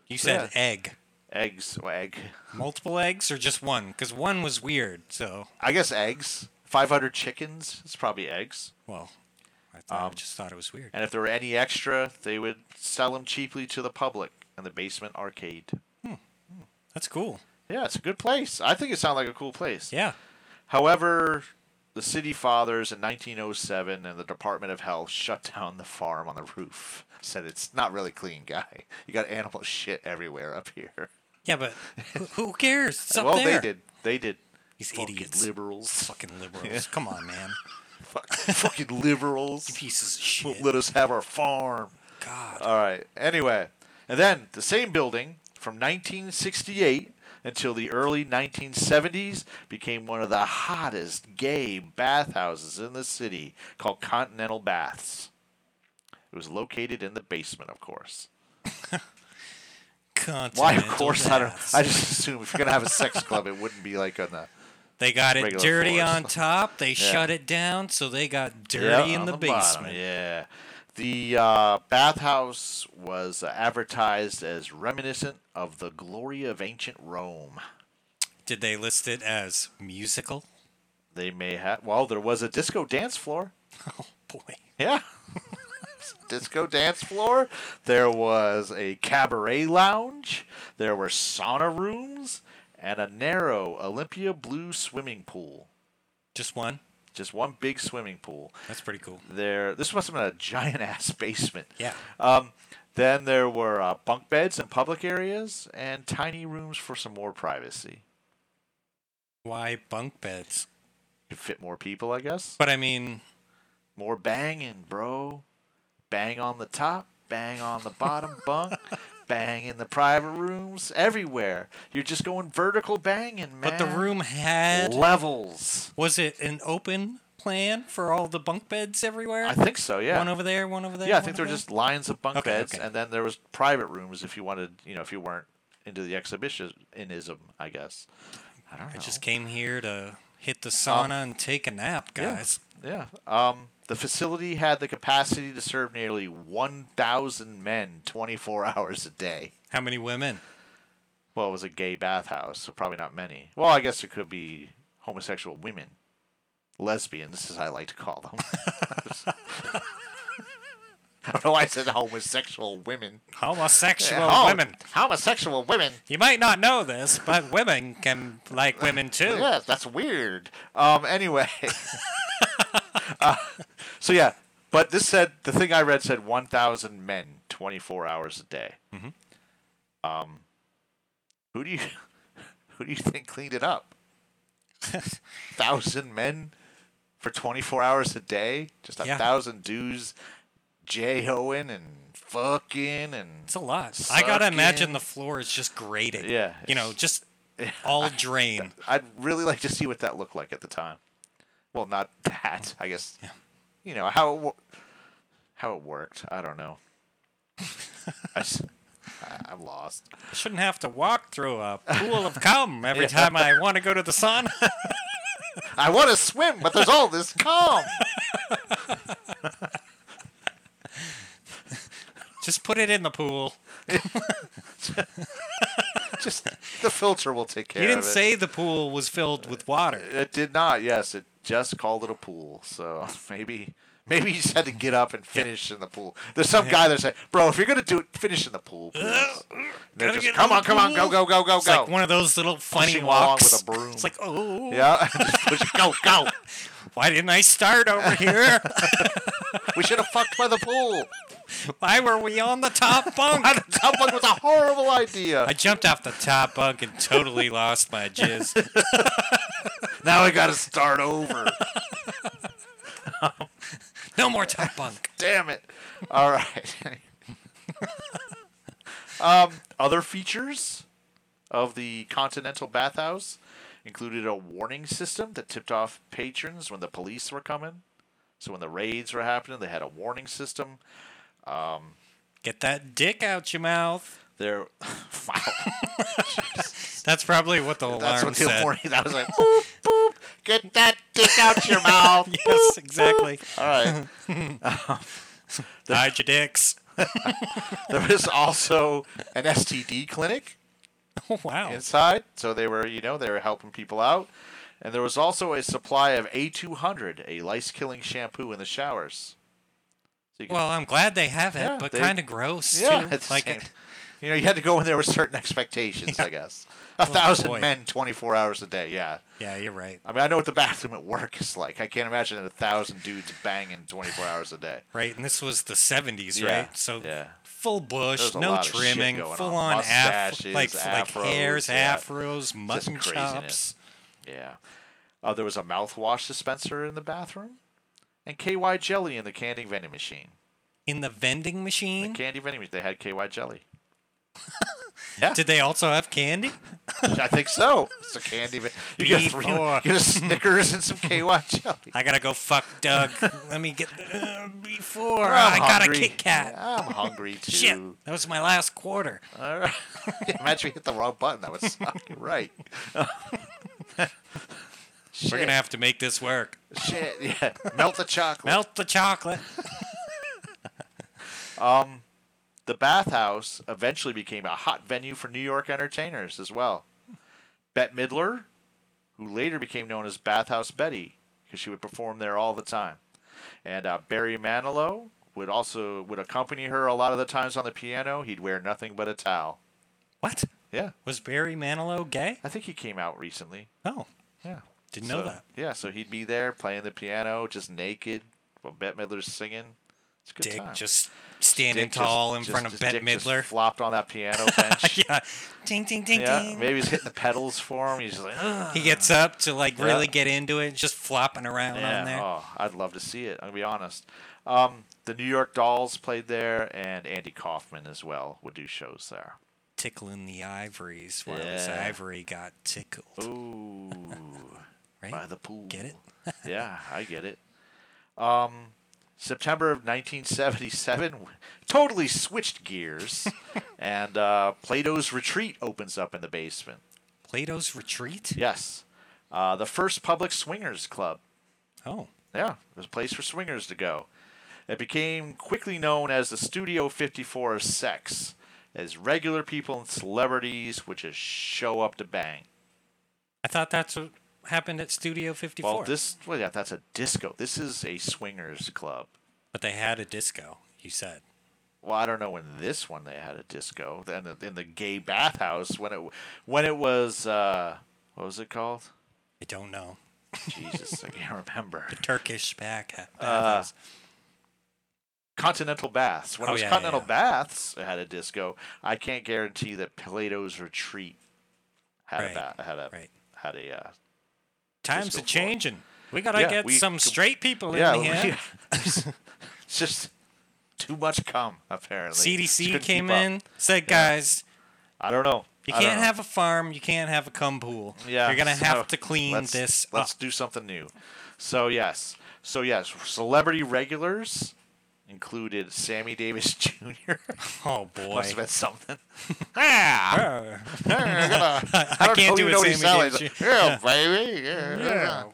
[SPEAKER 4] You
[SPEAKER 3] So,
[SPEAKER 4] said
[SPEAKER 3] yeah.
[SPEAKER 4] egg.
[SPEAKER 3] Eggs, well, egg.
[SPEAKER 4] Multiple eggs or just one? Because one was weird, so.
[SPEAKER 3] I guess eggs. Five hundred chickens. It's probably eggs.
[SPEAKER 4] Well, I, thought, I just thought it was weird.
[SPEAKER 3] Um, And if there were any extra, they would sell them cheaply to the public in the basement arcade.
[SPEAKER 4] That's cool.
[SPEAKER 3] Yeah, it's a good place. I think it sounds like a cool place.
[SPEAKER 4] Yeah.
[SPEAKER 3] However, the city fathers in 1907 and the Department of Health shut down the farm on the roof. Said it's not really clean, guy. You got animal shit everywhere up here.
[SPEAKER 4] Yeah, but who- who cares? It's up
[SPEAKER 3] well,
[SPEAKER 4] there.
[SPEAKER 3] they did. They did.
[SPEAKER 4] These
[SPEAKER 3] fucking
[SPEAKER 4] idiots.
[SPEAKER 3] liberals.
[SPEAKER 4] Fucking liberals. Come on, man.
[SPEAKER 3] Fuck, fucking liberals.
[SPEAKER 4] Pieces of shit.
[SPEAKER 3] won't let us have our farm.
[SPEAKER 4] God.
[SPEAKER 3] All right. Anyway, and then the same building from 1968 until the early 1970s became one of the hottest gay bathhouses in the city called Continental Baths. It was located in the basement, of course. Why, of
[SPEAKER 4] Continental
[SPEAKER 3] course, I don't.
[SPEAKER 4] baths.
[SPEAKER 3] I just assume if you're gonna have a sex club, it wouldn't be like on the
[SPEAKER 4] They got it
[SPEAKER 3] regular
[SPEAKER 4] dirty
[SPEAKER 3] floors.
[SPEAKER 4] on top. They
[SPEAKER 3] Yeah.
[SPEAKER 4] shut it down, so they got dirty
[SPEAKER 3] Yeah,
[SPEAKER 4] in
[SPEAKER 3] on
[SPEAKER 4] the,
[SPEAKER 3] bottom,
[SPEAKER 4] basement.
[SPEAKER 3] yeah. The uh, bathhouse was uh, advertised as reminiscent of the glory of ancient Rome.
[SPEAKER 4] Did they list it as musical?
[SPEAKER 3] They may have. Well, there was a disco dance floor.
[SPEAKER 4] Oh boy.
[SPEAKER 3] Yeah. disco dance floor. There was a cabaret lounge. There were sauna rooms and a narrow Olympia blue swimming pool.
[SPEAKER 4] Just one.
[SPEAKER 3] Just one big swimming pool.
[SPEAKER 4] That's pretty cool.
[SPEAKER 3] There, this must have been a giant ass basement.
[SPEAKER 4] Yeah.
[SPEAKER 3] Um, then there were uh, bunk beds in public areas and tiny rooms for some more privacy.
[SPEAKER 4] Why bunk beds?
[SPEAKER 3] Could fit more people, I guess.
[SPEAKER 4] But I mean,
[SPEAKER 3] More banging, bro. Bang on the top, bang on the bottom bunk, bang in the private rooms, everywhere. You're just going vertical banging, man.
[SPEAKER 4] but the room had
[SPEAKER 3] levels.
[SPEAKER 4] was it an open plan for all the bunk beds everywhere?
[SPEAKER 3] I think so. Yeah.
[SPEAKER 4] One over there, one over there.
[SPEAKER 3] Yeah, I
[SPEAKER 4] one
[SPEAKER 3] think there were
[SPEAKER 4] over there?
[SPEAKER 3] just lines of bunk
[SPEAKER 4] Okay,
[SPEAKER 3] beds,
[SPEAKER 4] okay.
[SPEAKER 3] and then there was private rooms if you wanted, you know, if you weren't into the exhibitionism, I guess. I don't know. Um,
[SPEAKER 4] I just came here to hit the sauna and take a nap,
[SPEAKER 3] yeah.
[SPEAKER 4] guys.
[SPEAKER 3] Yeah. Um, the facility had the capacity to serve nearly 1,000 men 24 hours a day.
[SPEAKER 4] How many women?
[SPEAKER 3] Well, it was a gay bathhouse, so probably not many. Well, I guess it could be homosexual women. Lesbians, as I like to call them. I don't know why I said homosexual women.
[SPEAKER 4] Homosexual
[SPEAKER 3] Yeah, hom-
[SPEAKER 4] women.
[SPEAKER 3] Homosexual women.
[SPEAKER 4] You might not know this, but women can like women too.
[SPEAKER 3] Yeah, that's weird. Um, anyway. Uh, so, yeah, but this said, the thing I read said 1,000 men 24 hours a day.
[SPEAKER 4] Mhm.
[SPEAKER 3] Um, who do you who do you think cleaned it up? thousand men for 24 hours a day? Just a
[SPEAKER 4] Yeah.
[SPEAKER 3] thousand dudes J-O-ing and fucking and.
[SPEAKER 4] It's a lot. I gotta imagine
[SPEAKER 3] sucking.
[SPEAKER 4] the floor is just grating.
[SPEAKER 3] Yeah,
[SPEAKER 4] You know,
[SPEAKER 3] it's-
[SPEAKER 4] just all drain.
[SPEAKER 3] I'd really like to see what that looked like at the time. Well, not that. I guess you know how it wo- how it worked. I don't know. I s- I- I'm lost.
[SPEAKER 4] I shouldn't have to walk through a pool of cum every time I want to go to the sauna.
[SPEAKER 3] I want to swim, but there's all this calm.
[SPEAKER 4] just put it in the pool.
[SPEAKER 3] Just the filter will take care
[SPEAKER 4] you didn't
[SPEAKER 3] of it.
[SPEAKER 4] say the pool was filled with water.
[SPEAKER 3] it did not. Yes, it just called it a pool. So maybe maybe you just had to get up and finish in the pool. There's some guy that said, "Bro, if you're gonna do it, finish in the pool." please." And they're
[SPEAKER 4] Gotta
[SPEAKER 3] just,
[SPEAKER 4] get in
[SPEAKER 3] come
[SPEAKER 4] the
[SPEAKER 3] on, come on, go,
[SPEAKER 4] pool."
[SPEAKER 3] go, go, go,
[SPEAKER 4] It's
[SPEAKER 3] go.
[SPEAKER 4] like one of those little funny
[SPEAKER 3] Pushing along
[SPEAKER 4] walks
[SPEAKER 3] with a broom.
[SPEAKER 4] It's like, oh,
[SPEAKER 3] Yeah. Push- go, go.
[SPEAKER 4] why didn't I start over here?
[SPEAKER 3] We should have fucked by the pool.
[SPEAKER 4] why were we on the top bunk?
[SPEAKER 3] The top bunk was a horrible idea.
[SPEAKER 4] I jumped off the top bunk and totally lost my jizz.
[SPEAKER 3] now we got to start over.
[SPEAKER 4] No more top bunk.
[SPEAKER 3] Damn it. All right. um, other features of the Continental Bathhouse included a warning system that tipped off patrons when the police were coming. So when the raids were happening, they had a warning system. Um,
[SPEAKER 4] Get that dick out your mouth.
[SPEAKER 3] there, wow.
[SPEAKER 4] That's probably what the alarm
[SPEAKER 3] That's what the
[SPEAKER 4] said.
[SPEAKER 3] warning. That was like boop boop. Get that dick out your mouth.
[SPEAKER 4] yes, exactly.
[SPEAKER 3] All right.
[SPEAKER 4] Hide your dicks.
[SPEAKER 3] There was also an STD clinic
[SPEAKER 4] Oh, wow.
[SPEAKER 3] inside, so they were, you know, they were helping people out, and there was also a supply of A200, a lice-killing shampoo in the showers. So you could-
[SPEAKER 4] Well, I'm glad they have it,
[SPEAKER 3] Yeah,
[SPEAKER 4] but
[SPEAKER 3] they-
[SPEAKER 4] kind of gross
[SPEAKER 3] yeah,
[SPEAKER 4] too.
[SPEAKER 3] it's
[SPEAKER 4] like,
[SPEAKER 3] same. you know, you had to go in there with certain expectations, I guess. A thousand
[SPEAKER 4] Oh, boy.
[SPEAKER 3] men, 24 hours a day. Yeah.
[SPEAKER 4] yeah, you're right.
[SPEAKER 3] I mean, I know what the bathroom at work is like. I can't imagine a thousand dudes banging 24 hours a day.
[SPEAKER 4] Right, and this was the '70s,
[SPEAKER 3] Yeah,
[SPEAKER 4] right? So
[SPEAKER 3] yeah.
[SPEAKER 4] full bush,
[SPEAKER 3] There's a
[SPEAKER 4] no
[SPEAKER 3] lot of shit
[SPEAKER 4] trimming,
[SPEAKER 3] going
[SPEAKER 4] full
[SPEAKER 3] on.
[SPEAKER 4] on, afro,
[SPEAKER 3] Mustaches,
[SPEAKER 4] like like hairs,
[SPEAKER 3] afros, yeah.
[SPEAKER 4] afros,
[SPEAKER 3] Just
[SPEAKER 4] mutton
[SPEAKER 3] craziness.
[SPEAKER 4] chops.
[SPEAKER 3] Yeah. Uh, there was a mouthwash dispenser in the bathroom, and KY jelly in the candy vending machine.
[SPEAKER 4] In the vending
[SPEAKER 3] The
[SPEAKER 4] machine,
[SPEAKER 3] candy vending machine, they had KY jelly.
[SPEAKER 4] did they also have candy?
[SPEAKER 3] I think so. It's a candy. Ve- you get three, you
[SPEAKER 4] Before.
[SPEAKER 3] get a Snickers and some KY jelly.
[SPEAKER 4] I gotta go fuck Doug. Let me get uh, before
[SPEAKER 3] I'm
[SPEAKER 4] I got a
[SPEAKER 3] hungry.
[SPEAKER 4] Kit Kat.
[SPEAKER 3] I'm hungry too.
[SPEAKER 4] Shit, that was my last quarter.
[SPEAKER 3] All right. Imagine we hit the wrong button. That would suck. You're right.
[SPEAKER 4] We're
[SPEAKER 3] Shit.
[SPEAKER 4] gonna have to make this work.
[SPEAKER 3] Shit, yeah. Melt the chocolate.
[SPEAKER 4] Melt the chocolate.
[SPEAKER 3] Um, the bathhouse eventually became a hot venue for New York entertainers as well. Bette Midler, who later became known as Bathhouse Betty, because she would perform there all the time, and uh, Barry Manilow would also would accompany her a lot of the times on the piano. He'd wear nothing but a towel.
[SPEAKER 4] What
[SPEAKER 3] Yeah,
[SPEAKER 4] was Barry Manilow gay?
[SPEAKER 3] I think he came out recently.
[SPEAKER 4] Oh,
[SPEAKER 3] Yeah,
[SPEAKER 4] didn't know
[SPEAKER 3] So-
[SPEAKER 4] that.
[SPEAKER 3] Yeah, so he'd be there playing the piano, just naked, while Bette Midler's singing. It's a good
[SPEAKER 4] Dick
[SPEAKER 3] time.
[SPEAKER 4] just standing
[SPEAKER 3] Dick just-
[SPEAKER 4] tall in
[SPEAKER 3] just-
[SPEAKER 4] front of
[SPEAKER 3] just
[SPEAKER 4] Bette
[SPEAKER 3] Dick just
[SPEAKER 4] Midler.
[SPEAKER 3] flopped on that piano bench.
[SPEAKER 4] yeah. Ding ding ding
[SPEAKER 3] Yeah,
[SPEAKER 4] ding.
[SPEAKER 3] maybe he's hitting the pedals for him. He's just like, "Ugh."
[SPEAKER 4] He gets up to like
[SPEAKER 3] Yeah.
[SPEAKER 4] really get into it, just flopping around on
[SPEAKER 3] yeah,
[SPEAKER 4] there.
[SPEAKER 3] oh, I'd love to see it. I'll be honest. Um, the New York Dolls played there, and Andy Kaufman as well would do shows there.
[SPEAKER 4] Tickling the ivories while his
[SPEAKER 3] Yeah.
[SPEAKER 4] ivory got tickled.
[SPEAKER 3] Ooh,
[SPEAKER 4] Right?
[SPEAKER 3] by the pool.
[SPEAKER 4] Get it?
[SPEAKER 3] yeah, I get it. Um, September of 1977 w- totally switched gears, and uh, Plato's Retreat opens up in the basement.
[SPEAKER 4] Plato's retreat?
[SPEAKER 3] Yes. Uh, the first public swingers club.
[SPEAKER 4] Oh.
[SPEAKER 3] Yeah, it was a place for swingers to go. It became quickly known as the Studio 54 of Sex, as regular people and celebrities would just show up to bang.
[SPEAKER 4] I thought that's what happened at Studio 54.
[SPEAKER 3] Well, this, well, yeah, that's a disco. This is a swingers club.
[SPEAKER 4] But they had a disco, you said.
[SPEAKER 3] Well, I don't know when this one they had a disco. Then in the gay bathhouse when it when it was uh, what was it called?
[SPEAKER 4] I don't know.
[SPEAKER 3] Jesus, I can't remember.
[SPEAKER 4] The Turkish back
[SPEAKER 3] Uh,
[SPEAKER 4] bathhouse.
[SPEAKER 3] Continental Baths. When
[SPEAKER 4] Oh,
[SPEAKER 3] it was
[SPEAKER 4] yeah, yeah,
[SPEAKER 3] Continental
[SPEAKER 4] yeah.
[SPEAKER 3] Baths, it had a disco. I can't guarantee that Plato's Retreat had a
[SPEAKER 4] Right,
[SPEAKER 3] ba- had a
[SPEAKER 4] right.
[SPEAKER 3] had a uh,
[SPEAKER 4] Times
[SPEAKER 3] disco
[SPEAKER 4] are
[SPEAKER 3] floor.
[SPEAKER 4] changing. We gotta
[SPEAKER 3] Yeah,
[SPEAKER 4] get
[SPEAKER 3] we-
[SPEAKER 4] some straight people
[SPEAKER 3] Yeah,
[SPEAKER 4] in
[SPEAKER 3] we-
[SPEAKER 4] here.
[SPEAKER 3] it's just too much cum apparently. Just
[SPEAKER 4] CDC
[SPEAKER 3] couldn't
[SPEAKER 4] came
[SPEAKER 3] keep up.
[SPEAKER 4] in, said,
[SPEAKER 3] Yeah.
[SPEAKER 4] guys,
[SPEAKER 3] I don't know.
[SPEAKER 4] you
[SPEAKER 3] I don't
[SPEAKER 4] can't
[SPEAKER 3] know.
[SPEAKER 4] have a farm, you can't have a cum pool.
[SPEAKER 3] Yeah,
[SPEAKER 4] You're gonna
[SPEAKER 3] so
[SPEAKER 4] have to clean
[SPEAKER 3] let's-
[SPEAKER 4] this
[SPEAKER 3] Let's
[SPEAKER 4] up.
[SPEAKER 3] do something new. So yes, so yes, celebrity regulars included Sammy Davis Jr.
[SPEAKER 4] Oh boy.
[SPEAKER 3] Must have been something. Ah!
[SPEAKER 4] Oh.
[SPEAKER 3] Yeah,
[SPEAKER 4] I
[SPEAKER 3] I don't
[SPEAKER 4] can't
[SPEAKER 3] know,
[SPEAKER 4] do
[SPEAKER 3] you
[SPEAKER 4] a
[SPEAKER 3] know what he
[SPEAKER 4] Sammy
[SPEAKER 3] sounds
[SPEAKER 4] Davis
[SPEAKER 3] like.
[SPEAKER 4] Jr.
[SPEAKER 3] Yeah, baby. Yeah.
[SPEAKER 4] Yeah.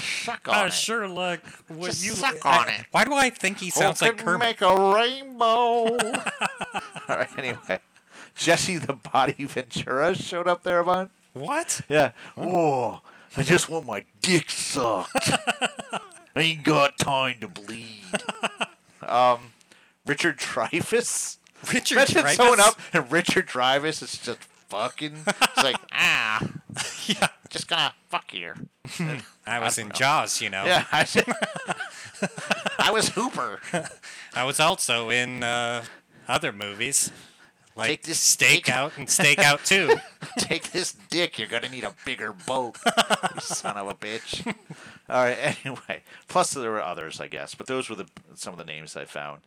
[SPEAKER 3] Suck on
[SPEAKER 4] I
[SPEAKER 3] it.
[SPEAKER 4] sure like what
[SPEAKER 3] Just
[SPEAKER 4] you
[SPEAKER 3] suck
[SPEAKER 4] I-
[SPEAKER 3] on it.
[SPEAKER 4] Why do I think he
[SPEAKER 3] Who
[SPEAKER 4] sounds like
[SPEAKER 3] can
[SPEAKER 4] Kermit?
[SPEAKER 3] make a rainbow? All right. Anyway, Jesse the Body Ventura showed up there a bunch.
[SPEAKER 4] What?
[SPEAKER 3] Yeah. Oh, I just want my dick sucked. Ain't got time to bleed. um, Richard Dreyfus.
[SPEAKER 4] Richard
[SPEAKER 3] Imagine showing
[SPEAKER 4] Dreyfuss?
[SPEAKER 3] up and Richard Dreyfus is just fucking. It's like ah, yeah, just gonna fuck here.
[SPEAKER 4] I was in Jaws, you know.
[SPEAKER 3] Yeah, I, I was Hooper.
[SPEAKER 4] I was also in uh, other movies, like
[SPEAKER 3] Take this dick.
[SPEAKER 4] Stakeout and Stakeout Two.
[SPEAKER 3] Take this dick. You're gonna need a bigger boat. you son of a bitch. All right. Anyway, plus there were others, I guess, but those were the some of the names I found.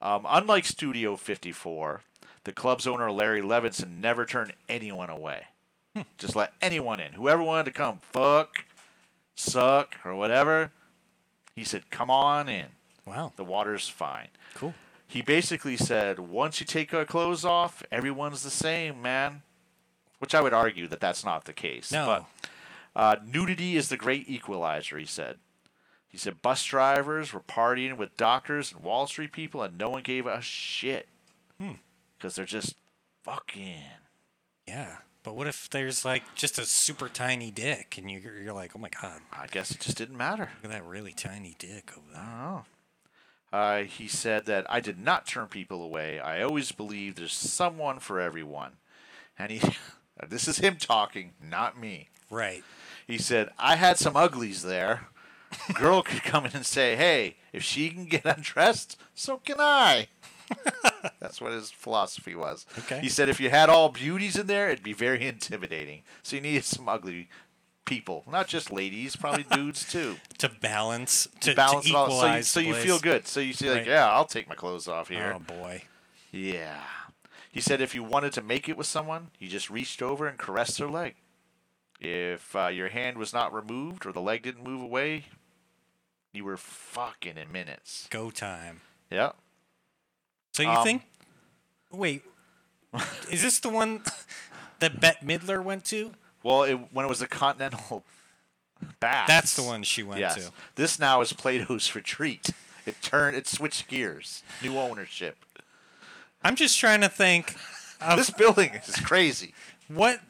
[SPEAKER 3] Um, unlike Studio 54, the club's owner Larry Levinson never turned anyone away. Just let anyone in, whoever wanted to come, fuck, suck, or whatever. He said, "Come on in.
[SPEAKER 4] Wow.
[SPEAKER 3] The water's fine."
[SPEAKER 4] Cool.
[SPEAKER 3] He basically said, once you take our clothes off, everyone's the same, man. Which I would argue that that's not the case.
[SPEAKER 4] No.
[SPEAKER 3] But uh, nudity is the great equalizer, he said. He said bus drivers were partying with doctors and Wall Street people, and no one gave a shit because they're just fucking.
[SPEAKER 4] Yeah, but what if there's like just a super tiny dick, and you're you're like, oh my god,
[SPEAKER 3] I guess it just didn't matter.
[SPEAKER 4] look at that really tiny dick over there.
[SPEAKER 3] Oh. Uh, he said that I did not turn people away. I always believe there's someone for everyone. And he, this is him talking, not me.
[SPEAKER 4] Right.
[SPEAKER 3] He said, I had some uglies there. A girl could come in and say, hey, if she can get undressed, so can I. That's what his philosophy was.
[SPEAKER 4] Okay.
[SPEAKER 3] He said, if you had all beauties in there, it'd be very intimidating. So you needed some ugly people, not just ladies, probably dudes too
[SPEAKER 4] To balance, to,
[SPEAKER 3] balance
[SPEAKER 4] to
[SPEAKER 3] it all. So you,
[SPEAKER 4] equalize
[SPEAKER 3] so
[SPEAKER 4] the
[SPEAKER 3] you
[SPEAKER 4] place.
[SPEAKER 3] feel good. So you see, like,
[SPEAKER 4] Right.
[SPEAKER 3] yeah, I'll take my clothes off here.
[SPEAKER 4] Oh boy.
[SPEAKER 3] Yeah. He said if you wanted to make it with someone, you just reached over and caressed their leg. If uh, your hand was not removed or the leg didn't move away, you were fucking in minutes.
[SPEAKER 4] Go time.
[SPEAKER 3] Yeah.
[SPEAKER 4] So you
[SPEAKER 3] Um,
[SPEAKER 4] think? Wait, is this the one that Bette Midler went to?
[SPEAKER 3] Well, it, when it was the Continental Baths.
[SPEAKER 4] That's the one she went
[SPEAKER 3] yes.
[SPEAKER 4] to.
[SPEAKER 3] This now is Plato's Retreat. It turned. It switched gears. New ownership.
[SPEAKER 4] I'm just trying to think of
[SPEAKER 3] This building is crazy.
[SPEAKER 4] what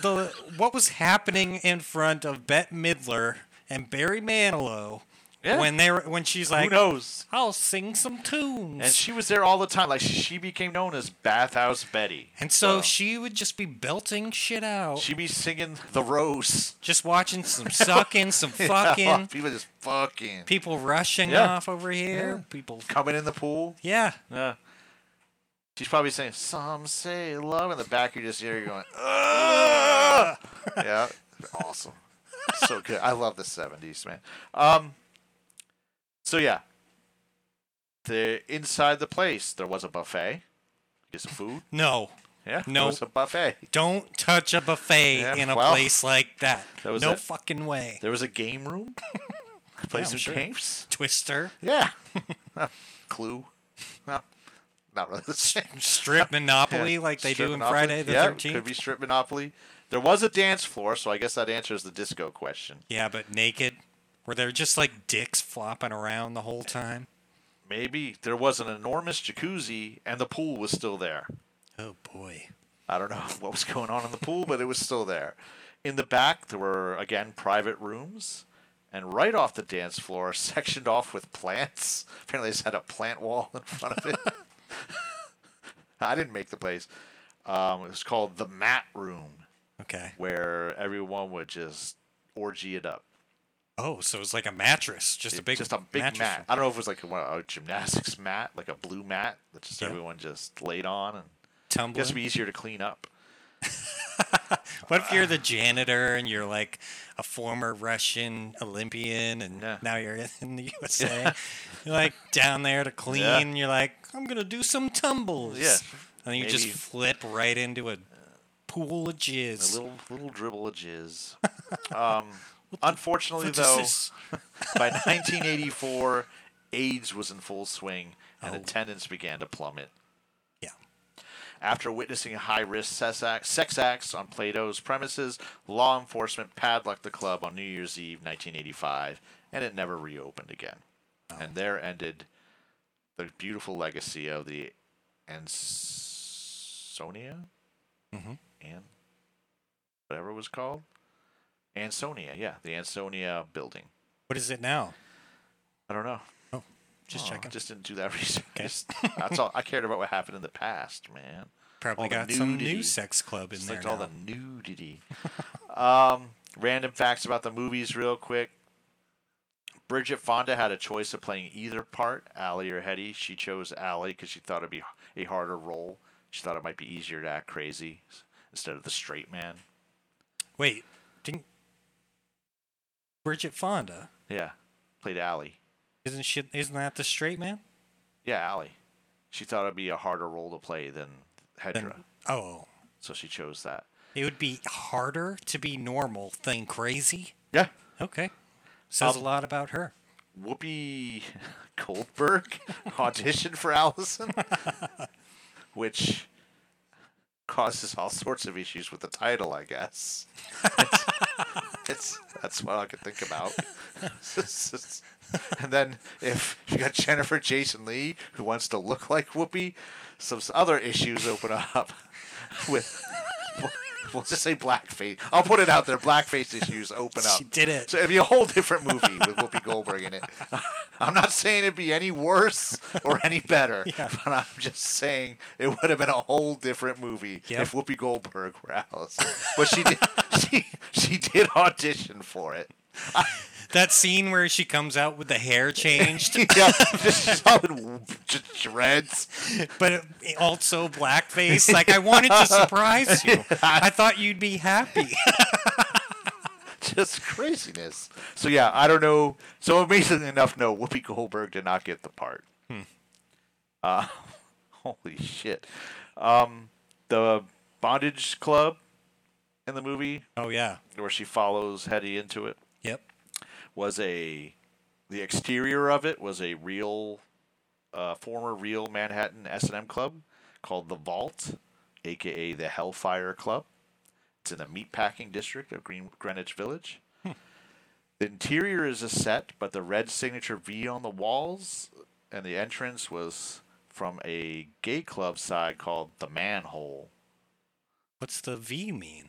[SPEAKER 4] the what was happening in front of Bette Midler and Barry Manilow
[SPEAKER 3] Yeah.
[SPEAKER 4] when they were when she's like,
[SPEAKER 3] Who knows?
[SPEAKER 4] "I'll sing some tunes,"
[SPEAKER 3] And she was there all the time. Like she became known as Bathhouse Betty.
[SPEAKER 4] And so
[SPEAKER 3] Wow.
[SPEAKER 4] she would just be belting shit out,
[SPEAKER 3] She be singing The Rose.
[SPEAKER 4] just watching some sucking, some
[SPEAKER 3] Yeah,
[SPEAKER 4] fucking
[SPEAKER 3] people just fucking
[SPEAKER 4] people rushing
[SPEAKER 3] Yeah.
[SPEAKER 4] off over here. People,
[SPEAKER 3] coming in the pool.
[SPEAKER 4] yeah,
[SPEAKER 3] Yeah. She's probably saying "Some say love" in the back. You just hear her going, Ah!
[SPEAKER 4] Uh,
[SPEAKER 3] "Ugh!" yeah, awesome, so good. I love the '70s, man. Um, so yeah, the inside the place there was a buffet. Get some food.
[SPEAKER 4] no,
[SPEAKER 3] Yeah, there
[SPEAKER 4] No.
[SPEAKER 3] was a buffet.
[SPEAKER 4] don't touch a buffet
[SPEAKER 3] Yeah,
[SPEAKER 4] in a
[SPEAKER 3] well,
[SPEAKER 4] place like that.
[SPEAKER 3] that was
[SPEAKER 4] no
[SPEAKER 3] it.
[SPEAKER 4] fucking way.
[SPEAKER 3] There was a game room. Play
[SPEAKER 4] Yeah, I'm
[SPEAKER 3] some
[SPEAKER 4] sure.
[SPEAKER 3] games.
[SPEAKER 4] Twister,
[SPEAKER 3] Yeah. Clue. No, not really the same.
[SPEAKER 4] strip monopoly like they
[SPEAKER 3] Strip
[SPEAKER 4] do in
[SPEAKER 3] Monopoly.
[SPEAKER 4] Friday the
[SPEAKER 3] yeah,
[SPEAKER 4] Thirteenth.
[SPEAKER 3] Could be strip monopoly. There was a dance floor, so I guess that answers the disco question.
[SPEAKER 4] Yeah, but naked? Were there just like dicks flopping around the whole time?
[SPEAKER 3] Maybe there was an enormous jacuzzi and the pool was still there.
[SPEAKER 4] Oh boy.
[SPEAKER 3] I don't know what was going on in the pool, but it was still there. In the back, there were, again, private rooms. And right off the dance floor, sectioned off with plants. Apparently, this had a plant wall in front of it. I didn't make the place. Um, it was called the Mat Room,
[SPEAKER 4] Okay.
[SPEAKER 3] where everyone would just orgy it up.
[SPEAKER 4] Oh, so it's like a mattress, just a big,
[SPEAKER 3] just a big
[SPEAKER 4] mattress.
[SPEAKER 3] mat. I don't know if it was like a, a gymnastics mat, like a blue mat that just everyone just laid on and
[SPEAKER 4] Tumbling.
[SPEAKER 3] Guess it'd be easier to clean up.
[SPEAKER 4] What if you're the janitor and you're like a former Russian Olympian and now you're in the USA?
[SPEAKER 3] Yeah.
[SPEAKER 4] You're like down there to clean.
[SPEAKER 3] Yeah.
[SPEAKER 4] And you're like, I'm going to do some tumbles.
[SPEAKER 3] Yeah.
[SPEAKER 4] And then you just
[SPEAKER 3] Maybe.
[SPEAKER 4] flip right into a pool of
[SPEAKER 3] A
[SPEAKER 4] jizz.
[SPEAKER 3] little little dribble of jizz. Um, unfortunately,
[SPEAKER 4] what is
[SPEAKER 3] though,
[SPEAKER 4] this?
[SPEAKER 3] by 1984, AIDS was in full swing and
[SPEAKER 4] Oh.
[SPEAKER 3] attendance began to plummet.
[SPEAKER 4] Yeah.
[SPEAKER 3] After witnessing high risk sex acts, sex acts on Plato's premises, law enforcement padlocked the club on New Year's Eve 1985 and it never reopened again. And there ended the beautiful legacy of the Ansonia?
[SPEAKER 4] Mhm.
[SPEAKER 3] An- whatever it was called? Ansonia, yeah, the Ansonia building.
[SPEAKER 4] What is it now?
[SPEAKER 3] I don't know.
[SPEAKER 4] Oh, just
[SPEAKER 3] Oh,
[SPEAKER 4] checking.
[SPEAKER 3] Just didn't do that research. Just- That's all I cared about. What happened in the past, man.
[SPEAKER 4] Probably
[SPEAKER 3] All the
[SPEAKER 4] got some
[SPEAKER 3] nudity.
[SPEAKER 4] new sex club in
[SPEAKER 3] Just
[SPEAKER 4] there.
[SPEAKER 3] looked all
[SPEAKER 4] now.
[SPEAKER 3] the nudity. um, random facts about the movies, real quick. Bridget Fonda had a choice of playing either part, Allie or Hetty. She chose Allie because she thought it'd be a harder role. She thought it might be easier to act crazy s- instead of the straight man.
[SPEAKER 4] Wait, didn't Bridget Fonda?
[SPEAKER 3] Yeah, played Allie.
[SPEAKER 4] Isn't she? Isn't that the straight man?
[SPEAKER 3] Yeah, Allie. She thought it'd be a harder role to play than Hedra,
[SPEAKER 4] Oh,
[SPEAKER 3] so she chose that.
[SPEAKER 4] it would be harder to be normal than crazy.
[SPEAKER 3] Yeah.
[SPEAKER 4] Okay, says
[SPEAKER 3] Um,
[SPEAKER 4] a lot about her.
[SPEAKER 3] Whoopi Goldberg auditioned for Allison, which causes all sorts of issues with the title, I guess. It's, it's- that's what I could think about. It's just- and then if you got Jennifer Jason Lee who wants to look like Whoopi, some s- other issues open up with. we'll- We'll just say blackface. I'll put it out there. Blackface issues open up.
[SPEAKER 4] She did it.
[SPEAKER 3] So it'd be a whole different movie with Whoopi Goldberg in it. I'm not saying it'd be any worse or any better, but I'm just saying it would have been a whole different movie
[SPEAKER 4] Yep.
[SPEAKER 3] if Whoopi Goldberg were Alice. But she did, she she did audition for it.
[SPEAKER 4] That scene where she comes out with the hair changed,
[SPEAKER 3] yeah, just she's all in just shreds.
[SPEAKER 4] but also blackface. Like I wanted to surprise you. I thought you'd be happy.
[SPEAKER 3] just craziness. So yeah, I don't know. So amazingly enough, no, Whoopi Goldberg did not get the part.
[SPEAKER 4] Hmm.
[SPEAKER 3] Uh, holy shit! Um, the bondage club in the movie
[SPEAKER 4] Oh yeah.
[SPEAKER 3] where she follows Hetty into it
[SPEAKER 4] Yep.
[SPEAKER 3] was a the exterior of it was a real uh, former real Manhattan S and M club called the Vault, aka the Hellfire Club. It's in the meatpacking district of Green Greenwich Village. The interior is a set, but the red signature V on the walls and the entrance was from a gay club side called the Manhole.
[SPEAKER 4] What's the V mean?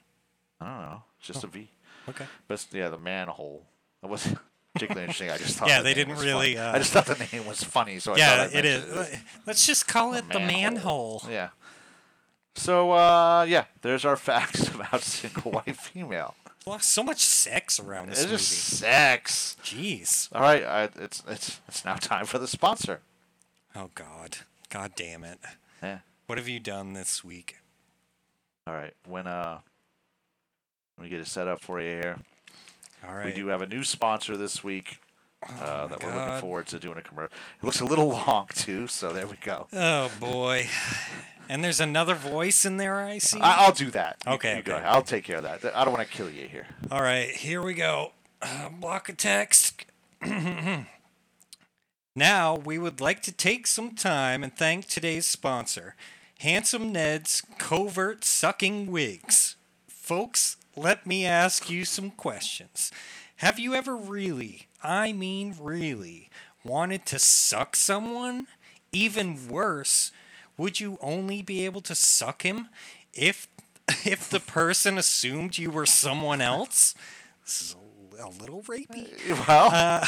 [SPEAKER 3] I don't know, it's just a V.
[SPEAKER 4] Okay.
[SPEAKER 3] But it's- yeah, the manhole. That wasn't particularly interesting. I just thought.
[SPEAKER 4] Yeah,
[SPEAKER 3] the
[SPEAKER 4] they
[SPEAKER 3] name
[SPEAKER 4] didn't
[SPEAKER 3] was
[SPEAKER 4] really,
[SPEAKER 3] funny.
[SPEAKER 4] uh,
[SPEAKER 3] I just thought the name was funny, so Oh, I
[SPEAKER 4] yeah,
[SPEAKER 3] thought I'd
[SPEAKER 4] it is.
[SPEAKER 3] mention it.
[SPEAKER 4] Let's just call it the manhole.
[SPEAKER 3] Yeah. So uh, yeah, there's our facts about single white female.
[SPEAKER 4] Well, so much sex around this
[SPEAKER 3] It's
[SPEAKER 4] movie.
[SPEAKER 3] just sex.
[SPEAKER 4] Jeez.
[SPEAKER 3] All right, I, it's it's it's now time for the sponsor.
[SPEAKER 4] Oh God. God damn it.
[SPEAKER 3] Yeah.
[SPEAKER 4] What have you done this week?
[SPEAKER 3] All right, when uh, let me get it set up for you here.
[SPEAKER 4] All right. Oh
[SPEAKER 3] We do have a new sponsor this week uh, that we're looking
[SPEAKER 4] God.
[SPEAKER 3] forward to doing a commercial. It looks a little long too, so there we go.
[SPEAKER 4] Oh boy. And there's another voice in there I see.
[SPEAKER 3] I, I'll do that. You-
[SPEAKER 4] Okay,
[SPEAKER 3] you go
[SPEAKER 4] okay.
[SPEAKER 3] ahead. I'll take care of that. I don't want to kill you here.
[SPEAKER 4] All right, here we go. Uh, block of text. now, we would like to take some time and thank today's sponsor, Handsome Ned's Covert Sucking Wigs. Folks, let me ask you some questions. Have you ever really, I mean really, wanted to suck someone? Even worse, would you only be able to suck him if if the person assumed you were someone else? This is a little rapey.
[SPEAKER 3] Well,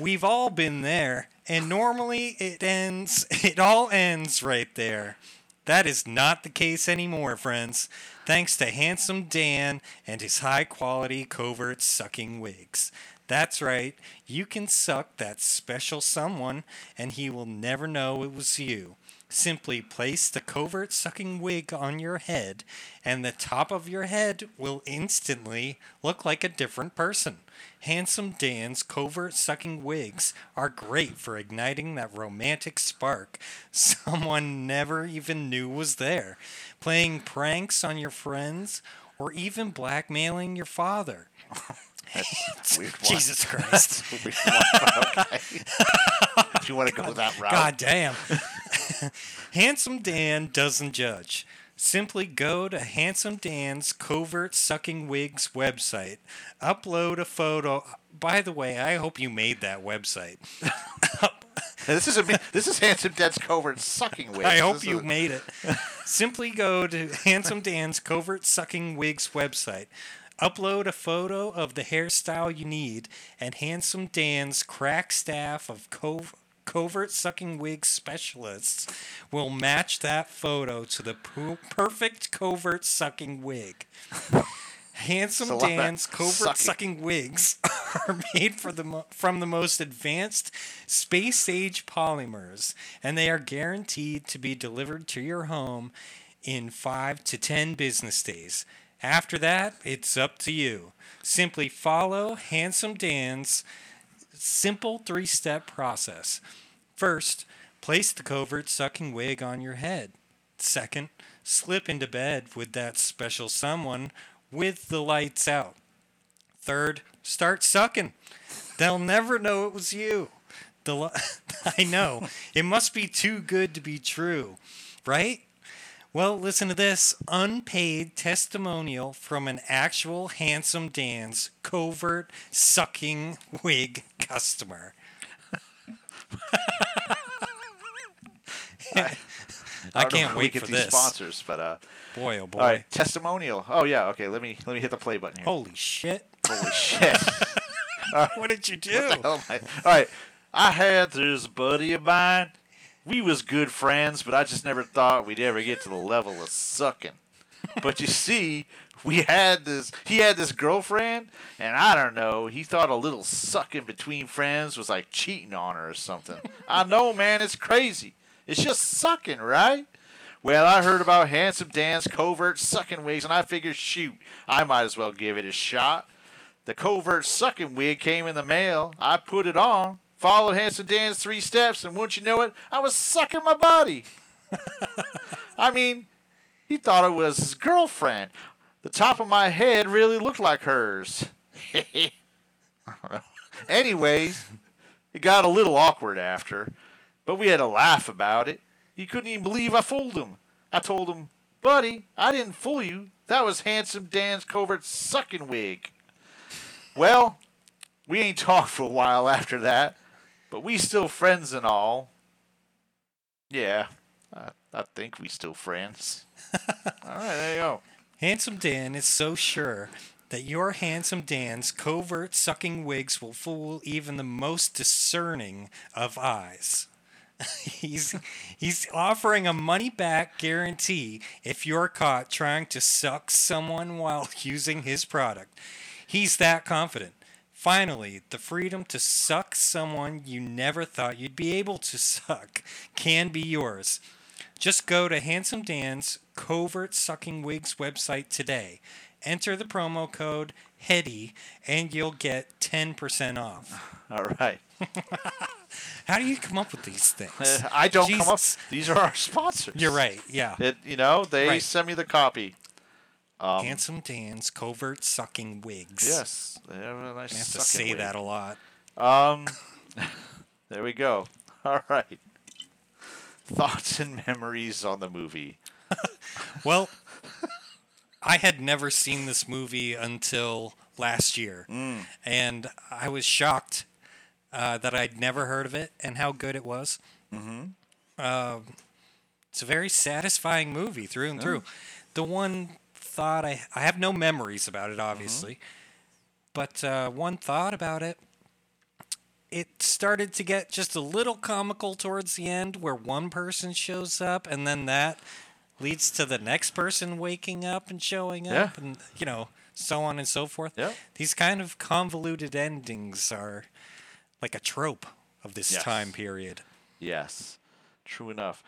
[SPEAKER 4] we've all been there, and normally it ends. It all ends right there. That is not the case anymore, friends. Thanks to handsome Dan and his high-quality covert sucking wigs. That's right. You can suck that special someone, and he will never know it was you. Simply place the covert sucking wig on your head, and the top of your head will instantly look like a different person. Handsome Dan's covert sucking wigs are great for igniting that romantic spark someone never even knew was there, playing pranks on your friends, or even blackmailing your father.
[SPEAKER 3] That's a weird one.
[SPEAKER 4] Jesus Christ.
[SPEAKER 3] That's a weird one, but okay. If you wanna go that route.
[SPEAKER 4] God damn. Handsome Dan doesn't judge. Simply go to Handsome Dan's Covert Sucking Wigs website, upload a photo. By the way, I hope you made that website.
[SPEAKER 3] this is a, this is handsome Dad's covert sucking wigs.
[SPEAKER 4] I hope
[SPEAKER 3] This
[SPEAKER 4] you
[SPEAKER 3] is-
[SPEAKER 4] made it. Simply go to Handsome Dan's Covert Sucking Wigs website, upload a photo of the hairstyle you need, and Handsome Dan's crack staff of cov- covert sucking wig specialists will match that photo to the per- perfect covert sucking wig.
[SPEAKER 3] It's a
[SPEAKER 4] Handsome
[SPEAKER 3] lot of
[SPEAKER 4] Dan's covert
[SPEAKER 3] sucking.
[SPEAKER 4] sucking wigs are made for the mo- from the most advanced space age polymers, and they are guaranteed to be delivered to your home in five to ten business days. After that, it's up to you. Simply follow Handsome Dan's simple three step process. First, place the covert sucking wig on your head. Second, slip into bed with that special someone with the lights out. Third, start sucking. They'll never know it was you. The li- I know. It must be too good to be true, right? Well, listen to this unpaid testimonial from an actual Handsome Dan's covert sucking wig customer. I
[SPEAKER 3] don't know
[SPEAKER 4] can't
[SPEAKER 3] where we
[SPEAKER 4] wait
[SPEAKER 3] get
[SPEAKER 4] for
[SPEAKER 3] these
[SPEAKER 4] this.
[SPEAKER 3] sponsors, but uh,
[SPEAKER 4] Boy, oh boy. Oh.
[SPEAKER 3] all right, testimonial. Oh yeah, okay. Let me let me hit the play button here.
[SPEAKER 4] Holy shit.
[SPEAKER 3] Holy shit!
[SPEAKER 4] What did you do?
[SPEAKER 3] What the hell am I- Oh, All right, I had this buddy of mine. We was good friends, but I just never thought we'd ever get to the level of sucking. But you see, we had this. He had this girlfriend, and I don't know. He thought a little sucking between friends was like cheating on her or something. I know, man. It's crazy. It's just sucking, right? Well, I heard about Handsome Dan's covert sucking wigs, and I figured, shoot, I might as well give it a shot. The covert sucking wig came in the mail. I put it on, followed Handsome Dan's three steps, and wouldn't you know it, I was sucking my body. I mean, he thought it was his girlfriend. The top of my head really looked like hers. Anyways, it got a little awkward after, but we had a laugh about it. He couldn't even believe I fooled him. I told him, Buddy, I didn't fool you. That was Handsome Dan's covert sucking wig. Well, we ain't talked for a while after that, but we still friends and all. Yeah, I, I think we still friends. all right, there you go.
[SPEAKER 4] Handsome Dan is so sure that your Handsome Dan's covert sucking wigs will fool even the most discerning of eyes. he's he's offering a money back guarantee if you're caught trying to suck someone while using his product. He's that confident. Finally, the freedom to suck someone you never thought you'd be able to suck can be yours. Just go to Handsome Dan's Covert Sucking Wigs website today. Enter the promo code HEADY and you'll get 10% off.
[SPEAKER 3] All right.
[SPEAKER 4] How do you come up with these things?
[SPEAKER 3] Uh, I don't come up.
[SPEAKER 4] Jesus.
[SPEAKER 3] These are our sponsors.
[SPEAKER 4] You're right, yeah.
[SPEAKER 3] It, you know, they
[SPEAKER 4] Right.
[SPEAKER 3] send me the copy. Um,
[SPEAKER 4] Handsome Dan's Covert Sucking Wigs.
[SPEAKER 3] Yes, they have a nice
[SPEAKER 4] I have to
[SPEAKER 3] sucking
[SPEAKER 4] say
[SPEAKER 3] wig.
[SPEAKER 4] that a lot.
[SPEAKER 3] Um, there we go. All right. Thoughts and memories on the movie.
[SPEAKER 4] Well, I had never seen this movie until last year,
[SPEAKER 14] Mm.
[SPEAKER 4] and I was shocked uh, that I'd never heard of it and how good it was.
[SPEAKER 14] Mhm.
[SPEAKER 4] Um, it's a very satisfying movie through and
[SPEAKER 14] Yeah.
[SPEAKER 4] through. The one thought I I have no memories about it, obviously, but uh, one thought about it. It started to get just a little comical towards the end, where one person shows up, and then that leads to the next person waking up and showing up,
[SPEAKER 3] Yeah.
[SPEAKER 4] and you know, so on and so forth. These kind of convoluted endings are like a trope of this
[SPEAKER 3] Yes.
[SPEAKER 4] time period.
[SPEAKER 3] Yes, true enough.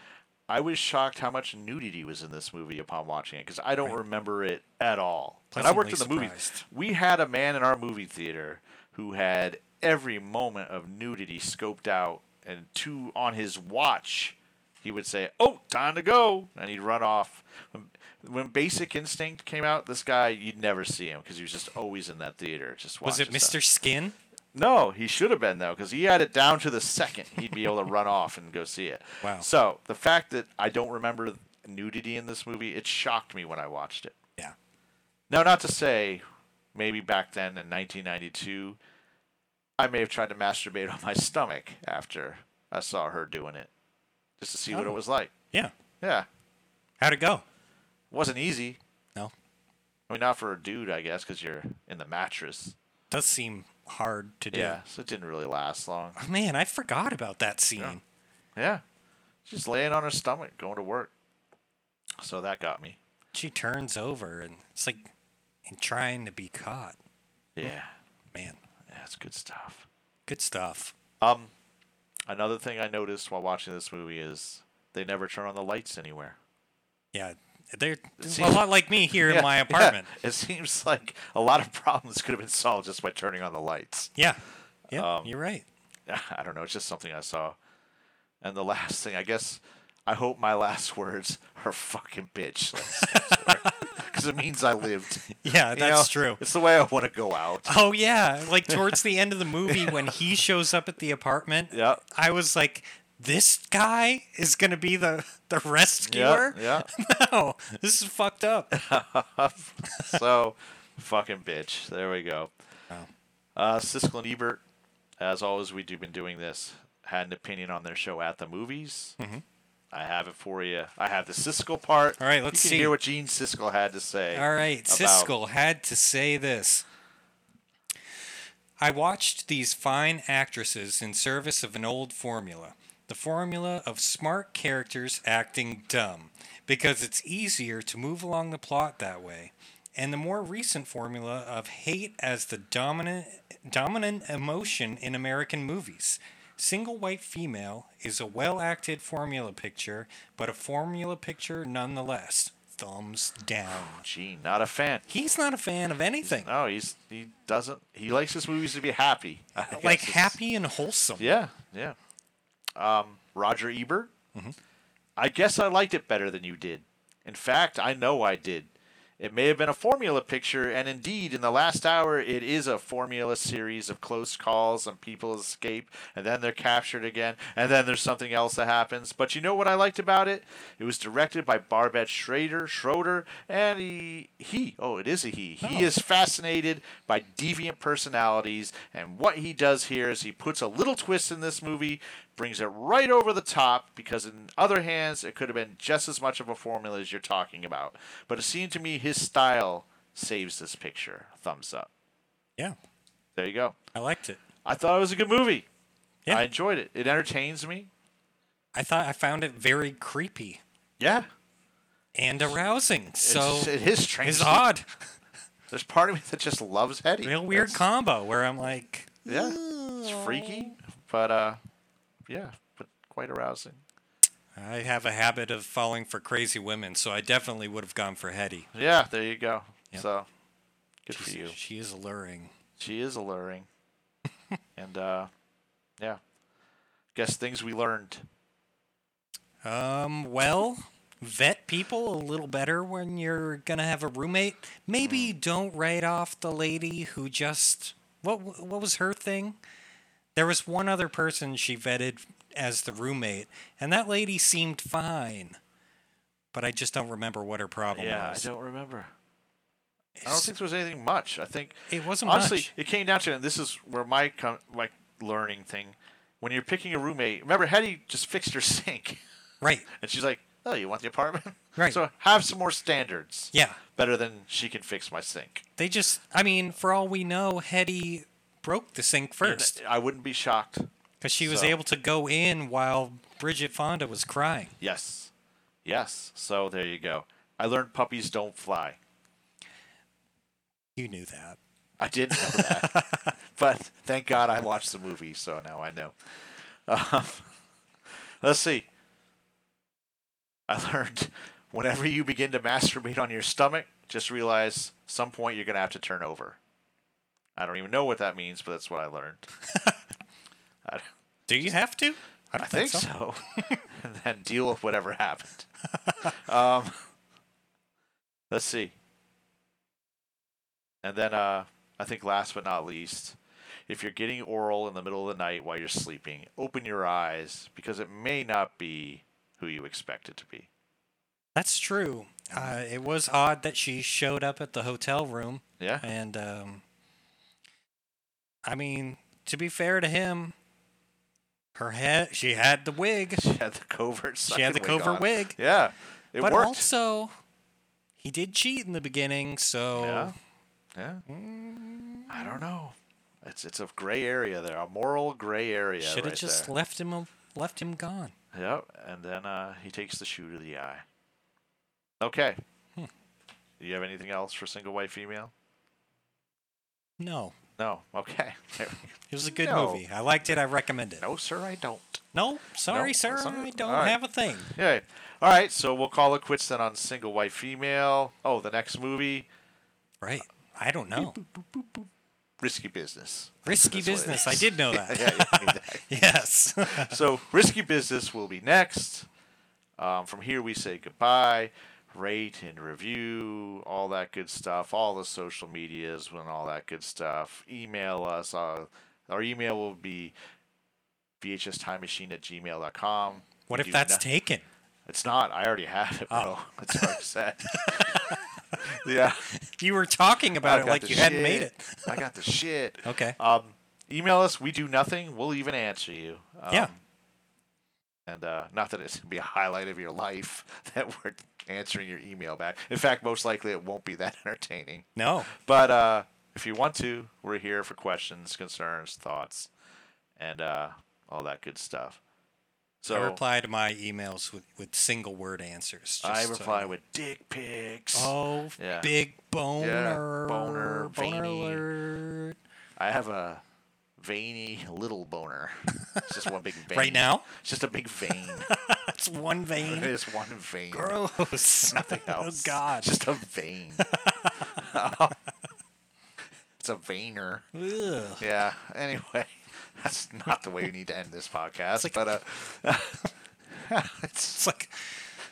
[SPEAKER 3] I was shocked how much nudity was in this movie upon watching it because I don't remember it at all. And I worked in the
[SPEAKER 4] Pleasantly
[SPEAKER 3] movie. We had a man in our movie theater who had every moment of nudity scoped out, and two on his watch. He would say, "Oh, time to go," and he'd run off. When, when Basic Instinct came out, this guy you'd never see him because he was just always in that theater, just
[SPEAKER 4] Was it
[SPEAKER 3] watching stuff.
[SPEAKER 4] Mr. Skin?
[SPEAKER 3] No, he should have been though, because he had it down to the second he'd be able to run off and go see it.
[SPEAKER 4] Wow.
[SPEAKER 3] So the fact that I don't remember nudity in this movie, it shocked me when I watched it.
[SPEAKER 4] Yeah.
[SPEAKER 3] Now, not to say, maybe back then in 1992, I may have tried to masturbate on my stomach after I saw her doing it, just to see what
[SPEAKER 4] Oh.
[SPEAKER 3] it was like.
[SPEAKER 4] Yeah.
[SPEAKER 3] Yeah.
[SPEAKER 4] How'd it go?
[SPEAKER 3] Wasn't easy.
[SPEAKER 4] No.
[SPEAKER 3] I mean, not for a dude, I guess, because you're in the mattress.
[SPEAKER 4] Does seem hard to do. Oh,
[SPEAKER 3] Yeah. So it didn't really last long.
[SPEAKER 4] Man, I forgot about that scene.
[SPEAKER 3] Yeah. She's laying on her stomach going to work. So that got me.
[SPEAKER 4] She turns over and it's like and trying to be caught.
[SPEAKER 3] Yeah.
[SPEAKER 4] Man.
[SPEAKER 3] That's good stuff.
[SPEAKER 4] Good stuff.
[SPEAKER 3] Um another thing I noticed while watching this movie is they never turn on the lights anywhere.
[SPEAKER 4] Yeah. They're
[SPEAKER 3] seems-
[SPEAKER 4] a lot like me here
[SPEAKER 3] Yeah,
[SPEAKER 4] in my
[SPEAKER 3] yeah.
[SPEAKER 4] apartment.
[SPEAKER 3] It seems like a lot of problems could have been solved just by turning on the lights.
[SPEAKER 4] Yeah. Yeah.
[SPEAKER 3] Um,
[SPEAKER 4] you're right.
[SPEAKER 3] I don't know, it's just something I saw. And the last thing, I guess I hope my last words are fucking bitch. Because it means I lived.
[SPEAKER 4] Yeah,
[SPEAKER 3] You
[SPEAKER 4] that's
[SPEAKER 3] know,
[SPEAKER 4] true.
[SPEAKER 3] It's the way I want to go out.
[SPEAKER 4] Oh yeah, like towards the end of the movie when he shows up at the apartment.
[SPEAKER 3] Yeah.
[SPEAKER 4] I was like, this guy is gonna be the the rescuer.
[SPEAKER 3] yeah.
[SPEAKER 4] no, this is fucked up.
[SPEAKER 3] so, fucking bitch. There we go. Uh, Siskel and Ebert, as always, we've been doing this, had an opinion on their show at the movies.
[SPEAKER 4] Mhm.
[SPEAKER 3] I have it for you. I have the Siskel part. All right,
[SPEAKER 4] let's
[SPEAKER 3] you can
[SPEAKER 4] see.
[SPEAKER 3] hear what Gene Siskel had to say.
[SPEAKER 4] All right,
[SPEAKER 3] about-
[SPEAKER 4] Siskel had to say this. I watched these fine actresses in service of an old formula the formula of smart characters acting dumb, because it's easier to move along the plot that way, and the more recent formula of hate as the dominant, dominant emotion in American movies. Single white female is a well acted formula picture, but a formula picture nonetheless. Thumbs down.
[SPEAKER 3] Gene, not a fan.
[SPEAKER 4] He's not a fan of anything.
[SPEAKER 3] No, he's he doesn't. He likes his movies to be happy. I guess
[SPEAKER 4] like
[SPEAKER 3] it's-
[SPEAKER 4] happy and wholesome.
[SPEAKER 3] Yeah, yeah. Um, Roger Ebert. I guess I liked it better than you did. In fact, I know I did. It may have been a formula picture, and indeed, in the last hour, it is a formula series of close calls and people escape, and then they're captured again, and then there's something else that happens. But you know what I liked about it? It was directed by Barbet Schrader, Schroeder, and he, he oh, it is a he. He is fascinated by deviant personalities, and what he does here is he puts a little twist in this movie, brings it right over the top because in other hands it could have been just as much of a formula as you're talking about but it seemed to me his style saves this picture thumbs up
[SPEAKER 4] Yeah.
[SPEAKER 3] there you go
[SPEAKER 4] I liked it.
[SPEAKER 3] i thought it was a good movie
[SPEAKER 4] Yeah.
[SPEAKER 3] i enjoyed it it entertains me
[SPEAKER 4] I thought I found it very creepy
[SPEAKER 3] yeah
[SPEAKER 4] and arousing. So
[SPEAKER 3] it is strange.
[SPEAKER 4] It's odd.
[SPEAKER 3] there's part of me that just loves hetty
[SPEAKER 4] Real weird
[SPEAKER 3] That's-
[SPEAKER 4] combo where I'm like,
[SPEAKER 3] yeah it's freaky but uh yeah but quite arousing
[SPEAKER 4] I have a habit of falling for crazy women, so I definitely would have gone for Hetty.
[SPEAKER 3] yeah there you go
[SPEAKER 4] Yep.
[SPEAKER 3] so good for
[SPEAKER 4] She's-
[SPEAKER 3] you
[SPEAKER 4] She is alluring.
[SPEAKER 3] She is alluring. and uh yeah. Guess things we learned.
[SPEAKER 4] Um, well, vet people a little better when you're gonna have a roommate. Maybe
[SPEAKER 3] Mm.
[SPEAKER 4] don't write off the lady who just what what was her thing? There was one other person she vetted as the roommate, and that lady seemed fine. But I just don't remember what her problem
[SPEAKER 3] yeah, I
[SPEAKER 4] was.
[SPEAKER 3] don't remember. I don't think there was anything much. I think
[SPEAKER 4] It wasn't
[SPEAKER 3] honestly.
[SPEAKER 4] much.
[SPEAKER 3] It came down to, and this is where my com- my learning thing. When you're picking a roommate, remember Hetty just fixed her sink,
[SPEAKER 4] right?
[SPEAKER 3] And she's like, "Oh, you want the apartment?
[SPEAKER 4] Right.
[SPEAKER 3] So have some more standards.
[SPEAKER 4] Yeah.
[SPEAKER 3] Better than she can fix my sink.
[SPEAKER 4] They just, I mean, for all we know, Hetty broke the sink first
[SPEAKER 3] I wouldn't be shocked.
[SPEAKER 4] because she was
[SPEAKER 3] so-
[SPEAKER 4] able to go in while Bridget Fonda was crying.
[SPEAKER 3] Yes. Yes. So there you go. I learned puppies don't fly.
[SPEAKER 4] You knew that.
[SPEAKER 3] I did know that, but thank God I watched the movie, so now I know. Um, let's see. I learned whenever you begin to masturbate on your stomach, just realize some point you're gonna have to turn over. I don't even know what that means, but that's what I learned. I,
[SPEAKER 4] Do you have to?
[SPEAKER 3] I,
[SPEAKER 4] don't
[SPEAKER 3] think, so. and then deal with whatever happened. um, let's see. And then uh, I think last but not least, if you're getting oral in the middle of the night while you're sleeping, open your eyes because it may not be who you expect it to be.
[SPEAKER 4] That's true. Uh, it was odd that she showed up at the hotel room.
[SPEAKER 3] Yeah.
[SPEAKER 4] And, um, I mean, to be fair to him, her head, she had the wig.
[SPEAKER 3] She had the covert.
[SPEAKER 4] She had the
[SPEAKER 3] sucking wig
[SPEAKER 4] covert
[SPEAKER 3] on.
[SPEAKER 4] wig.
[SPEAKER 3] Yeah, it
[SPEAKER 4] but
[SPEAKER 3] worked.
[SPEAKER 4] also, he did cheat in the beginning, so.
[SPEAKER 3] Yeah. Yeah.
[SPEAKER 4] Mm.
[SPEAKER 3] I don't know. It's it's a gray area there, a moral gray area.
[SPEAKER 4] Should have
[SPEAKER 3] right
[SPEAKER 4] just
[SPEAKER 3] there.
[SPEAKER 4] left him a- left him gone.
[SPEAKER 3] Yep, and then uh, he takes the shoe to the eye. Okay.
[SPEAKER 4] Hmm.
[SPEAKER 3] Do you have anything else for single white female?
[SPEAKER 4] No,
[SPEAKER 3] No. Okay. There we go.
[SPEAKER 4] it was a good
[SPEAKER 3] No.
[SPEAKER 4] movie. I liked it. I recommend it.
[SPEAKER 3] No, sir, I don't.
[SPEAKER 4] No, sorry,
[SPEAKER 3] No,
[SPEAKER 4] sir,
[SPEAKER 3] that's not
[SPEAKER 4] I
[SPEAKER 3] it.
[SPEAKER 4] don't
[SPEAKER 3] All right.
[SPEAKER 4] have a thing.
[SPEAKER 3] Yeah. All right, so we'll call it quits then on single white female. Oh, the next movie,
[SPEAKER 4] Right? I don't know.
[SPEAKER 3] Risky Business.
[SPEAKER 4] Risky
[SPEAKER 3] That's what it
[SPEAKER 4] business. I
[SPEAKER 3] is.
[SPEAKER 4] did know that.
[SPEAKER 3] yeah, yeah, exactly.
[SPEAKER 4] yes.
[SPEAKER 3] so risky business will be next. Um, from here we say goodbye. Rate and review, all that good stuff. All the social medias and all that good stuff. Email us. Uh, our email will be vhstimemachine at gmail.com.
[SPEAKER 4] what
[SPEAKER 3] We
[SPEAKER 4] if
[SPEAKER 3] do
[SPEAKER 4] that's
[SPEAKER 3] not-
[SPEAKER 4] taken?
[SPEAKER 3] It's not. I already had it, bro.
[SPEAKER 4] Oh.
[SPEAKER 3] It's hard to say. yeah.
[SPEAKER 4] You were talking
[SPEAKER 3] I
[SPEAKER 4] about it
[SPEAKER 3] got
[SPEAKER 4] like
[SPEAKER 3] the
[SPEAKER 4] you hadn't made
[SPEAKER 3] shit.
[SPEAKER 4] it.
[SPEAKER 3] I got the shit.
[SPEAKER 4] Okay.
[SPEAKER 3] Um, email us. We do nothing. We'll even answer you. Um,
[SPEAKER 4] Yeah.
[SPEAKER 3] And uh, not that it's going to be a highlight of your life that we're answering your email back. In fact, most likely it won't be that entertaining.
[SPEAKER 4] No.
[SPEAKER 3] But uh, if you want to, we're here for questions, concerns, thoughts, and uh, all that good stuff. So
[SPEAKER 4] I reply to my emails with, with single word answers.
[SPEAKER 3] I
[SPEAKER 4] just, uh,
[SPEAKER 3] reply with dick pics.
[SPEAKER 4] Oh,
[SPEAKER 3] Yeah.
[SPEAKER 4] big boner, boner
[SPEAKER 3] boner, veiny.
[SPEAKER 4] alert.
[SPEAKER 3] I have a veiny little boner. It's just one big vein.
[SPEAKER 4] Right now?
[SPEAKER 3] It's just a big vein.
[SPEAKER 4] It's one vein.
[SPEAKER 3] it's one vein.
[SPEAKER 4] Gross.
[SPEAKER 3] Nothing else.
[SPEAKER 4] Oh God.
[SPEAKER 3] Just a vein. it's a veiner.
[SPEAKER 4] Ugh.
[SPEAKER 3] Yeah. Anyway, that's not the way we need to end this podcast. but uh, it's
[SPEAKER 4] It's like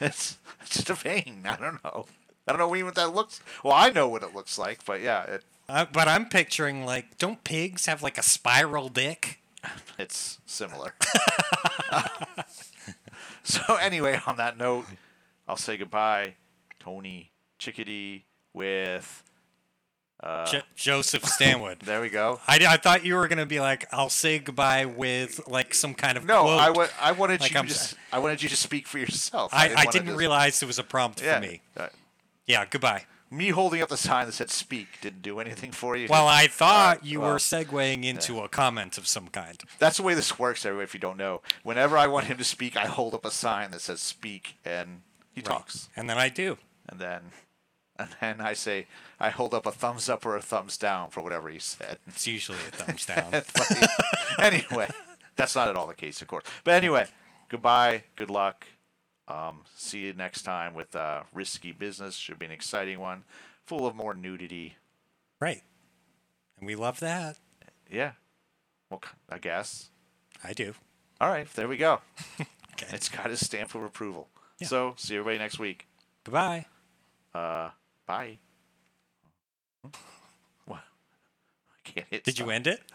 [SPEAKER 3] it's it's just a vein. I don't know. I don't know even what that looks. Well, I know what it looks like, but yeah, it
[SPEAKER 4] Uh, but I'm picturing like, don't pigs have like a spiral dick?
[SPEAKER 3] it's similar. so anyway, on that note, I'll say goodbye, Tony Chickadee with Uh.
[SPEAKER 4] jo- Joseph Stanwood.
[SPEAKER 3] there we go.
[SPEAKER 4] I, I thought you were gonna be like, I'll say goodbye with like some kind of
[SPEAKER 3] No,
[SPEAKER 4] quote.
[SPEAKER 3] I wa- I wanted
[SPEAKER 4] Like
[SPEAKER 3] you
[SPEAKER 4] I'm
[SPEAKER 3] to
[SPEAKER 4] s-
[SPEAKER 3] just I wanted you to speak for yourself.
[SPEAKER 4] I, I
[SPEAKER 3] wanna
[SPEAKER 4] didn't
[SPEAKER 3] just-
[SPEAKER 4] realize it was a prompt
[SPEAKER 3] yeah,
[SPEAKER 4] for me.
[SPEAKER 3] uh,
[SPEAKER 4] Yeah, goodbye.
[SPEAKER 3] me holding up the sign that said "speak" didn't do anything for you.
[SPEAKER 4] Well, I thought you
[SPEAKER 3] well,
[SPEAKER 4] were segueing into a comment of some kind.
[SPEAKER 3] That's the way this works, everyone. If you don't know, whenever I want him to speak, I hold up a sign that says "speak," and he talks.
[SPEAKER 4] And then I do.
[SPEAKER 3] and then and then I say I hold up a thumbs up or a thumbs down for whatever he said.
[SPEAKER 4] It's usually a thumbs down.
[SPEAKER 3] Like, anyway, that's not at all the case, of course. But anyway, goodbye, good luck. Um, see you next time with uh, risky business. Should be an exciting one, full of more nudity.
[SPEAKER 4] right. And we love that.
[SPEAKER 3] Yeah, well, c- I guess.
[SPEAKER 4] I do.
[SPEAKER 3] All right, there we go.
[SPEAKER 4] Okay.
[SPEAKER 3] It's got his stamp of approval.
[SPEAKER 4] Yeah.
[SPEAKER 3] So see everybody next week.
[SPEAKER 4] Goodbye.
[SPEAKER 3] Uh, bye. What? I can't hit.
[SPEAKER 4] Hmm? Did you end it?